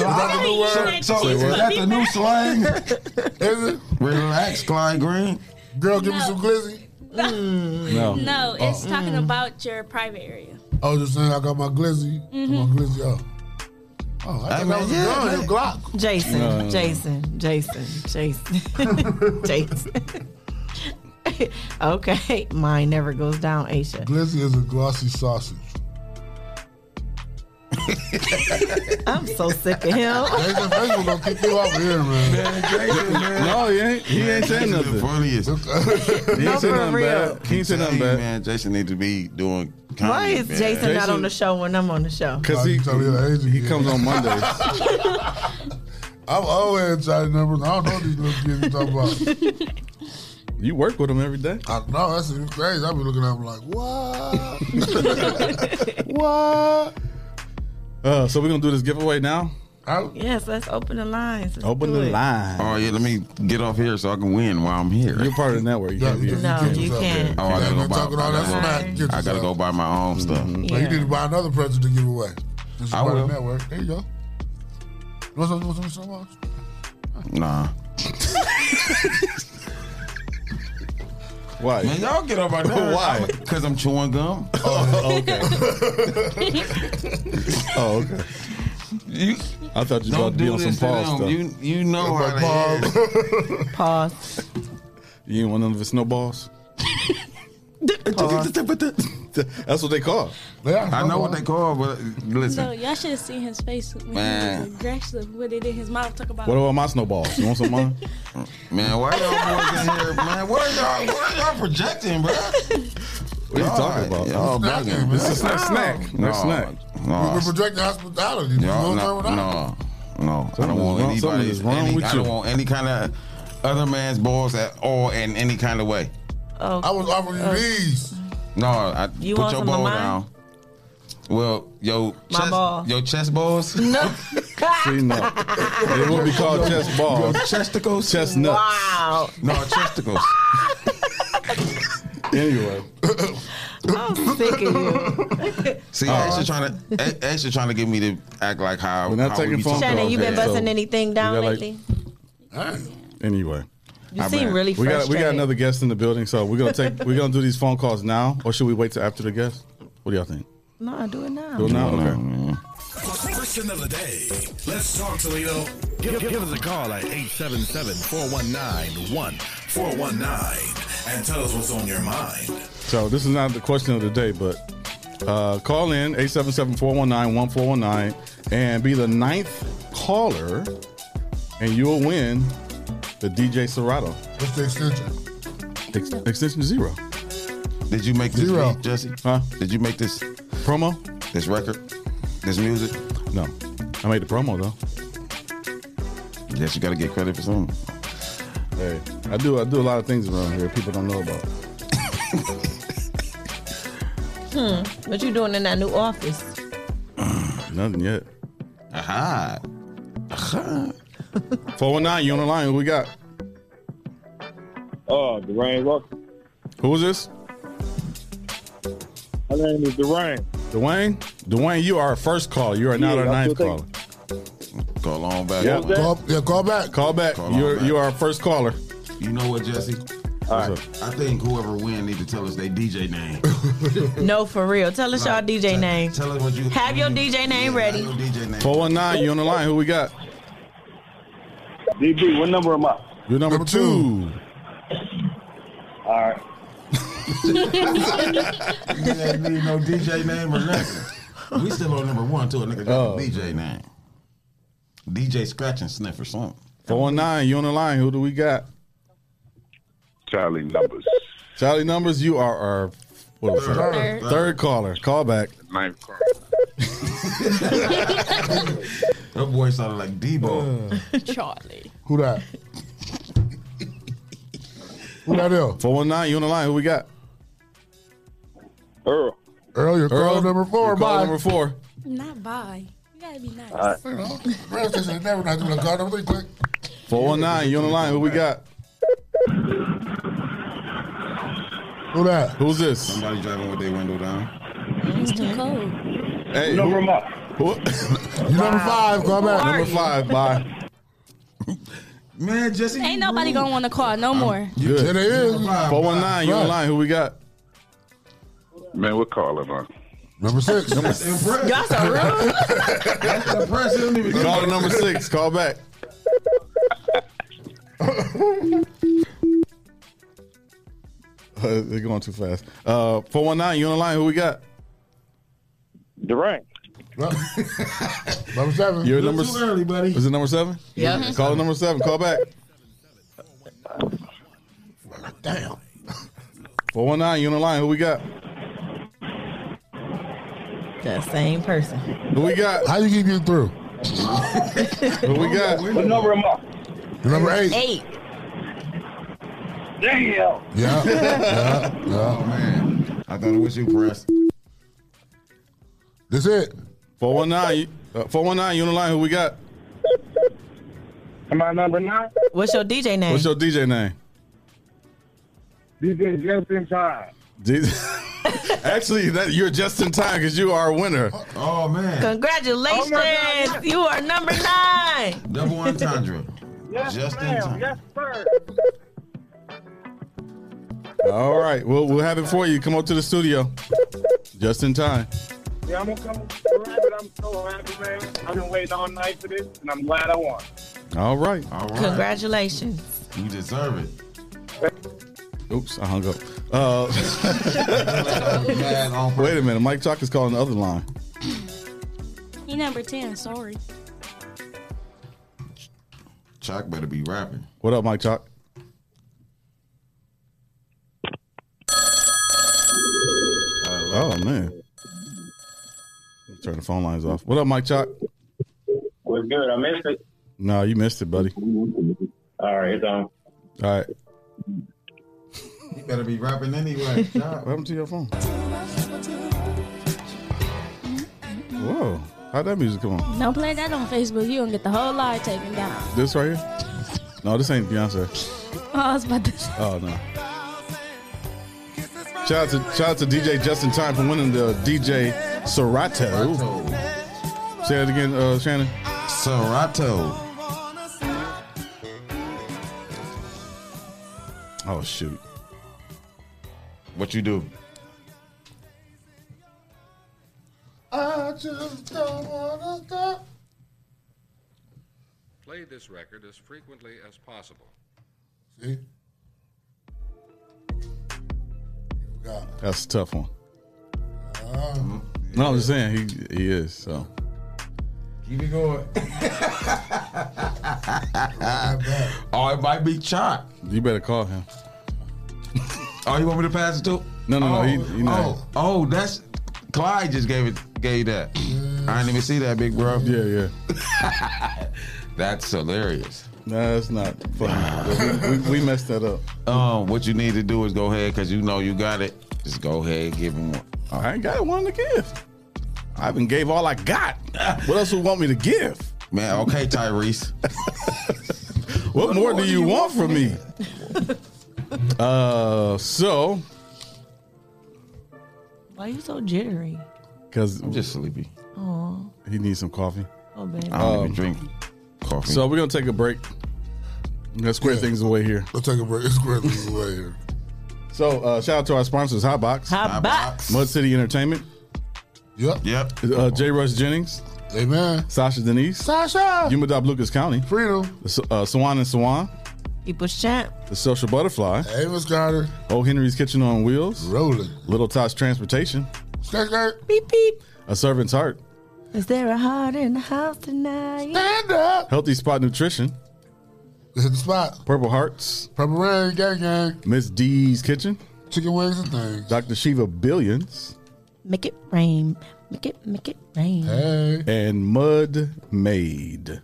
Speaker 3: that the new word? So, is that the new slang?
Speaker 7: Is it?
Speaker 3: Relax, Clyde Green.
Speaker 7: Girl, give me some glizzy.
Speaker 8: no, no, it's
Speaker 7: Oh.
Speaker 8: talking
Speaker 7: Mm.
Speaker 8: about your private area.
Speaker 7: I was just saying, I got my glizzy. My
Speaker 6: Mm-hmm.
Speaker 7: glizzy up. Oh, I
Speaker 6: Hey,
Speaker 7: thought
Speaker 6: man,
Speaker 7: that was
Speaker 6: yeah,
Speaker 7: a gun,
Speaker 6: man.
Speaker 7: your Glock.
Speaker 6: Jason,
Speaker 7: No, no, no.
Speaker 6: Jason, Jason, Jason, Jason. okay, mine never goes down, Aisha.
Speaker 7: Glizzy is a glossy sausage.
Speaker 6: I'm so sick of him.
Speaker 7: Jason, Jason gonna kick you off here, man.
Speaker 5: No, he ain't. He ain't saying
Speaker 3: Jason's the
Speaker 5: nothing.
Speaker 3: funniest.
Speaker 5: He ain't saying nothing bad. He ain't saying nothing
Speaker 3: Tell you,
Speaker 5: bad.
Speaker 3: Man, Jason need to be doing. Comedy,
Speaker 6: Why is
Speaker 3: man.
Speaker 6: Jason, not on the show when I'm on the show?
Speaker 5: Because he, he comes on Mondays.
Speaker 7: I'm always trying numbers. I don't know what these little kids are talking about.
Speaker 5: You work with him every day.
Speaker 7: I know that's even crazy. I be looking at them like, what? what?
Speaker 5: Uh, so we're gonna do this giveaway now.
Speaker 6: Yes, let's open the lines. Let's
Speaker 5: Open
Speaker 6: do
Speaker 5: the
Speaker 6: it.
Speaker 5: line.
Speaker 3: Oh yeah, let me get off here so I can win while I'm here. You're
Speaker 5: part of the network. You
Speaker 3: can't
Speaker 6: be- No, you can't.
Speaker 3: Oh, I gotta go
Speaker 7: You're
Speaker 3: buy.
Speaker 7: talking all that smack.
Speaker 3: I
Speaker 7: Get
Speaker 3: gotta, I
Speaker 7: yourself.
Speaker 3: gotta
Speaker 7: Mm-hmm.
Speaker 3: go buy my
Speaker 5: Mm-hmm.
Speaker 3: own stuff.
Speaker 7: Well, you need to buy another present to give away. This is
Speaker 3: I
Speaker 7: part of
Speaker 3: will.
Speaker 7: the network. There you go. What's up? What's up? What's up? What's up?
Speaker 3: Nah.
Speaker 5: Why?
Speaker 3: Man, y'all get up out there.
Speaker 5: Why?
Speaker 3: Because I'm chewing gum.
Speaker 5: Oh, okay. oh, okay.
Speaker 3: You,
Speaker 5: I thought you was
Speaker 3: Don't
Speaker 5: about to be
Speaker 3: do
Speaker 5: on some
Speaker 3: this to
Speaker 5: pause
Speaker 3: them.
Speaker 5: stuff.
Speaker 3: You- you know
Speaker 5: Like
Speaker 3: how they
Speaker 5: pause.
Speaker 6: pause.
Speaker 5: You ain't want none of the snowballs. That's what they call.
Speaker 7: Yeah,
Speaker 3: I know what they call, but listen.
Speaker 8: No, y'all should have seen his face when he
Speaker 5: Man.
Speaker 8: was aggressive with it in his mouth. Talk about
Speaker 5: What about my snowballs? You want some of mine?
Speaker 3: Man, why y'all boys in here? Man, what are y'all? What are y'all projecting, bro?
Speaker 5: What are you talking about?
Speaker 3: Y'all bugging.
Speaker 5: This is not snack.
Speaker 3: No,
Speaker 5: Not snack.
Speaker 3: No,
Speaker 7: We're projecting hospitality.
Speaker 3: Y'all,
Speaker 7: What's
Speaker 3: no,
Speaker 7: wrong with that?
Speaker 3: no, no. I
Speaker 5: Something
Speaker 3: don't want
Speaker 5: is wrong- something
Speaker 3: anybody.
Speaker 5: is wrong
Speaker 3: any-
Speaker 5: with
Speaker 3: I don't
Speaker 5: you.
Speaker 3: want any kind of other man's balls at all in any kind of way.
Speaker 6: Oh,
Speaker 7: I was offering
Speaker 5: Uh,
Speaker 7: you these.
Speaker 3: No, I
Speaker 7: You
Speaker 3: put
Speaker 7: want
Speaker 3: your
Speaker 7: some of
Speaker 3: ball
Speaker 7: mine?
Speaker 3: down. Well, yo,
Speaker 7: My
Speaker 3: chest,
Speaker 7: ball.
Speaker 3: your chest balls.
Speaker 6: No,
Speaker 5: See, no. It will be called chest balls.
Speaker 3: Chesticles.
Speaker 5: Chestnuts.
Speaker 6: Wow.
Speaker 3: No, chesticles.
Speaker 5: Anyway.
Speaker 6: I'm sick of you.
Speaker 3: See,
Speaker 5: All
Speaker 3: Aisha trying to Aisha trying to get me to act like how we're
Speaker 5: not taking phone
Speaker 6: Shannon, you been busting anything down
Speaker 5: we got, like,
Speaker 6: lately?
Speaker 5: Anyway.
Speaker 6: You seem really
Speaker 5: we got, we got
Speaker 6: frustrated.
Speaker 5: another guest in the building, so we're gonna take we're gonna do these phone calls now, or should we wait till after the guest? What do y'all think?
Speaker 6: No, do it now.
Speaker 5: Do it now, okay.
Speaker 4: Question of the day. Let's talk Toledo. Give, give us a call at 877-419-1419 and tell us what's on your mind.
Speaker 5: So this is not the question of the day, but uh, call in 877-419-1419 and be the ninth caller, and you'll win the DJ Serato
Speaker 7: What's the extension?
Speaker 5: Ex- extension zero.
Speaker 3: Did you make this
Speaker 5: Zero.
Speaker 3: beat, Jesse?
Speaker 5: Huh?
Speaker 3: Did you make this
Speaker 5: promo?
Speaker 3: This record? This music?
Speaker 5: No. I made the promo though.
Speaker 3: Yes, you gotta get credit for something.
Speaker 5: Hey, I do I do a lot of things around here people don't know about.
Speaker 6: Hmm. What you doing in that new office?
Speaker 5: Nothing yet. Aha. Aha. 419, you on the line. Who we got?
Speaker 2: Oh, Dwayne Walker.
Speaker 5: Who is this?
Speaker 2: My name is Dwayne.
Speaker 5: Dwayne? Dwayne, you are our first call. You are not
Speaker 2: Yeah, that's
Speaker 5: our
Speaker 2: what
Speaker 5: ninth
Speaker 2: I
Speaker 5: caller.
Speaker 3: Call on back.
Speaker 5: Yeah.
Speaker 3: Dwayne.
Speaker 5: Call-
Speaker 7: yeah, call back.
Speaker 5: Call back.
Speaker 3: Call on
Speaker 5: You're
Speaker 3: back.
Speaker 5: you are our first caller.
Speaker 3: You know what, Jesse? I think whoever wins need to tell us their DJ name.
Speaker 6: No, for real. Tell us your DJ name.
Speaker 3: Tell us what you
Speaker 6: Have your DJ name ready.
Speaker 5: 419, you on the line. Who we got?
Speaker 2: DB, what number am I?
Speaker 5: You're number, two.
Speaker 2: All right.
Speaker 3: You ain't need no DJ name or nothing. We still on number one too. A nigga drop
Speaker 5: Oh.
Speaker 3: a DJ name. DJ Scratch and Sniff or something.
Speaker 5: 419, you on the line. Who do we got?
Speaker 21: Charlie Numbers.
Speaker 5: Charlie Numbers, you are our what was it?
Speaker 21: Third.
Speaker 5: third caller. Call back.
Speaker 21: Ninth car.
Speaker 3: That boy sounded like
Speaker 5: Uh.
Speaker 3: Debo.
Speaker 12: Charlie.
Speaker 7: Who that? Who that is?
Speaker 5: 419, you on the line. Who we got?
Speaker 2: Earl.
Speaker 7: Earl, you're
Speaker 5: Earl,
Speaker 7: call number four.
Speaker 5: you're call
Speaker 7: bye.
Speaker 5: number four.
Speaker 8: Not by. You gotta be nice.
Speaker 7: You know, radio station never not doing a call number three quick.
Speaker 5: 419, you on the line. Who we got?
Speaker 7: Who that?
Speaker 5: Who's this?
Speaker 3: Somebody driving with their window down.
Speaker 12: It's too cold.
Speaker 5: Hey,
Speaker 3: Number
Speaker 5: who, who-
Speaker 7: You number five. Call back.
Speaker 5: Number five. Bye.
Speaker 3: Man, Jesse.
Speaker 8: Ain't nobody gonna wanna call
Speaker 5: Uh-uh.
Speaker 8: no more.
Speaker 5: Good.
Speaker 7: It is.
Speaker 5: Four one nine. You
Speaker 7: Right.
Speaker 5: on line? Who we got?
Speaker 21: Man, we're calling on.
Speaker 7: Number six.
Speaker 3: That's impressive.
Speaker 6: Y'all so rude.
Speaker 3: That's impressive.
Speaker 5: Call number six. Call back. Uh, they're going too fast. Uh, four one nine. You on the line? Who we got?
Speaker 2: Durant.
Speaker 7: number seven.
Speaker 5: You're
Speaker 3: You're
Speaker 5: number.
Speaker 3: too early, buddy.
Speaker 5: Is it number seven?
Speaker 3: Yeah.
Speaker 5: Call number seven. Call back.
Speaker 7: Damn.
Speaker 5: Four one nine. You on the line? Who we got?
Speaker 6: The same person.
Speaker 5: Who we got?
Speaker 7: How you keep getting through?
Speaker 5: Who we got?
Speaker 2: What number am I?
Speaker 7: You're number eight.
Speaker 6: Eight.
Speaker 2: Damn.
Speaker 7: Yeah. yeah.
Speaker 3: Oh man, I thought it was you, Press.
Speaker 7: That's it.
Speaker 5: Four one nine. uh, Four one nine. You on the line? Who we got?
Speaker 2: Am I number nine?
Speaker 6: What's your DJ name?
Speaker 5: What's your DJ name?
Speaker 2: DJ just in time.
Speaker 5: DJ Actually, that you're just in time because you are a winner.
Speaker 3: Oh man,
Speaker 5: Oh
Speaker 6: Congratulations. You are number nine.
Speaker 3: double entendre. Just in time.
Speaker 2: Yes, sir.
Speaker 5: All right, we'll we'll have it for you. Come up to the studio, just in time.
Speaker 2: Yeah, I'm gonna come around, but I'm so happy, man. I've been waiting all night for this, and I'm glad I won.
Speaker 5: All right.
Speaker 3: All right.
Speaker 6: Congratulations.
Speaker 3: You deserve it.
Speaker 5: Oops, I hung up. Uh, wait a minute, Mike Chalk is calling the other line.
Speaker 8: He number ten. Sorry.
Speaker 3: Chalk better be rapping.
Speaker 5: What up, Mike Chalk? Oh man, turn the phone lines off. What up, Mike Chalk?
Speaker 2: Was good. I missed it.
Speaker 5: No, you missed it, buddy.
Speaker 2: All right, it's on.
Speaker 5: All right,
Speaker 3: He better be rapping anyway. Chalk.
Speaker 5: Welcome to your phone. whoa, how'd that music come on?
Speaker 8: Don't play that on Facebook. You gonna get the whole live taken down.
Speaker 5: This right here? No, this ain't Beyonce.
Speaker 8: Oh, I was about to say.
Speaker 5: Oh no. Shout out to shout out to DJ Justin Time for winning the DJ Serato. Say that again, uh, Shannon.
Speaker 3: Serato.
Speaker 5: Oh shoot.
Speaker 3: What you do?
Speaker 7: I just don't wanna stop.
Speaker 9: Play this record as frequently as possible.
Speaker 7: See?
Speaker 5: That's a tough one.
Speaker 7: Uh,
Speaker 5: No, I'm just saying he he is. So
Speaker 3: Keep it going. oh, it might be Chop.
Speaker 5: you better call him.
Speaker 3: Oh, you want me to pass it to?
Speaker 5: No, no, no,
Speaker 3: oh,
Speaker 5: he- he know.
Speaker 3: Oh, oh, that's Clyde just gave it gave you that. I didn't even see that, big bro.
Speaker 5: Yeah,
Speaker 3: yeah. that's hilarious.
Speaker 5: No, that's not funny. we, we, we messed that up.
Speaker 3: Um, what you need to do is go ahead because you know you got it. Just go ahead, and give him one.
Speaker 5: I ain't got one to give. I even gave all I got. What else would want me to give?
Speaker 3: Man, okay, Tyrese.
Speaker 5: what, more, do you, want, from me? uh, so
Speaker 6: Why you so jittery?
Speaker 5: because I'm just sleepy.
Speaker 6: Oh,
Speaker 5: He needs some coffee.
Speaker 6: oh baby.
Speaker 3: I don't even drink coffee.
Speaker 5: So we're gonna take a break. Let's square things away here.
Speaker 7: Let's take a break. Let's square things away here.
Speaker 5: So uh, shout out to our sponsors, Hotbox,
Speaker 6: Hotbox.
Speaker 5: Mud City Entertainment.
Speaker 7: Yep.
Speaker 3: Yep.
Speaker 5: Uh, J. Rush Jennings.
Speaker 7: Amen.
Speaker 5: Sasha Denise.
Speaker 7: Sasha.
Speaker 5: Yumadab Lucas County.
Speaker 7: Freedom.
Speaker 5: Uh, Swan and Swan.
Speaker 6: People's champ.
Speaker 5: The Social Butterfly.
Speaker 7: Hey, Miss Carter.
Speaker 5: Old Henry's Kitchen on Wheels.
Speaker 7: Rolling.
Speaker 5: Little Tots Transportation.
Speaker 7: Skirt, skirt.
Speaker 6: Beep beep.
Speaker 5: A Servant's Heart.
Speaker 6: Is there a heart in the house tonight?
Speaker 7: Stand up.
Speaker 5: Healthy Spot Nutrition.
Speaker 7: Hit the spot.
Speaker 5: Purple Hearts.
Speaker 7: Purple Rain, gang, gang.
Speaker 5: Miss D's Kitchen.
Speaker 7: Chicken wings and things.
Speaker 5: Dr. Shiva Billions.
Speaker 6: Make it rain. Make it make it rain.
Speaker 7: Hey.
Speaker 5: And Mud Made.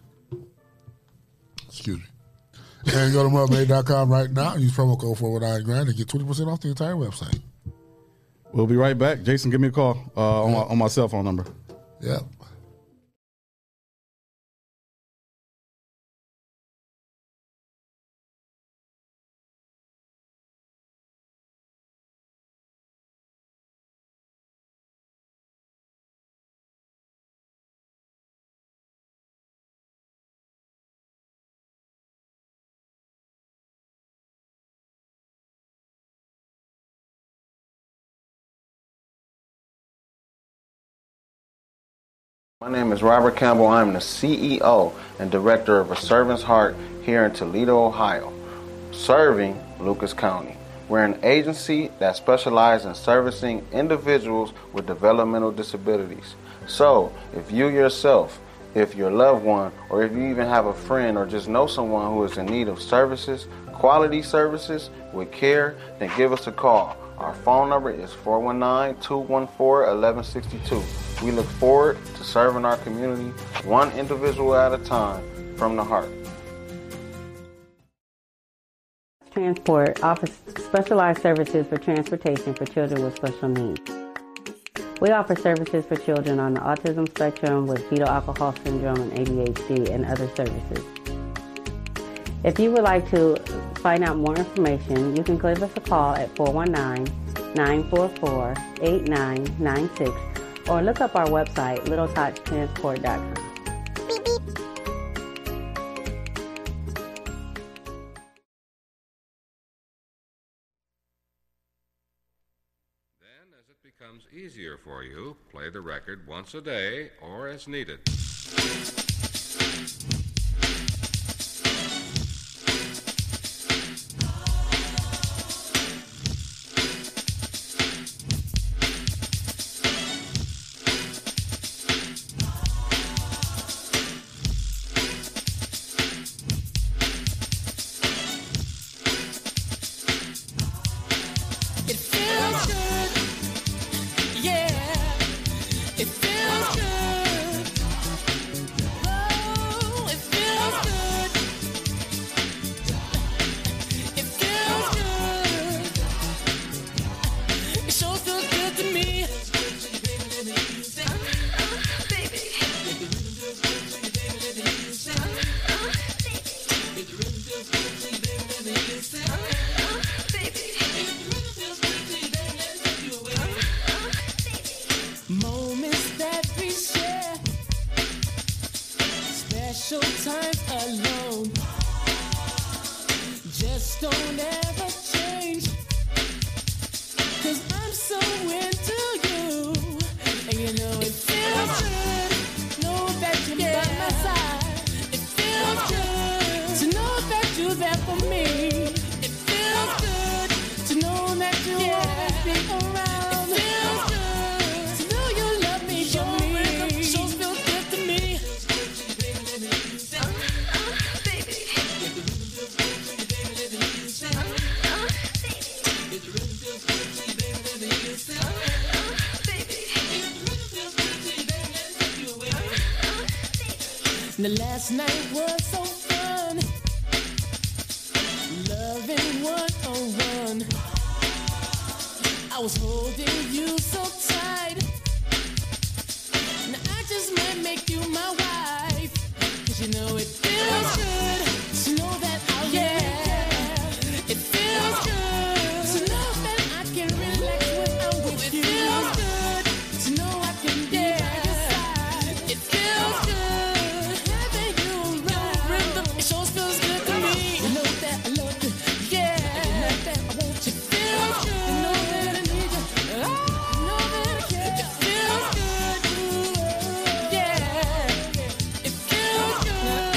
Speaker 7: Excuse me. And go to mudmaid.com right now. Use promo code for what I grand and get 20% off the entire website.
Speaker 5: We'll be right back. Jason, give me a call uh, on, my, on my cell phone number.
Speaker 7: Yep.
Speaker 10: My name is Robert Campbell. I'm the CEO and director of A Servant's Heart here in Toledo, Ohio, serving Lucas County. We're an agency that specializes in servicing individuals with developmental disabilities. So, if you yourself, if your loved one, or if you even have a friend or just know someone who is in need of services, quality services with care, then give us a call. Our phone number is 419 214 1162. We look forward to serving our community one individual at a time from the heart.
Speaker 11: Transport offers specialized services for transportation for children with special needs. We offer services for children on the autism spectrum with fetal alcohol syndrome and ADHD and other services. If you would like to find out more information, you can give us a call at 419-944-8996 or look up our website, littletotstransport.com.
Speaker 9: Then, as it becomes easier for you, play the record once a day or as needed.
Speaker 1: It feels good, yeah. It feels good. Oh, it feels good.
Speaker 2: Now last night was so fun. Loving 101. I was holding you so tight. Now I just might make you my wife. Cause you know it feels good to know that I will It feels good to know that I can relax when I'm with you. It feels good to know I can be by your side. It feels good having you around. Your rhythm, it sure feels good to me. You know that I love you. Yeah. You know that I want you. It feels good. You know that I need you. Oh, you know that I care. It feels good. Yeah. It feels good.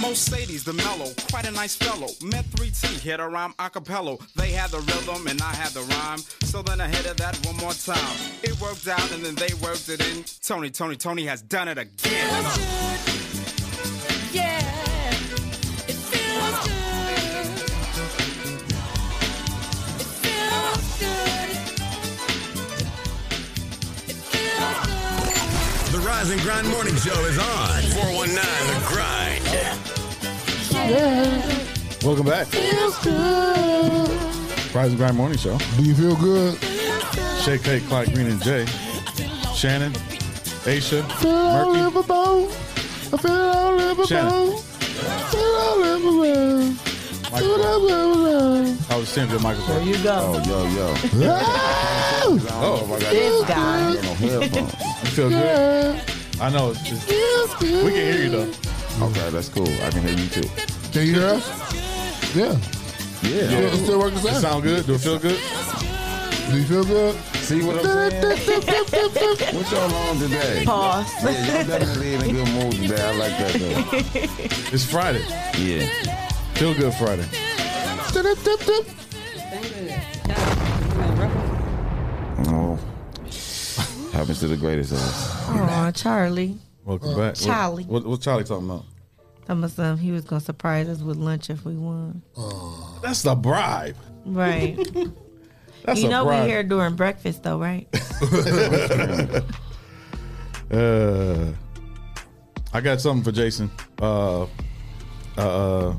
Speaker 13: Most Sadie's the mellow, quite a nice fellow. Met 3T, hit a rhyme a cappella. They had the rhythm and I had the rhyme. So then I hit it that one more time. It worked out and then they worked it in. Tony, Tony, Tony has done it again.
Speaker 2: Yeah. It feels good. It feels good. It feels good.
Speaker 4: The Rise and Grind Morning Show is on. 419 The Grind.
Speaker 2: Yeah.
Speaker 5: Welcome back.
Speaker 2: Feels good.
Speaker 5: Rise and Grind Morning Show.
Speaker 7: Do you feel good?
Speaker 5: Shay K, Clyde Green, and Jay. Shannon, Aisha,
Speaker 7: Feel
Speaker 5: Murphy.
Speaker 7: unlivable. I feel unlivable.
Speaker 5: Shannon.
Speaker 7: Feel unlivable. Feel unlivable.
Speaker 5: I was saying good microphone. There you go.
Speaker 3: Oh, yo, yo.
Speaker 7: Ah!
Speaker 5: Oh, my God.
Speaker 7: This guy.
Speaker 5: You feel good?
Speaker 7: Yeah.
Speaker 5: I know. It's just,
Speaker 7: Feels good.
Speaker 5: we can hear you, though.
Speaker 3: Okay, that's cool. I can hear you too.
Speaker 7: Can you hear us? Yeah.
Speaker 3: Yeah.
Speaker 7: Still- it still works the same.
Speaker 5: It sound good? Do it feel good?
Speaker 7: Do you feel good?
Speaker 3: See what I'm saying? what y'all on today?
Speaker 6: Pause.
Speaker 3: Yeah, y'all definitely in a good mood today. I like that though.
Speaker 5: It's Friday.
Speaker 3: Yeah.
Speaker 5: Feel good Friday.
Speaker 3: Oh. Happens to the greatest of us.
Speaker 6: Aw, Charlie.
Speaker 5: Welcome back. What-
Speaker 6: Charlie.
Speaker 5: What, what's Charlie talking about?
Speaker 6: Told my son he was gonna surprise us with lunch if we won.
Speaker 5: That's the bribe.
Speaker 6: Right.
Speaker 5: That's
Speaker 6: you
Speaker 5: a
Speaker 6: know
Speaker 5: bribe.
Speaker 6: we here during breakfast though, right?
Speaker 5: Uh, I got something for Jason. Uh, uh,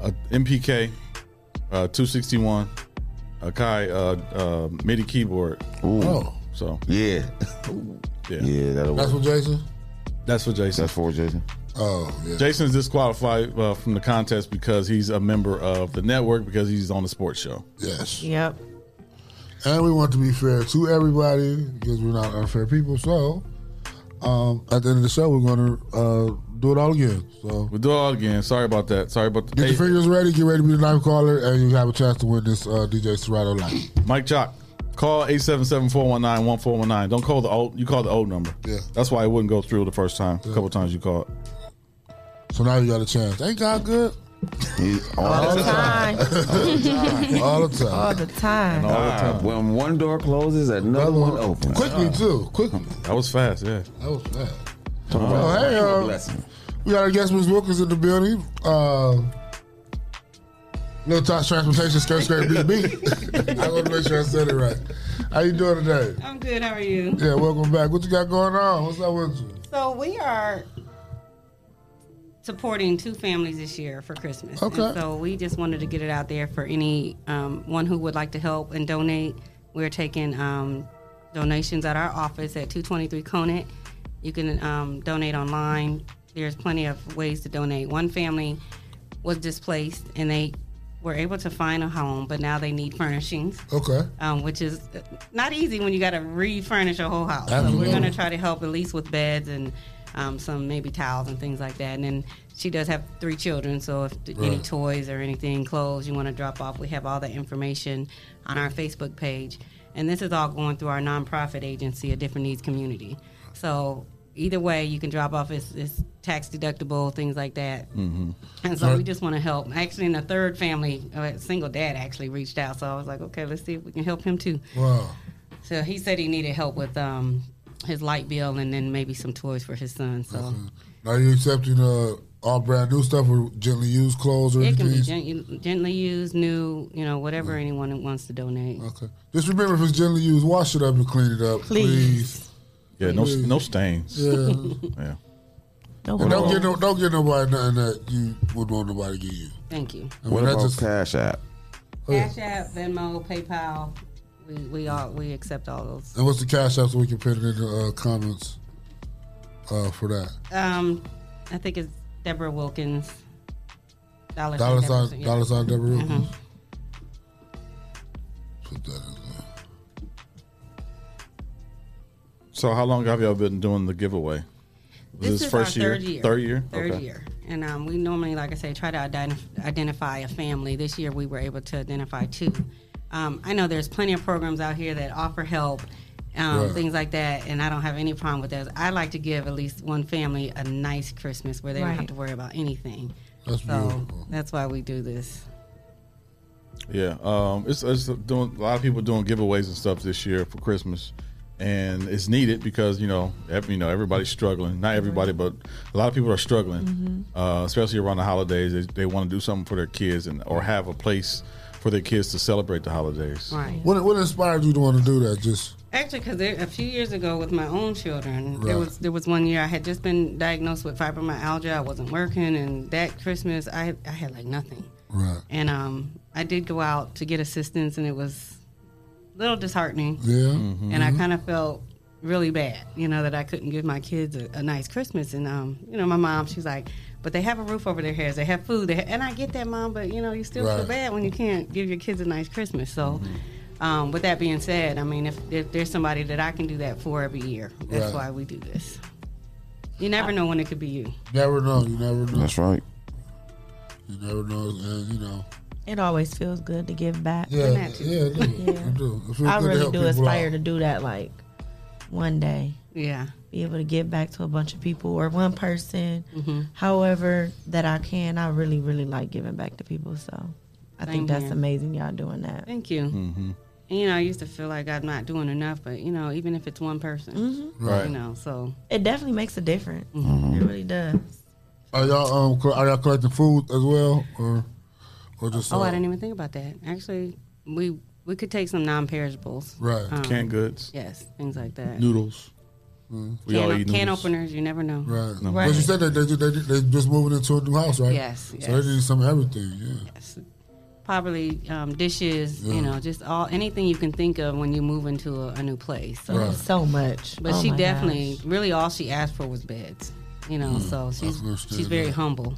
Speaker 5: uh MPK, uh, two sixty one, a Kai uh, uh, MIDI keyboard.
Speaker 7: Oh.
Speaker 5: so
Speaker 3: yeah,
Speaker 5: yeah,
Speaker 3: yeah. That'll
Speaker 7: That's what Jason?
Speaker 5: That's for Jason.
Speaker 3: That's for Jason.
Speaker 7: Oh, yeah.
Speaker 5: Jason's disqualified uh, from the contest because he's a member of the network because he's on the sports show.
Speaker 7: Yes.
Speaker 6: Yep.
Speaker 7: And we want to be fair to everybody because we're not unfair people. So, um, at the end of the show, we're going to uh, do it all again. So
Speaker 5: we'll do it all again. Sorry about that. Sorry about the.
Speaker 7: Get
Speaker 5: Hey,
Speaker 7: your fingers ready. Get ready to be the knife caller, and you have a chance to win this uh, DJ Serato light.
Speaker 5: Mike Jock, call 877-419-1419. Don't call the old. You call the old number.
Speaker 7: Yeah.
Speaker 5: That's why it wouldn't go through the first time. A couple times you called.
Speaker 7: So now you got a chance. Ain't God good?
Speaker 3: all
Speaker 7: the
Speaker 6: time.
Speaker 7: All the time.
Speaker 6: All the time.
Speaker 7: Ah.
Speaker 3: All the
Speaker 5: Ah.
Speaker 3: time. When one door closes, another one opens. Ah.
Speaker 7: Quickly too. Quickly.
Speaker 5: That was fast. Yeah.
Speaker 7: That was bad.
Speaker 3: Talk
Speaker 7: Oh,
Speaker 3: about
Speaker 7: hey,
Speaker 3: a
Speaker 7: uh,
Speaker 3: blessing.
Speaker 7: We got our guest, Ms. Wilkins, in the building. Uh, Little Tosh Transportation, Skirt Skirt BB. I want to make sure I said it right. How you doing today?
Speaker 22: I'm good. How are you?
Speaker 7: Yeah, welcome back. What you got going on? What's up with you?
Speaker 22: So we are supporting two families this year for Christmas. And
Speaker 7: Okay.
Speaker 22: so we just wanted to get it out there for any um, one who would like to help and donate. We're taking um, donations at our office at 223 Conant. You can um, donate online. There's plenty of ways to donate. One family was displaced and they were able to find a home, but now they need furnishings.
Speaker 7: Okay.
Speaker 22: um, which is not easy when you got to refurnish your whole house. So
Speaker 7: Absolutely.
Speaker 22: we're going to try to help at least with beds and um, some maybe towels and things like that. And then she does have three children, so if th- any
Speaker 11: Right.
Speaker 22: toys or anything, clothes you want to drop off, we have all the information on our Facebook page. And this is all going through our nonprofit agency, a different needs community. So either way, you can drop off. It's, it's tax deductible, things like that.
Speaker 5: Mm-hmm.
Speaker 22: And so
Speaker 5: Right.
Speaker 22: we just want to help. Actually, in the third family, a single dad actually reached out. So I was like, okay, let's see if we can help him too.
Speaker 7: Wow.
Speaker 22: So he said he needed help with um, his light bill and then maybe some toys for his son. So
Speaker 7: Are you accepting uh, all brand new stuff or gently used clothes or
Speaker 22: it
Speaker 7: anything?
Speaker 22: can be gen- gently used, new, you know, whatever anyone wants to donate.
Speaker 7: Okay. Just remember, if it's gently used, wash it up and clean it up, please.
Speaker 5: Yeah, no
Speaker 7: Please.
Speaker 5: no stains.
Speaker 7: Yeah.
Speaker 5: yeah.
Speaker 7: And
Speaker 3: What
Speaker 7: don't
Speaker 3: about-
Speaker 7: get no, don't get nobody nothing that you would want nobody to give you.
Speaker 22: Thank you.
Speaker 7: I mean,
Speaker 3: what
Speaker 7: that
Speaker 3: about
Speaker 7: just-
Speaker 3: Cash App?
Speaker 22: Cash App, Venmo, PayPal, we, we all we accept all those.
Speaker 7: And what's the cash app so we can put it in the uh, comments uh, for that?
Speaker 22: Um, I think it's Deborah Wilkins. Dollar,
Speaker 7: Dollar
Speaker 22: Deborah-
Speaker 7: sign,
Speaker 22: yeah.
Speaker 7: dollar sign, Deborah
Speaker 22: Mhm.
Speaker 7: Wilkins.
Speaker 5: So how long have y'all been doing the giveaway? Was
Speaker 22: This, is
Speaker 5: first
Speaker 22: our
Speaker 5: year?
Speaker 22: third year.
Speaker 5: Third year.
Speaker 22: Third
Speaker 5: Okay.
Speaker 22: year. And um, we normally, like I say, try to identi- identify a family. This year, we were able to identify two. Um, I know there's plenty of programs out here that offer help, um,
Speaker 23: Right.
Speaker 22: things like that, and I don't have any problem with those. I like to give at least one family a nice Christmas where they don't
Speaker 23: Right.
Speaker 22: have to worry about anything.
Speaker 7: That's
Speaker 22: so
Speaker 7: beautiful.
Speaker 22: that's why we do this.
Speaker 5: Yeah, um, it's, it's doing a lot of people doing giveaways and stuff this year for Christmas, and it's needed because you know ev- you know everybody's struggling. Not everybody, but a lot of people are struggling,
Speaker 24: Mhm.
Speaker 5: uh, especially around the holidays. They, they want to do something for their kids and or have a place for their kids to celebrate the holidays.
Speaker 22: Right.
Speaker 7: What what inspired you to want to do that? Just
Speaker 22: Actually, because a few years ago with my own children,
Speaker 7: Right.
Speaker 22: there was there was one year I had just been diagnosed with fibromyalgia. I wasn't working, and that Christmas I I had like nothing.
Speaker 7: Right.
Speaker 22: And um, I did go out to get assistance, and it was a little disheartening.
Speaker 7: Yeah. Mhm.
Speaker 22: And I kind of felt really bad, you know, that I couldn't give my kids a, a nice Christmas. And um, you know, my mom, she's like, "But they have a roof over their heads. They have food. They ha-. And I get that, mom, but you know, you still feel
Speaker 23: Right.
Speaker 22: bad when you can't give your kids a nice Christmas. So. Um, with that being said, I mean, if, if there's somebody that I can do that for every year, that's
Speaker 7: Right.
Speaker 22: why we do this. You never know when it could be you.
Speaker 7: never know. You never know.
Speaker 3: That's right.
Speaker 7: You never know. And you know.
Speaker 6: It always feels good to give back.
Speaker 7: Yeah,
Speaker 6: Doesn't it?
Speaker 7: yeah, it do. It do. It feels
Speaker 6: I
Speaker 7: good to
Speaker 6: really
Speaker 7: help
Speaker 6: do
Speaker 7: people
Speaker 6: aspire
Speaker 7: out.
Speaker 6: to do that, like one day.
Speaker 22: Yeah.
Speaker 6: Be able to give back to a bunch of people or one person,
Speaker 22: Mhm.
Speaker 6: however that I can. I really, really like giving back to people. So I
Speaker 22: Same
Speaker 6: think that's
Speaker 22: here.
Speaker 6: amazing y'all doing that.
Speaker 22: Thank you.
Speaker 7: Mm-hmm.
Speaker 22: And, you know, I used to feel like I'm not doing enough, but you know, even if it's one person,
Speaker 7: Right.
Speaker 22: you know, so
Speaker 6: Mm-hmm. It definitely makes a difference.
Speaker 22: Mm-hmm.
Speaker 6: It really does.
Speaker 7: Are y'all um co- are y'all collecting food as well or or just
Speaker 22: oh,
Speaker 7: uh,
Speaker 22: I didn't even think about that. Actually, we we could take some non-perishables, Um,
Speaker 7: Right.
Speaker 5: Canned goods.
Speaker 22: yes, things like that. Mm.
Speaker 5: Noodles. We
Speaker 22: Can,
Speaker 5: all eat
Speaker 22: can
Speaker 5: noodles.
Speaker 22: openers, you never know.
Speaker 7: Right.
Speaker 5: No.
Speaker 7: But you said that they, ju- they, they just moving into a new house, right?
Speaker 22: Yes,
Speaker 7: So
Speaker 22: yes.
Speaker 7: they need some of everything. Yeah.
Speaker 22: Probably um, dishes,
Speaker 7: Yeah.
Speaker 6: Mm.
Speaker 22: you know, just all anything you can think of when you move into a, a new place. So,
Speaker 6: Right. So much.
Speaker 22: But
Speaker 6: Oh
Speaker 22: she
Speaker 6: my
Speaker 22: definitely, really, all she asked for was beds. You know,
Speaker 6: Mm,
Speaker 22: so she's
Speaker 6: understand
Speaker 22: she's very
Speaker 6: that.
Speaker 22: humble.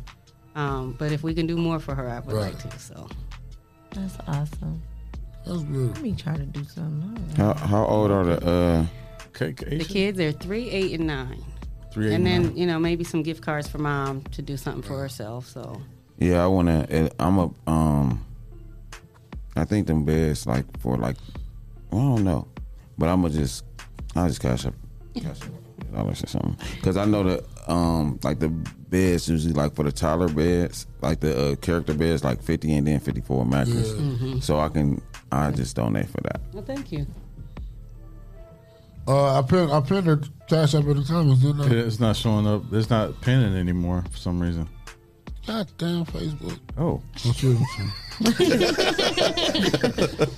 Speaker 22: Um, but if we can do more for her, I would
Speaker 6: Right.
Speaker 22: like to. So
Speaker 6: That's awesome.
Speaker 7: That's good.
Speaker 6: Let me try to do something.
Speaker 3: How, how old are the uh?
Speaker 22: the kids are three, eight, and nine.
Speaker 3: Three, eight,
Speaker 22: and then
Speaker 3: and
Speaker 22: you know maybe some gift cards for mom to do something for herself. So
Speaker 3: Yeah, I wanna. eh, I'm a. Um, I think them beds like for like, I don't know, but I'm gonna just, I will just cash up, cash up dollars or something. Cause I know that um like the beds usually like for the toddler beds, like the uh, character beds like 50 and then 54 mattress.
Speaker 22: Yeah.
Speaker 7: Mm-hmm.
Speaker 22: Mhm.
Speaker 3: So I can, I just donate for that.
Speaker 22: well, thank you.
Speaker 7: Uh, I pinned I pinned her cash up in the comments, didn't I?
Speaker 5: It's not showing up. It's not pinning anymore for some reason.
Speaker 7: God damn Facebook.
Speaker 5: Oh.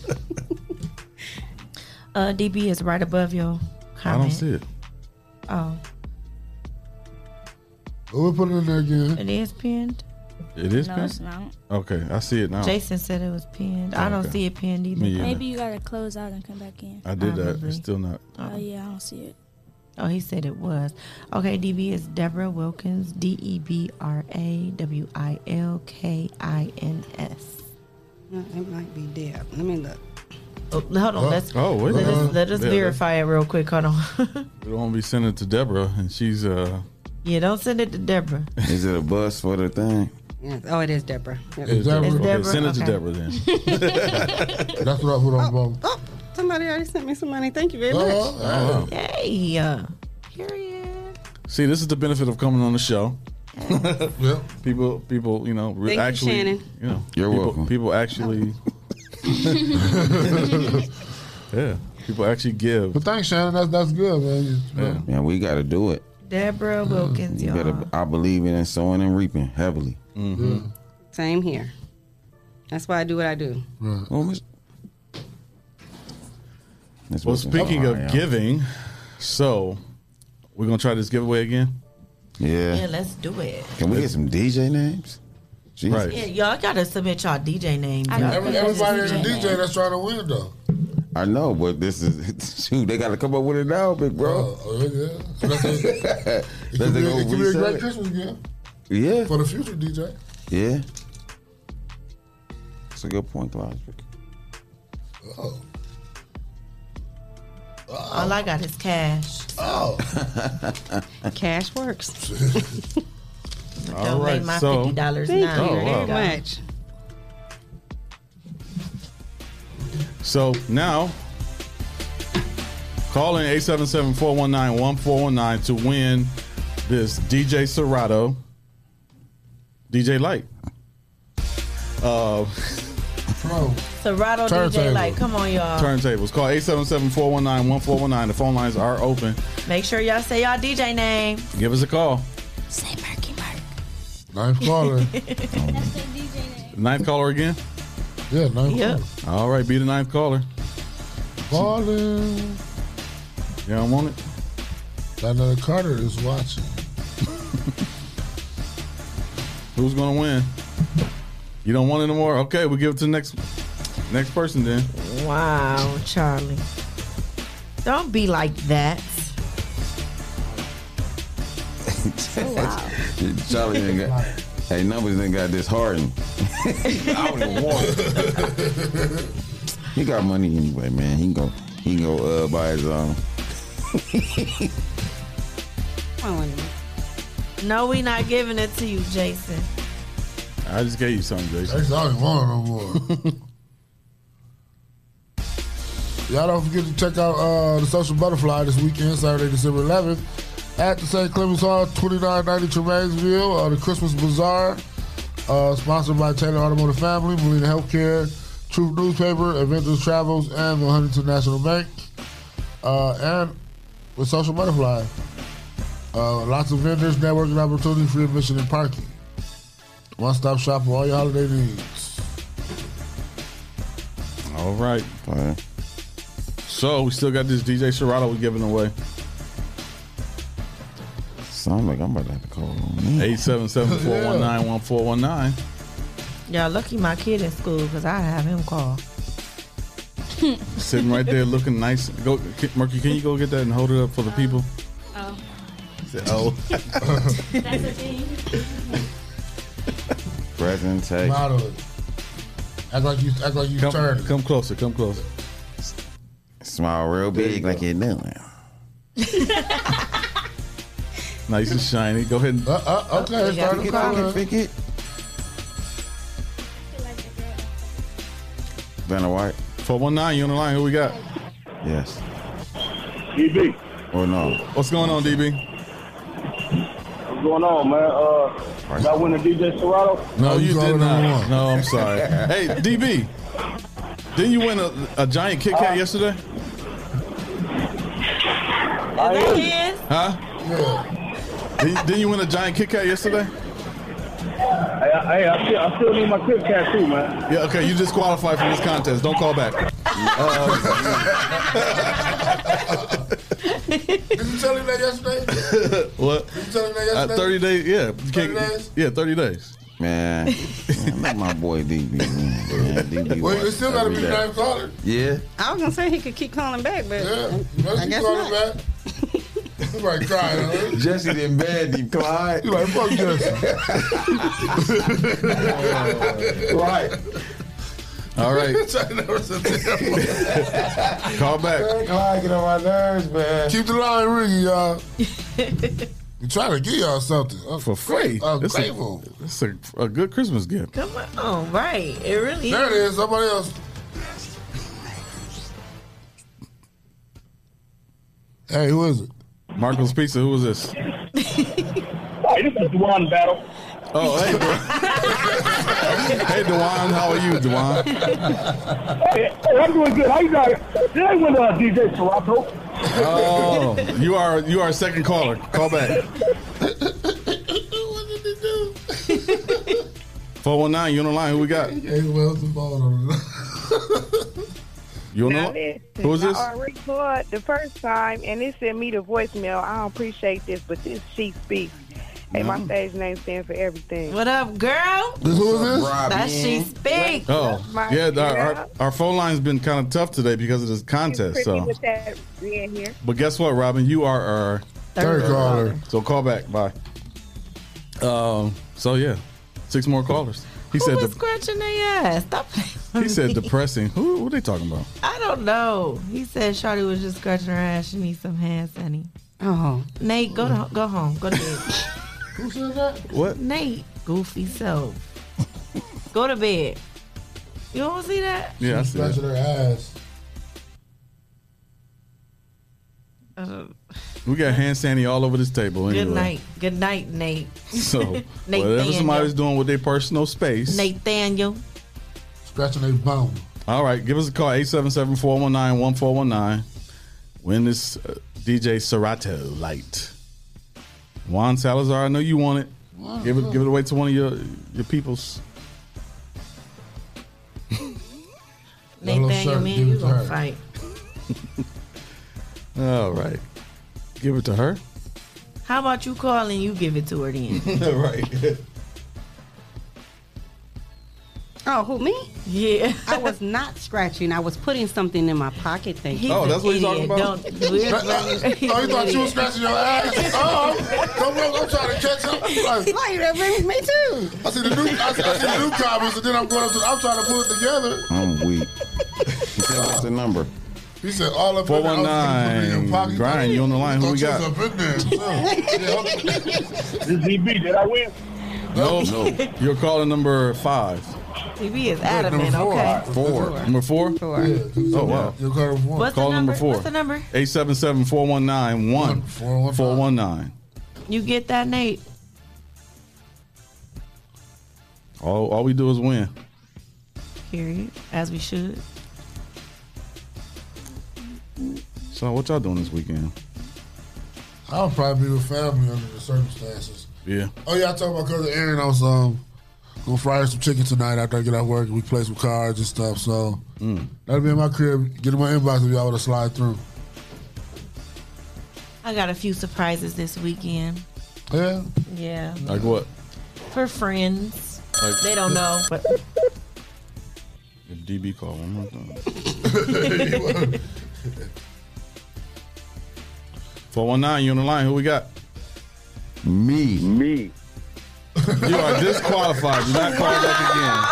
Speaker 6: Uh, DB is right above your
Speaker 5: I
Speaker 6: comment.
Speaker 5: don't see it.
Speaker 6: Oh,
Speaker 7: We'll put it in there again.
Speaker 6: it is pinned.
Speaker 5: It is
Speaker 8: No,
Speaker 5: pinned?
Speaker 8: it's not.
Speaker 5: Okay, I see it now.
Speaker 6: Jason said it was pinned. I don't
Speaker 5: Okay.
Speaker 6: see it pinned either.
Speaker 5: Me either.
Speaker 8: Maybe you gotta close out and come back in.
Speaker 5: I did that.
Speaker 6: Probably.
Speaker 5: It's still not.
Speaker 8: Oh yeah, I don't see it.
Speaker 6: Oh, he said it was. Okay, DB is Deborah Wilkins. D E B R A W I L K I N S.
Speaker 22: No, It might be dead. Let me look.
Speaker 6: Oh, hold on. let's
Speaker 5: oh, wait.
Speaker 6: let
Speaker 5: Uh-huh.
Speaker 6: us, let us
Speaker 5: Yeah,
Speaker 6: verify it real quick. Hold on.
Speaker 5: We don't be sending it to Deborah, and she's uh.
Speaker 6: yeah, don't send it to Deborah.
Speaker 3: Is it a bus for the thing?
Speaker 22: Yes. Oh, it is Deborah. Yep.
Speaker 5: It's Deborah.
Speaker 6: It's
Speaker 5: Okay,
Speaker 6: Deborah.
Speaker 5: send it to
Speaker 6: Okay.
Speaker 5: Deborah then.
Speaker 7: That's what I put on both.
Speaker 22: Oh, Somebody already sent me some money. Thank you very much.
Speaker 7: Oh,
Speaker 6: Yay. Uh, period.
Speaker 5: See, this is the benefit of coming on the show. People, people, you know, re-
Speaker 22: Thank you,
Speaker 5: actually,
Speaker 22: Shannon.
Speaker 5: you know,
Speaker 3: You're
Speaker 5: people,
Speaker 3: welcome.
Speaker 5: People actually,
Speaker 6: Oh.
Speaker 5: yeah, people actually give.
Speaker 7: But thanks, Shannon. That's that's good, man. You-
Speaker 3: Yeah. Man, we got to do it.
Speaker 6: Deborah Wilkins,
Speaker 3: You
Speaker 6: y'all.
Speaker 3: gotta, I believe in sowing and reaping heavily. Mm-hmm.
Speaker 22: Same here. That's why I do what I do.
Speaker 5: well,
Speaker 3: what's in
Speaker 5: speaking
Speaker 3: my
Speaker 5: of
Speaker 3: eye out.
Speaker 5: giving, so we're gonna try this giveaway again.
Speaker 3: Yeah.
Speaker 6: Yeah, let's do it.
Speaker 3: Can we get some DJ names? Jesus.
Speaker 6: Yeah, y'all gotta submit y'all DJ names.
Speaker 7: I
Speaker 6: y'all.
Speaker 7: know. Every- everybody in the DJ that's trying to win though.
Speaker 3: I know, but this is shoot. They got to come up with it now, big bro.
Speaker 7: Oh, yeah. Unless they-
Speaker 3: Unless
Speaker 7: It
Speaker 3: they
Speaker 7: could, be,
Speaker 3: go
Speaker 7: it could be a
Speaker 3: resell
Speaker 7: great
Speaker 3: it.
Speaker 7: Christmas gift
Speaker 3: Yeah,
Speaker 7: for the future DJ.
Speaker 3: yeah. That's a good point, Logic.
Speaker 7: Oh.
Speaker 6: All I got is cash.
Speaker 7: Oh.
Speaker 22: Cash works.
Speaker 6: Donate my fifty dollars
Speaker 5: Oh,
Speaker 22: Thank
Speaker 6: now.
Speaker 22: you
Speaker 6: There
Speaker 22: very
Speaker 6: you go.
Speaker 22: much.
Speaker 5: So now, call in 877-419-1419 to win this DJ Serato, DJ Light. Uh,
Speaker 6: Serato DJ,
Speaker 5: Turntable.
Speaker 6: like, come on, y'all.
Speaker 5: turntables. Call 877-419-1419. The phone lines are open.
Speaker 6: Make sure y'all say y'all DJ name.
Speaker 5: Give us a call.
Speaker 6: Say Murky Mark.
Speaker 5: Ninth caller.
Speaker 6: That's
Speaker 8: their DJ name.
Speaker 5: ninth caller again?
Speaker 7: Yeah, ninth
Speaker 6: Yep.
Speaker 5: All right, be the ninth caller.
Speaker 7: Ballin'.
Speaker 5: You don't want it?
Speaker 7: Diana Carter is watching.
Speaker 5: Who's gonna win? You don't want it no more? Okay, we give it to the next next person then.
Speaker 6: Wow, Charlie. Don't be like that.
Speaker 3: Charlie ain't got. Hey, numbers didn't got disheartened. I would have won. he got money anyway, man. He can go. He can go uh, buy his own.
Speaker 6: No, we not giving it to you, Jason.
Speaker 5: I just gave you something, Jason.
Speaker 7: Jason, I ain't want no more. Y'all don't forget to check out uh, the Social Butterfly this weekend, Saturday, December 11th, at the St. Clemens Hall, 2990 Tremainesville, uh, the Christmas Bazaar, uh, sponsored by Taylor Automotive Family, Molina Healthcare, Truth Newspaper, Adventures Travels, and the Huntington National Bank, uh, and with Social Butterfly. Uh, lots of vendors, networking opportunity, free admission, and parking. One stop shop for all your holiday needs.
Speaker 5: All right. So we still got this DJ Serato we giving away.
Speaker 3: Sound like I'm about to have to call him.
Speaker 5: 877-419-1419.
Speaker 6: Y'all lucky my kid in school because I have him call.
Speaker 5: Sitting right there looking nice. Go can- Murky, can you go get that and hold it up for the people?
Speaker 8: Oh.
Speaker 5: He said, oh.
Speaker 8: That's a thing.
Speaker 3: Presentation.
Speaker 7: Model. Act like you act like you
Speaker 5: Come,
Speaker 7: turned.
Speaker 5: come closer, come closer.
Speaker 3: Smile real big like you're doing.
Speaker 5: Nice and shiny. Go ahead and
Speaker 7: Uh, uh, okay, it's starting to color.
Speaker 3: Vanna White.
Speaker 5: 419, you on the line. Who we got?
Speaker 3: Yes.
Speaker 5: DB.
Speaker 3: Or no.
Speaker 5: Oh, What's going on, DB?
Speaker 2: What's going on, man? Uh, did I win the DJ Serato?
Speaker 5: No, Oh, you did not. No, I'm sorry. hey, DB. Didn't you win a, a giant Kit Kat yesterday? Huh? Didn't, didn't you win a giant Kit Kat yesterday?
Speaker 2: Hey, I, hey, I, still, I still need my Kit Kat too, man.
Speaker 5: Yeah, okay, you disqualified from this contest. Don't call back. Uh,
Speaker 7: Did you tell him that yesterday?
Speaker 5: what?
Speaker 7: tell him that
Speaker 5: Uh,
Speaker 7: yesterday?
Speaker 5: 30 days, yeah. You
Speaker 7: 30
Speaker 5: can't-
Speaker 7: days?
Speaker 5: Yeah, 30 days.
Speaker 3: Man, man let my boy DB win. Man, DB
Speaker 7: Well, you
Speaker 3: watch
Speaker 7: still gotta
Speaker 3: every
Speaker 7: be
Speaker 3: day.
Speaker 7: name caller.
Speaker 3: Yeah.
Speaker 22: I was gonna say he could keep calling back, but
Speaker 7: Unless
Speaker 22: I
Speaker 7: you
Speaker 22: guess
Speaker 7: call
Speaker 22: not.
Speaker 7: him back. Somebody crying, huh?
Speaker 3: Jesse didn't bad him, Clyde.
Speaker 7: You like fuck Jesse.
Speaker 3: right.
Speaker 5: All right. Call
Speaker 7: Man,
Speaker 5: back.
Speaker 3: Clyde, get on my nerves, man.
Speaker 7: Keep the line ringing, y'all. we trying to give y'all something I'm
Speaker 5: For free.
Speaker 7: I'm
Speaker 5: This is-
Speaker 7: grateful.
Speaker 5: This is a, a good Christmas gift.
Speaker 6: Come on. Oh, right. It really
Speaker 7: There it is. Somebody else. Hey, who is it?
Speaker 5: Marco's Pizza, who is this?
Speaker 2: Hey, this is Duane Battle.
Speaker 5: Oh, hey, bro. hey, Dewan, how are you, Dewan?
Speaker 2: Hey, hey, I'm doing good. How you guys? Did I win uh, DJ Toronto?
Speaker 5: Oh, you are you are second caller. Call back. Four one nine. You on the line? Who we got?
Speaker 7: Hey, Wells and Ball on the
Speaker 5: You on the
Speaker 23: Now
Speaker 5: line?
Speaker 23: listen,
Speaker 5: Who's this?
Speaker 23: I already called the first time, and it sent me the voicemail. I don't appreciate this, but this she speaks. And my stage name stands for everything.
Speaker 6: What up, girl?
Speaker 5: Who is this?
Speaker 6: That she speak.
Speaker 5: Oh,
Speaker 23: My
Speaker 5: yeah. Our,
Speaker 23: girl.
Speaker 5: our, our phone line's been kind of tough today because of this contest.
Speaker 23: Pretty
Speaker 5: So,
Speaker 23: with that being here.
Speaker 5: but guess what, Robin? You are our
Speaker 23: Third caller.
Speaker 5: So call back. Bye. Um. So yeah, six more callers. He said.
Speaker 6: Who was
Speaker 5: De-
Speaker 6: scratching their ass? Stop playing with
Speaker 5: he said
Speaker 6: me.
Speaker 5: depressing. Who? What are they talking about?
Speaker 6: I don't know. He said Shawty was just scratching her ass. She needs some hand sanitizer.
Speaker 22: Oh.
Speaker 6: Nate, go to, go home. Go to bed.
Speaker 7: Who said that?
Speaker 5: What?
Speaker 6: Nate, goofy self. go to bed. You don't see that?
Speaker 5: Yeah, I see that.
Speaker 7: Scratching her ass.
Speaker 6: Uh,
Speaker 5: We got hand sandy all over this table.
Speaker 6: Good
Speaker 5: anyway.
Speaker 6: night. Good night, Nate.
Speaker 5: So whatever
Speaker 6: Nathaniel.
Speaker 5: somebody's doing with their personal space.
Speaker 6: Nathaniel.
Speaker 7: Scratching their bone.
Speaker 5: All right, give us a call 877-419-1419. Win this uh, DJ Serato light. Juan Salazar, I know you want it.
Speaker 7: Wow.
Speaker 5: Give it give it away to one of your your peoples.
Speaker 6: Nathaniel,
Speaker 7: shirt,
Speaker 6: man,
Speaker 7: give
Speaker 6: you
Speaker 7: it to
Speaker 6: gonna
Speaker 7: her.
Speaker 6: fight.
Speaker 5: All right. Give it to her.
Speaker 6: How about you call and you give it to her then?
Speaker 5: right.
Speaker 22: Oh, who me?
Speaker 6: Yeah.
Speaker 22: I was not scratching. I was putting something in my pocket. Thank you.
Speaker 5: Oh, that's what he's talking about?
Speaker 7: oh, he thought you was scratching your ass. Oh, I'm, come on, I'm trying to catch up. Like,
Speaker 22: Why you me, me too?
Speaker 7: I see the new, I see, I see the new comments, and then I'm going up to, I'm trying to put it together.
Speaker 3: I'm weak. He said, what's the number?
Speaker 7: He said, all up in there, I was thinking
Speaker 5: 419.
Speaker 7: putting it in your pocket.
Speaker 5: Brian, you on the line. Who we
Speaker 7: Thought
Speaker 5: got?
Speaker 7: you was up in there.
Speaker 2: This is DB. Did I win?
Speaker 5: No, no. You're calling number five.
Speaker 6: TV is adamant, okay.
Speaker 5: Four. Number four?
Speaker 6: Four.
Speaker 5: Oh, wow.
Speaker 7: You're calling four.
Speaker 6: What's
Speaker 5: Call
Speaker 6: the number?
Speaker 5: number four.
Speaker 6: What's the number?
Speaker 5: 877 419 1419.
Speaker 6: You get that, Nate?
Speaker 5: All, all we do is win.
Speaker 6: Period. As we should.
Speaker 5: So, what y'all doing this weekend?
Speaker 7: I'll probably be with family under the circumstances.
Speaker 5: Yeah.
Speaker 7: Oh yeah, I told my cousin Aaron I was um gonna fry her some chicken tonight after I get out of work and we play some cards and stuff. So
Speaker 2: Mm.
Speaker 7: that'll be in my crib. Get in my inbox if y'all wanna slide through.
Speaker 6: I got a few surprises this weekend.
Speaker 7: Yeah.
Speaker 6: Yeah.
Speaker 5: Like what?
Speaker 6: For friends.
Speaker 5: Like-
Speaker 6: they don't know, but
Speaker 5: If DB call one more time. 419, you on the line. Who we got?
Speaker 3: Me.
Speaker 5: Me. You are disqualified. Do not call back again.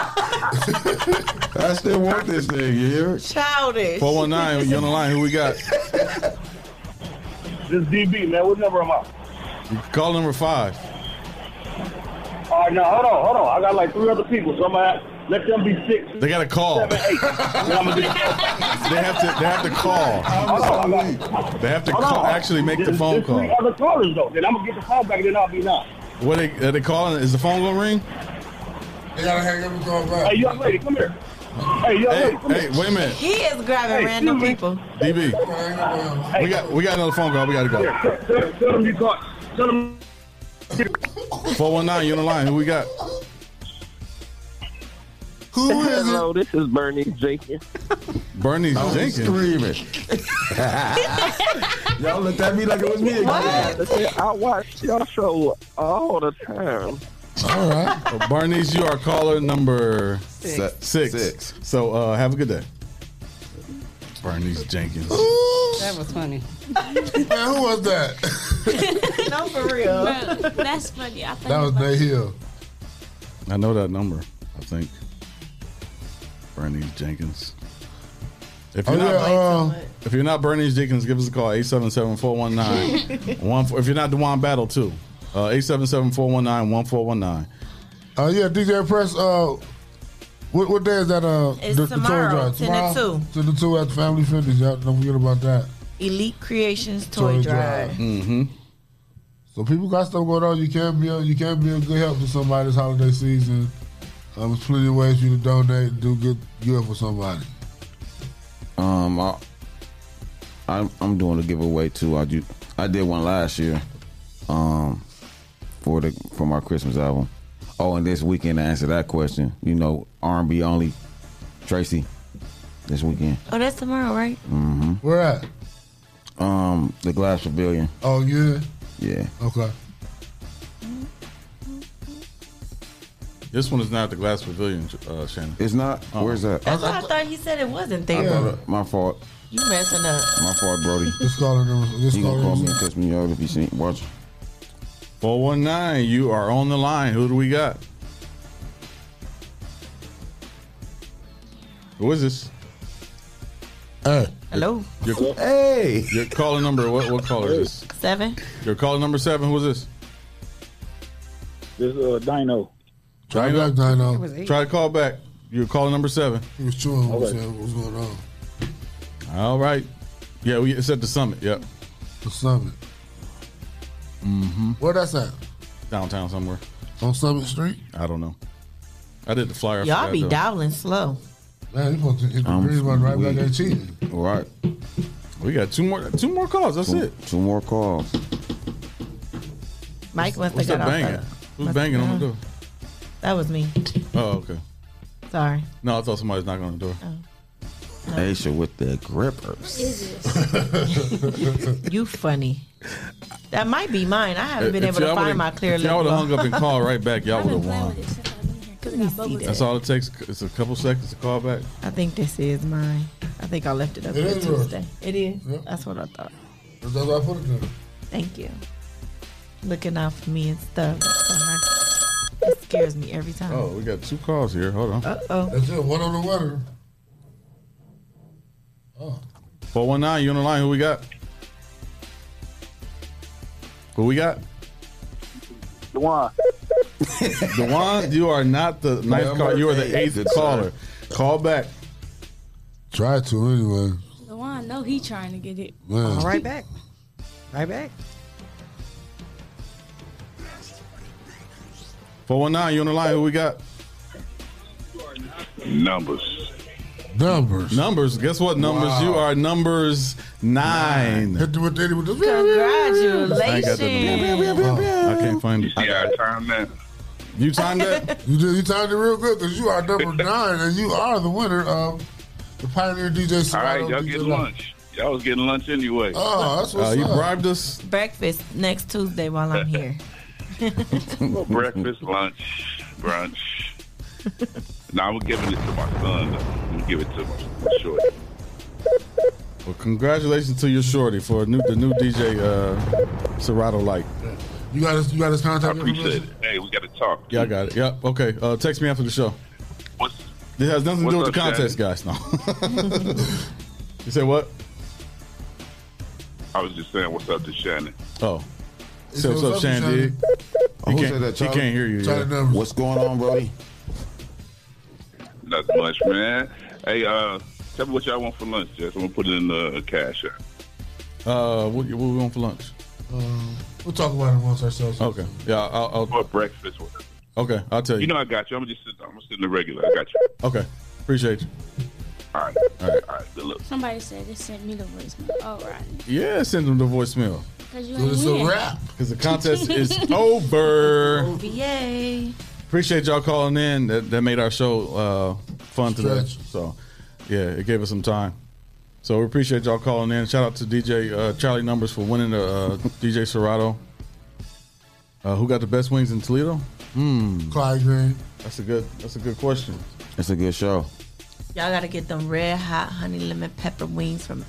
Speaker 3: I still want this thing, you hear it?
Speaker 6: childish.
Speaker 5: 419, you on the line. Who we got?
Speaker 2: This is DB, man. What number am I?
Speaker 5: Call number five.
Speaker 2: All right, now hold on, hold on. I got like three other people, so I'm gonna let them be six.
Speaker 5: They got to call. They have to. They have to call. They have to
Speaker 2: Hold
Speaker 5: call,
Speaker 2: on.
Speaker 5: actually make the phone
Speaker 2: There's three
Speaker 5: call.
Speaker 2: other callers though. Then I'm gonna get the phone back, and then I'll be now.
Speaker 5: What they, are they calling? Is the phone gonna ring?
Speaker 7: They gotta hang up and call back.
Speaker 2: Hey, young lady, come here. Hey, young
Speaker 5: Hey,
Speaker 2: lady, come
Speaker 5: hey,
Speaker 2: here.
Speaker 5: wait a minute,
Speaker 6: he is grabbing
Speaker 2: Hey,
Speaker 6: random
Speaker 2: excuse me.
Speaker 6: people.
Speaker 5: DB. We got we got another phone call. We got to go.
Speaker 2: Tell, tell- tell them you caught. Tell them.
Speaker 5: Four one nine. You on the line? Who we got?
Speaker 24: Who is Hello, this is Bernie Jenkins.
Speaker 5: Bernie
Speaker 24: I'm
Speaker 5: Jenkins.
Speaker 24: screaming.
Speaker 3: Y'all looked at me like it was me.
Speaker 24: I watch y'all show all the time.
Speaker 7: All right.
Speaker 5: Bernice, you are caller number
Speaker 24: Six.
Speaker 5: six. So uh, have a good day. Bernice Jenkins.
Speaker 22: That was funny.
Speaker 7: Man, who was that?
Speaker 6: no, for
Speaker 8: real. that's funny. I think
Speaker 7: That was Day Hill.
Speaker 5: I know that number. I think Bernice Jenkins. If
Speaker 7: Oh,
Speaker 5: you're, not,
Speaker 7: yeah, uh,
Speaker 5: if you're not Bernice Jenkins, give us a call 877-419-1419. If you're not Dewan Battle too, uh, 877-419-1419.
Speaker 7: Uh, yeah, DJ Press. Uh, what, what day is that? Uh,
Speaker 6: It's tomorrow, 10 to 2.
Speaker 7: Ten to two at Family Fitness. Y'all don't forget about that.
Speaker 6: Elite Creations Toy, Drive.
Speaker 7: Mm-hmm. So people got stuff going on. You can be a, you can be a good help to somebody this holiday season. Um, there's plenty of ways for you to donate and do good good for somebody.
Speaker 3: Um, I, I'm I'm doing a giveaway too. I do I did one last year, um, for the from our Christmas album. Oh, and this weekend to answer that question, you know, R&B only, Tracy, this weekend.
Speaker 6: Oh, that's tomorrow, right?
Speaker 3: Mm-hmm.
Speaker 7: Mm. Where at?
Speaker 3: Um, the Glass Pavilion.
Speaker 7: Oh yeah.
Speaker 3: Yeah.
Speaker 7: Okay.
Speaker 5: This one is not the Glass Pavilion, uh, Shannon.
Speaker 3: It's not. Where's that?
Speaker 6: That's what I thought he said it wasn't there.
Speaker 3: My fault.
Speaker 6: You messing up.
Speaker 3: My fault, Brody.
Speaker 7: This caller, this
Speaker 3: you can
Speaker 7: caller
Speaker 3: call
Speaker 7: was-
Speaker 3: me and text me out if you see. Watch.
Speaker 5: Four one nine. You are on the line. Who do we got? Who is this?
Speaker 7: Hey.
Speaker 6: Hello.
Speaker 5: Your,
Speaker 3: hey.
Speaker 5: Your caller number. What what caller is
Speaker 6: Seven.
Speaker 5: this? Your caller number seven. Who is this?
Speaker 21: This is uh, Dino.
Speaker 7: Try back, Dino.
Speaker 21: It was eight.
Speaker 5: Try to call back. Your caller number seven.
Speaker 7: He was chewing. What was
Speaker 5: Okay.
Speaker 7: that? What was going on?
Speaker 5: All right. Yeah, we it's at the summit. Yep.
Speaker 7: The summit.
Speaker 5: Mm-hmm.
Speaker 7: Where that's at?
Speaker 5: Downtown somewhere.
Speaker 7: On Summit Street.
Speaker 5: I don't know. I Um, did the flyer. for
Speaker 6: Y'all
Speaker 5: that,
Speaker 6: be
Speaker 5: though.
Speaker 6: dialing slow.
Speaker 7: Man, you supposed to hit the green one right back at cheating.
Speaker 3: Um, All right.
Speaker 5: We got two more. Two more calls. That's
Speaker 3: two,
Speaker 5: it.
Speaker 3: Two more calls.
Speaker 6: Mike must have
Speaker 5: What's that
Speaker 6: got off.
Speaker 5: banging?
Speaker 6: the-
Speaker 5: Who's
Speaker 6: must-
Speaker 5: banging on the
Speaker 6: uh,
Speaker 5: door?
Speaker 6: That was me.
Speaker 5: Oh, okay.
Speaker 6: Sorry. Oh.
Speaker 5: No, I thought somebody was knocking on the door.
Speaker 3: Aisha with the grippers.
Speaker 6: you funny. That might be mine. I haven't been
Speaker 5: If
Speaker 6: able to
Speaker 5: y'all
Speaker 6: find
Speaker 5: would've-
Speaker 6: my clear
Speaker 5: If
Speaker 6: lip.
Speaker 5: y'all would have
Speaker 6: balm.
Speaker 5: hung up and called right back, y'all would have won.
Speaker 6: Let me see
Speaker 5: That's
Speaker 6: that.
Speaker 5: all it takes. It's a couple seconds to call back.
Speaker 6: I think this is mine. I think I left it up
Speaker 7: It
Speaker 6: for
Speaker 7: is yours.
Speaker 6: Tuesday. It is. That's what I thought.
Speaker 7: That's why I put it there.
Speaker 6: Thank you. Looking out for me and stuff. That's why I- It scares me every time.
Speaker 5: Oh, we got two calls here. Hold on.
Speaker 6: Uh oh.
Speaker 7: That's it. One on the weather. Oh.
Speaker 5: Four one nine. You on the line? Who we got? Who we got?
Speaker 21: Dewan.
Speaker 5: Dewan, you are not the ninth
Speaker 7: Number
Speaker 5: caller. You are the
Speaker 7: eight.
Speaker 5: eighth caller. Call back.
Speaker 7: Try to anyway.
Speaker 8: The one, no, he trying to get it.
Speaker 7: Man.
Speaker 25: Right back. Right back.
Speaker 5: Four one nine. You on the line? Who we got?
Speaker 21: Numbers.
Speaker 7: Numbers.
Speaker 5: Numbers. Guess what? Numbers.
Speaker 21: Wow.
Speaker 5: You are numbers nine.
Speaker 7: Hit the with with
Speaker 5: I, ain't got the number. Oh, I can't find it.
Speaker 21: Yeah, I timed that.
Speaker 5: You timed that?
Speaker 7: you did. You timed it real good because you are number nine and you are the winner of the Pioneer DJ
Speaker 21: All
Speaker 7: Serato.
Speaker 21: right, y'all
Speaker 7: DJ
Speaker 21: get
Speaker 7: Live.
Speaker 21: lunch. Y'all was getting lunch anyway.
Speaker 7: Oh, that's what's Uh, you up. bribed
Speaker 5: us.
Speaker 6: Breakfast next Tuesday while I'm here.
Speaker 21: Breakfast, lunch, brunch. now I'm giving it to my son. Though. I'm gonna give it to my short.
Speaker 5: Well, congratulations to your shorty for a new the new DJ uh, Serato Light.
Speaker 7: You got his, you got his
Speaker 21: I
Speaker 7: contact
Speaker 21: appreciate it.
Speaker 7: information.
Speaker 21: Hey, we got to talk.
Speaker 5: Yeah, I got it. Yep. Okay. Uh, text me after the show.
Speaker 21: What's
Speaker 5: This has nothing to do with
Speaker 21: What's
Speaker 5: the
Speaker 21: up,
Speaker 5: contest, guys. No. you say what?
Speaker 21: I was just saying, what's up to Shannon?
Speaker 5: Oh.
Speaker 21: He said,
Speaker 5: So what's
Speaker 21: "What's
Speaker 5: up,
Speaker 21: up,
Speaker 5: Shannon?
Speaker 21: Shannon?"
Speaker 5: Dig? He
Speaker 3: Who
Speaker 5: can't-
Speaker 3: said that,
Speaker 5: He
Speaker 3: Charlie?
Speaker 5: can't hear you.
Speaker 3: Charlie
Speaker 5: yeah.
Speaker 3: Numbers. What's going on, Brody?
Speaker 21: Not much, man. Hey, uh, tell me what y'all want for lunch, Jess. I'm gonna put it in the cash app.
Speaker 5: Uh, what, what we want for lunch?
Speaker 7: Um, we'll talk about it amongst ourselves.
Speaker 5: Okay. Yeah. I'll, I'll,
Speaker 21: or breakfast. Whatever.
Speaker 5: Okay. I'll tell you.
Speaker 21: You know, I got you. I'm just sitting, I'm gonna sit in the regular. I got you.
Speaker 5: Okay. Appreciate you.
Speaker 21: All right.
Speaker 5: All right.
Speaker 21: All right. Good luck.
Speaker 8: Somebody said they sent me the voicemail. Oh, right.
Speaker 5: Yeah. Send them the voicemail.
Speaker 8: 'Cause you ain't win.
Speaker 5: Because the contest is over.
Speaker 6: Yay.
Speaker 5: Appreciate y'all calling in. That, that made our show uh, fun today. So, yeah, it gave us some time. So we appreciate y'all calling in. Shout out to DJ uh, Charlie Numbers for winning the uh, DJ Serato. Uh, who got the best wings in Toledo? Hmm.
Speaker 7: Clyde Green.
Speaker 5: That's a good. That's a good question.
Speaker 3: It's a good show.
Speaker 6: Y'all gotta get them red hot honey lemon pepper wings from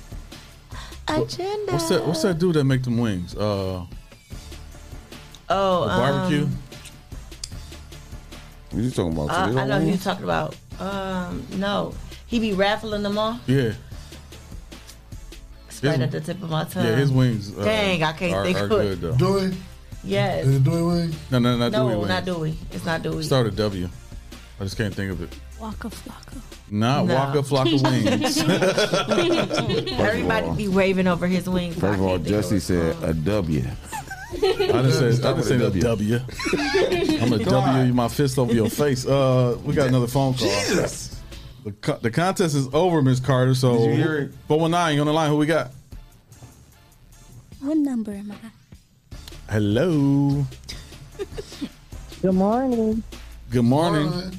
Speaker 6: Agenda.
Speaker 5: What's that? What's that dude that make them wings? Uh,
Speaker 6: Oh,
Speaker 5: the barbecue. Oh,
Speaker 6: um,
Speaker 3: What you talking about?
Speaker 6: uh,
Speaker 3: Toledo
Speaker 6: I know who
Speaker 3: wings?
Speaker 6: you talking about. Um, no, he be raffling them off.
Speaker 5: Yeah.
Speaker 6: It's right at the tip of my tongue.
Speaker 5: Yeah, his wings. uh,
Speaker 6: Dang, I can't
Speaker 5: are,
Speaker 6: think
Speaker 5: are
Speaker 6: of
Speaker 5: good
Speaker 6: it.
Speaker 5: though.
Speaker 7: Dewey.
Speaker 6: Yes.
Speaker 7: Is it Dewey Wing?
Speaker 5: No, no, not
Speaker 6: no,
Speaker 5: Dewey wings.
Speaker 6: not Dewey. It's not Dewey.
Speaker 5: Start a W. I just can't think of it.
Speaker 6: Waka Flocka.
Speaker 5: Not
Speaker 6: No.
Speaker 5: Waka Flocka wings.
Speaker 6: Everybody be waving over his wings.
Speaker 3: First of all, Jesse said a W.
Speaker 5: I done said, I done said a W. I'm gonna W you my fist over your face. Uh, we got another phone call.
Speaker 3: Jesus.
Speaker 5: The, co- the contest is over, Miss Carter. So
Speaker 3: Did you hear it?
Speaker 5: 419, you on the line. Who we got?
Speaker 26: What number am I?
Speaker 5: Hello.
Speaker 26: Good morning.
Speaker 5: Good morning.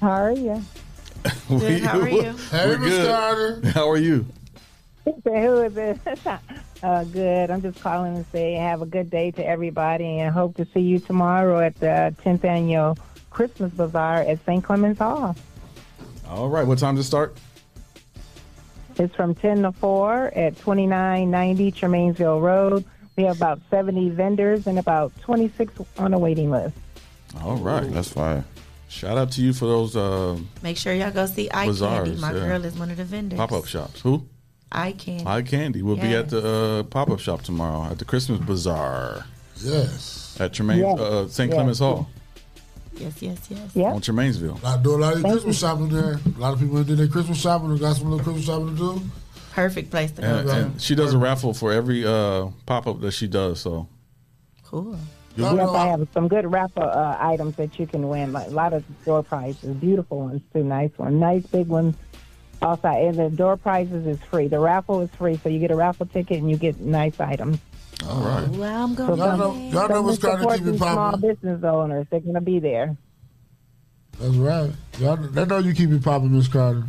Speaker 26: How are you?
Speaker 5: We-
Speaker 26: Hey,
Speaker 5: we're
Speaker 26: Miss
Speaker 5: good.
Speaker 26: Carter.
Speaker 5: How are you?
Speaker 26: He said, Who is it? uh, good. I'm just calling to say have a good day to everybody and hope to see you tomorrow at the 10th annual Christmas Bazaar at St. Clements Hall.
Speaker 5: All right. What time does it start?
Speaker 26: It's from 10 to 4 at 2990 Tremainesville Road. We have about 70 vendors and about 26 on a waiting list.
Speaker 5: All right. That's fine. Shout out to you for those uh,
Speaker 6: Make sure y'all go see Eye Candy.
Speaker 5: Bazaars,
Speaker 6: My
Speaker 5: yeah.
Speaker 6: girl is one of the vendors.
Speaker 5: pop up shops. Who?
Speaker 6: Eye Candy.
Speaker 5: Hi Candy. We'll be
Speaker 6: Yeah.
Speaker 5: at the uh, pop up shop tomorrow at the Christmas Bazaar.
Speaker 7: Yes.
Speaker 5: At Tremaine,
Speaker 7: Yes.
Speaker 5: uh, St.
Speaker 7: Yes.
Speaker 5: Clements Hall
Speaker 6: Yes, yes, yes.
Speaker 5: on Tremainesville.
Speaker 7: I do a lot of your Christmas shopping there. A lot of people that did their Christmas shopping and got some little Christmas shopping to do.
Speaker 6: Perfect place to
Speaker 5: And, and she does a raffle for every uh, pop up that she does. So
Speaker 6: Cool.
Speaker 5: You'll-
Speaker 26: Yes, I have some good raffle uh, items that you can win. Like, a lot of door prizes, beautiful ones too, nice ones, nice big ones. Also, and the door prizes is free. The raffle is free, so you get a raffle ticket and you get nice items.
Speaker 5: All right.
Speaker 6: Well, I'm
Speaker 26: So
Speaker 6: going
Speaker 26: some-
Speaker 7: y'all know
Speaker 26: some
Speaker 7: what's trying to
Speaker 26: support
Speaker 7: keep it
Speaker 26: these small
Speaker 7: poppin'.
Speaker 26: business owners. They're going to be there.
Speaker 7: That's right. Y'all, they know you keep it popping, Miss Carter.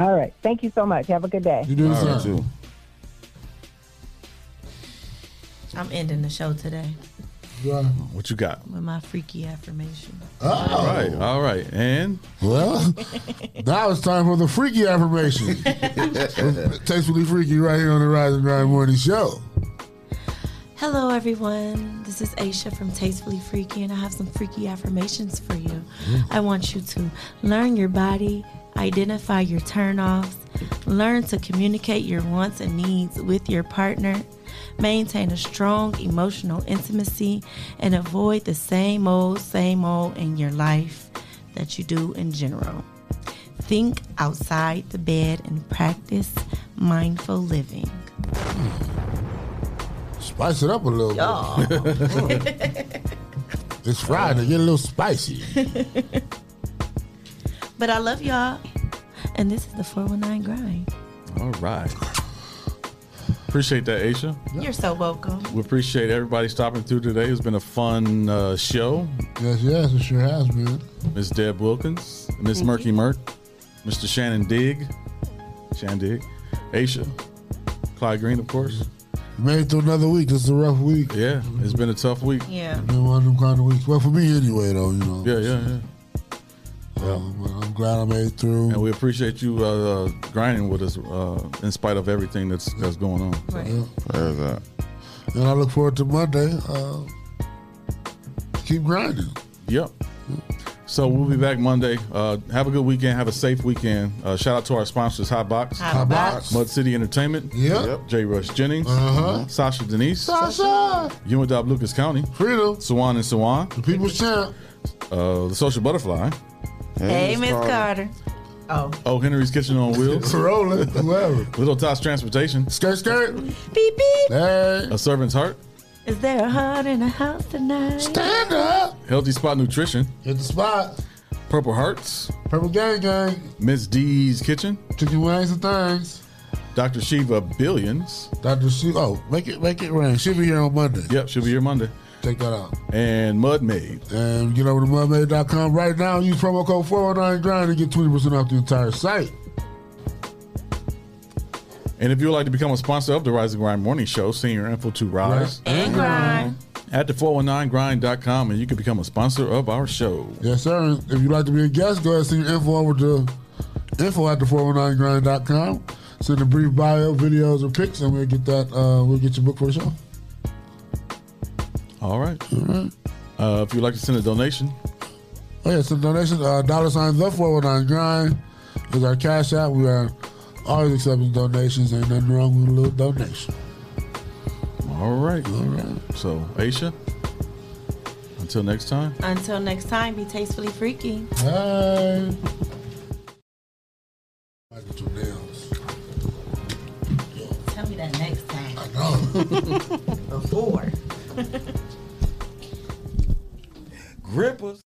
Speaker 26: All right. Thank you so much. Have a good day.
Speaker 7: You do the
Speaker 26: All right,
Speaker 7: same.
Speaker 6: I'm ending the show today
Speaker 7: Yeah.
Speaker 5: what you got?
Speaker 6: with my freaky affirmation.
Speaker 5: All right. All right. And
Speaker 7: well, Now it's time for the freaky affirmation. Tastefully freaky, right here on the Rise and Grind Morning Show.
Speaker 6: Hello, everyone. This is Aisha from Tastefully Freaky, and I have some freaky affirmations for you. I want you to learn your body, identify your turnoffs, learn to communicate your wants and needs with your partner, maintain a strong emotional intimacy, and avoid the same old, same old in your life that you do in general. Think outside the bed and practice mindful living.
Speaker 7: Spice it up a little bit. it's Friday. Get a little spicy.
Speaker 6: But I love y'all. And this is the 419 Grind.
Speaker 5: all right. Appreciate that, Aisha.
Speaker 6: You're so welcome.
Speaker 5: We appreciate everybody stopping through today. It's been a fun uh, show.
Speaker 7: Yes, yes, it sure has been.
Speaker 5: Miss Deb Wilkins, Miss
Speaker 7: Thank
Speaker 5: Murky Murk, Mr. Shannon Digg, Shannon Digg, Aisha, Clyde Green, of course.
Speaker 7: Made it through another week. This is a rough week.
Speaker 5: Yeah, it's been a tough week.
Speaker 6: Yeah.
Speaker 7: Been one of them kind of weeks. Well, for me anyway, though, you know.
Speaker 5: Yeah, yeah, yeah.
Speaker 7: Um, but I'm glad I made it through.
Speaker 5: And we appreciate you uh, uh, grinding with us uh, in spite of everything that's that's going on.
Speaker 6: Right.
Speaker 5: There's that.
Speaker 7: And I look forward to Monday. Uh, keep grinding.
Speaker 5: Yep. So we'll be back Monday. Uh, have a good weekend. Have a safe weekend. Uh, shout out to our sponsors, Hot Box,
Speaker 7: Hot Box.
Speaker 5: Mud City Entertainment,
Speaker 7: Yep.
Speaker 5: J. Rush Jennings,
Speaker 7: Uh-huh.
Speaker 5: Sasha Denise,
Speaker 7: Sasha!
Speaker 5: Umadop Lucas County,
Speaker 7: Freedom,
Speaker 5: Swan and Swan,
Speaker 7: The People's Champ,
Speaker 5: uh, The Social Butterfly,
Speaker 6: Hey, Miss Carter. Oh.
Speaker 5: Oh Henry's Kitchen on Wheels,
Speaker 7: Rolling, whoever,
Speaker 5: Little Tots Transportation,
Speaker 7: Skirt Skirt,
Speaker 6: Beep, beep.
Speaker 5: A Servant's Heart,
Speaker 6: Is there a heart in the house tonight?
Speaker 7: Stand up.
Speaker 5: Healthy Spot Nutrition,
Speaker 7: Hit the spot,
Speaker 5: Purple Hearts,
Speaker 7: Purple Gang Gang,
Speaker 5: Miss D's Kitchen,
Speaker 7: Chicken Wings and Things,
Speaker 5: Dr. Shiva Billions,
Speaker 7: Dr. Shiva. Oh, make it make it rain. She'll be here on Monday.
Speaker 5: Yep, she'll be here Monday.
Speaker 7: Check that out.
Speaker 5: and Mud Maid.
Speaker 7: And get over to mudmaid.com right now. Use promo code 409 grind and get 20% off the entire site.
Speaker 5: And if you would like to become a sponsor of the Rise and Grind Morning Show, send your info to Rise
Speaker 6: and Grind
Speaker 5: at the419grind.com and you can become a sponsor of our show.
Speaker 7: Yes, sir. And If you'd like to be a guest, go ahead and send your info over to info at the 409grind.com. Send a brief bio, videos, or pics, and we'll get that. Uh, we'll get your book for the show.
Speaker 5: All right. Uh, if you'd like to send a donation,
Speaker 7: Oh, yeah, send a donation. Uh, dollar sign the 409 grind is our cash app. We are always accepting donations. Ain't nothing wrong with a little donation.
Speaker 5: all right. All right. So, Aisha, until next time.
Speaker 6: Until next time, be tastefully freaky.
Speaker 7: Hey. Michael Two nails.
Speaker 6: Tell Tell me that next time. I
Speaker 7: know.
Speaker 6: Before.
Speaker 5: Grippers.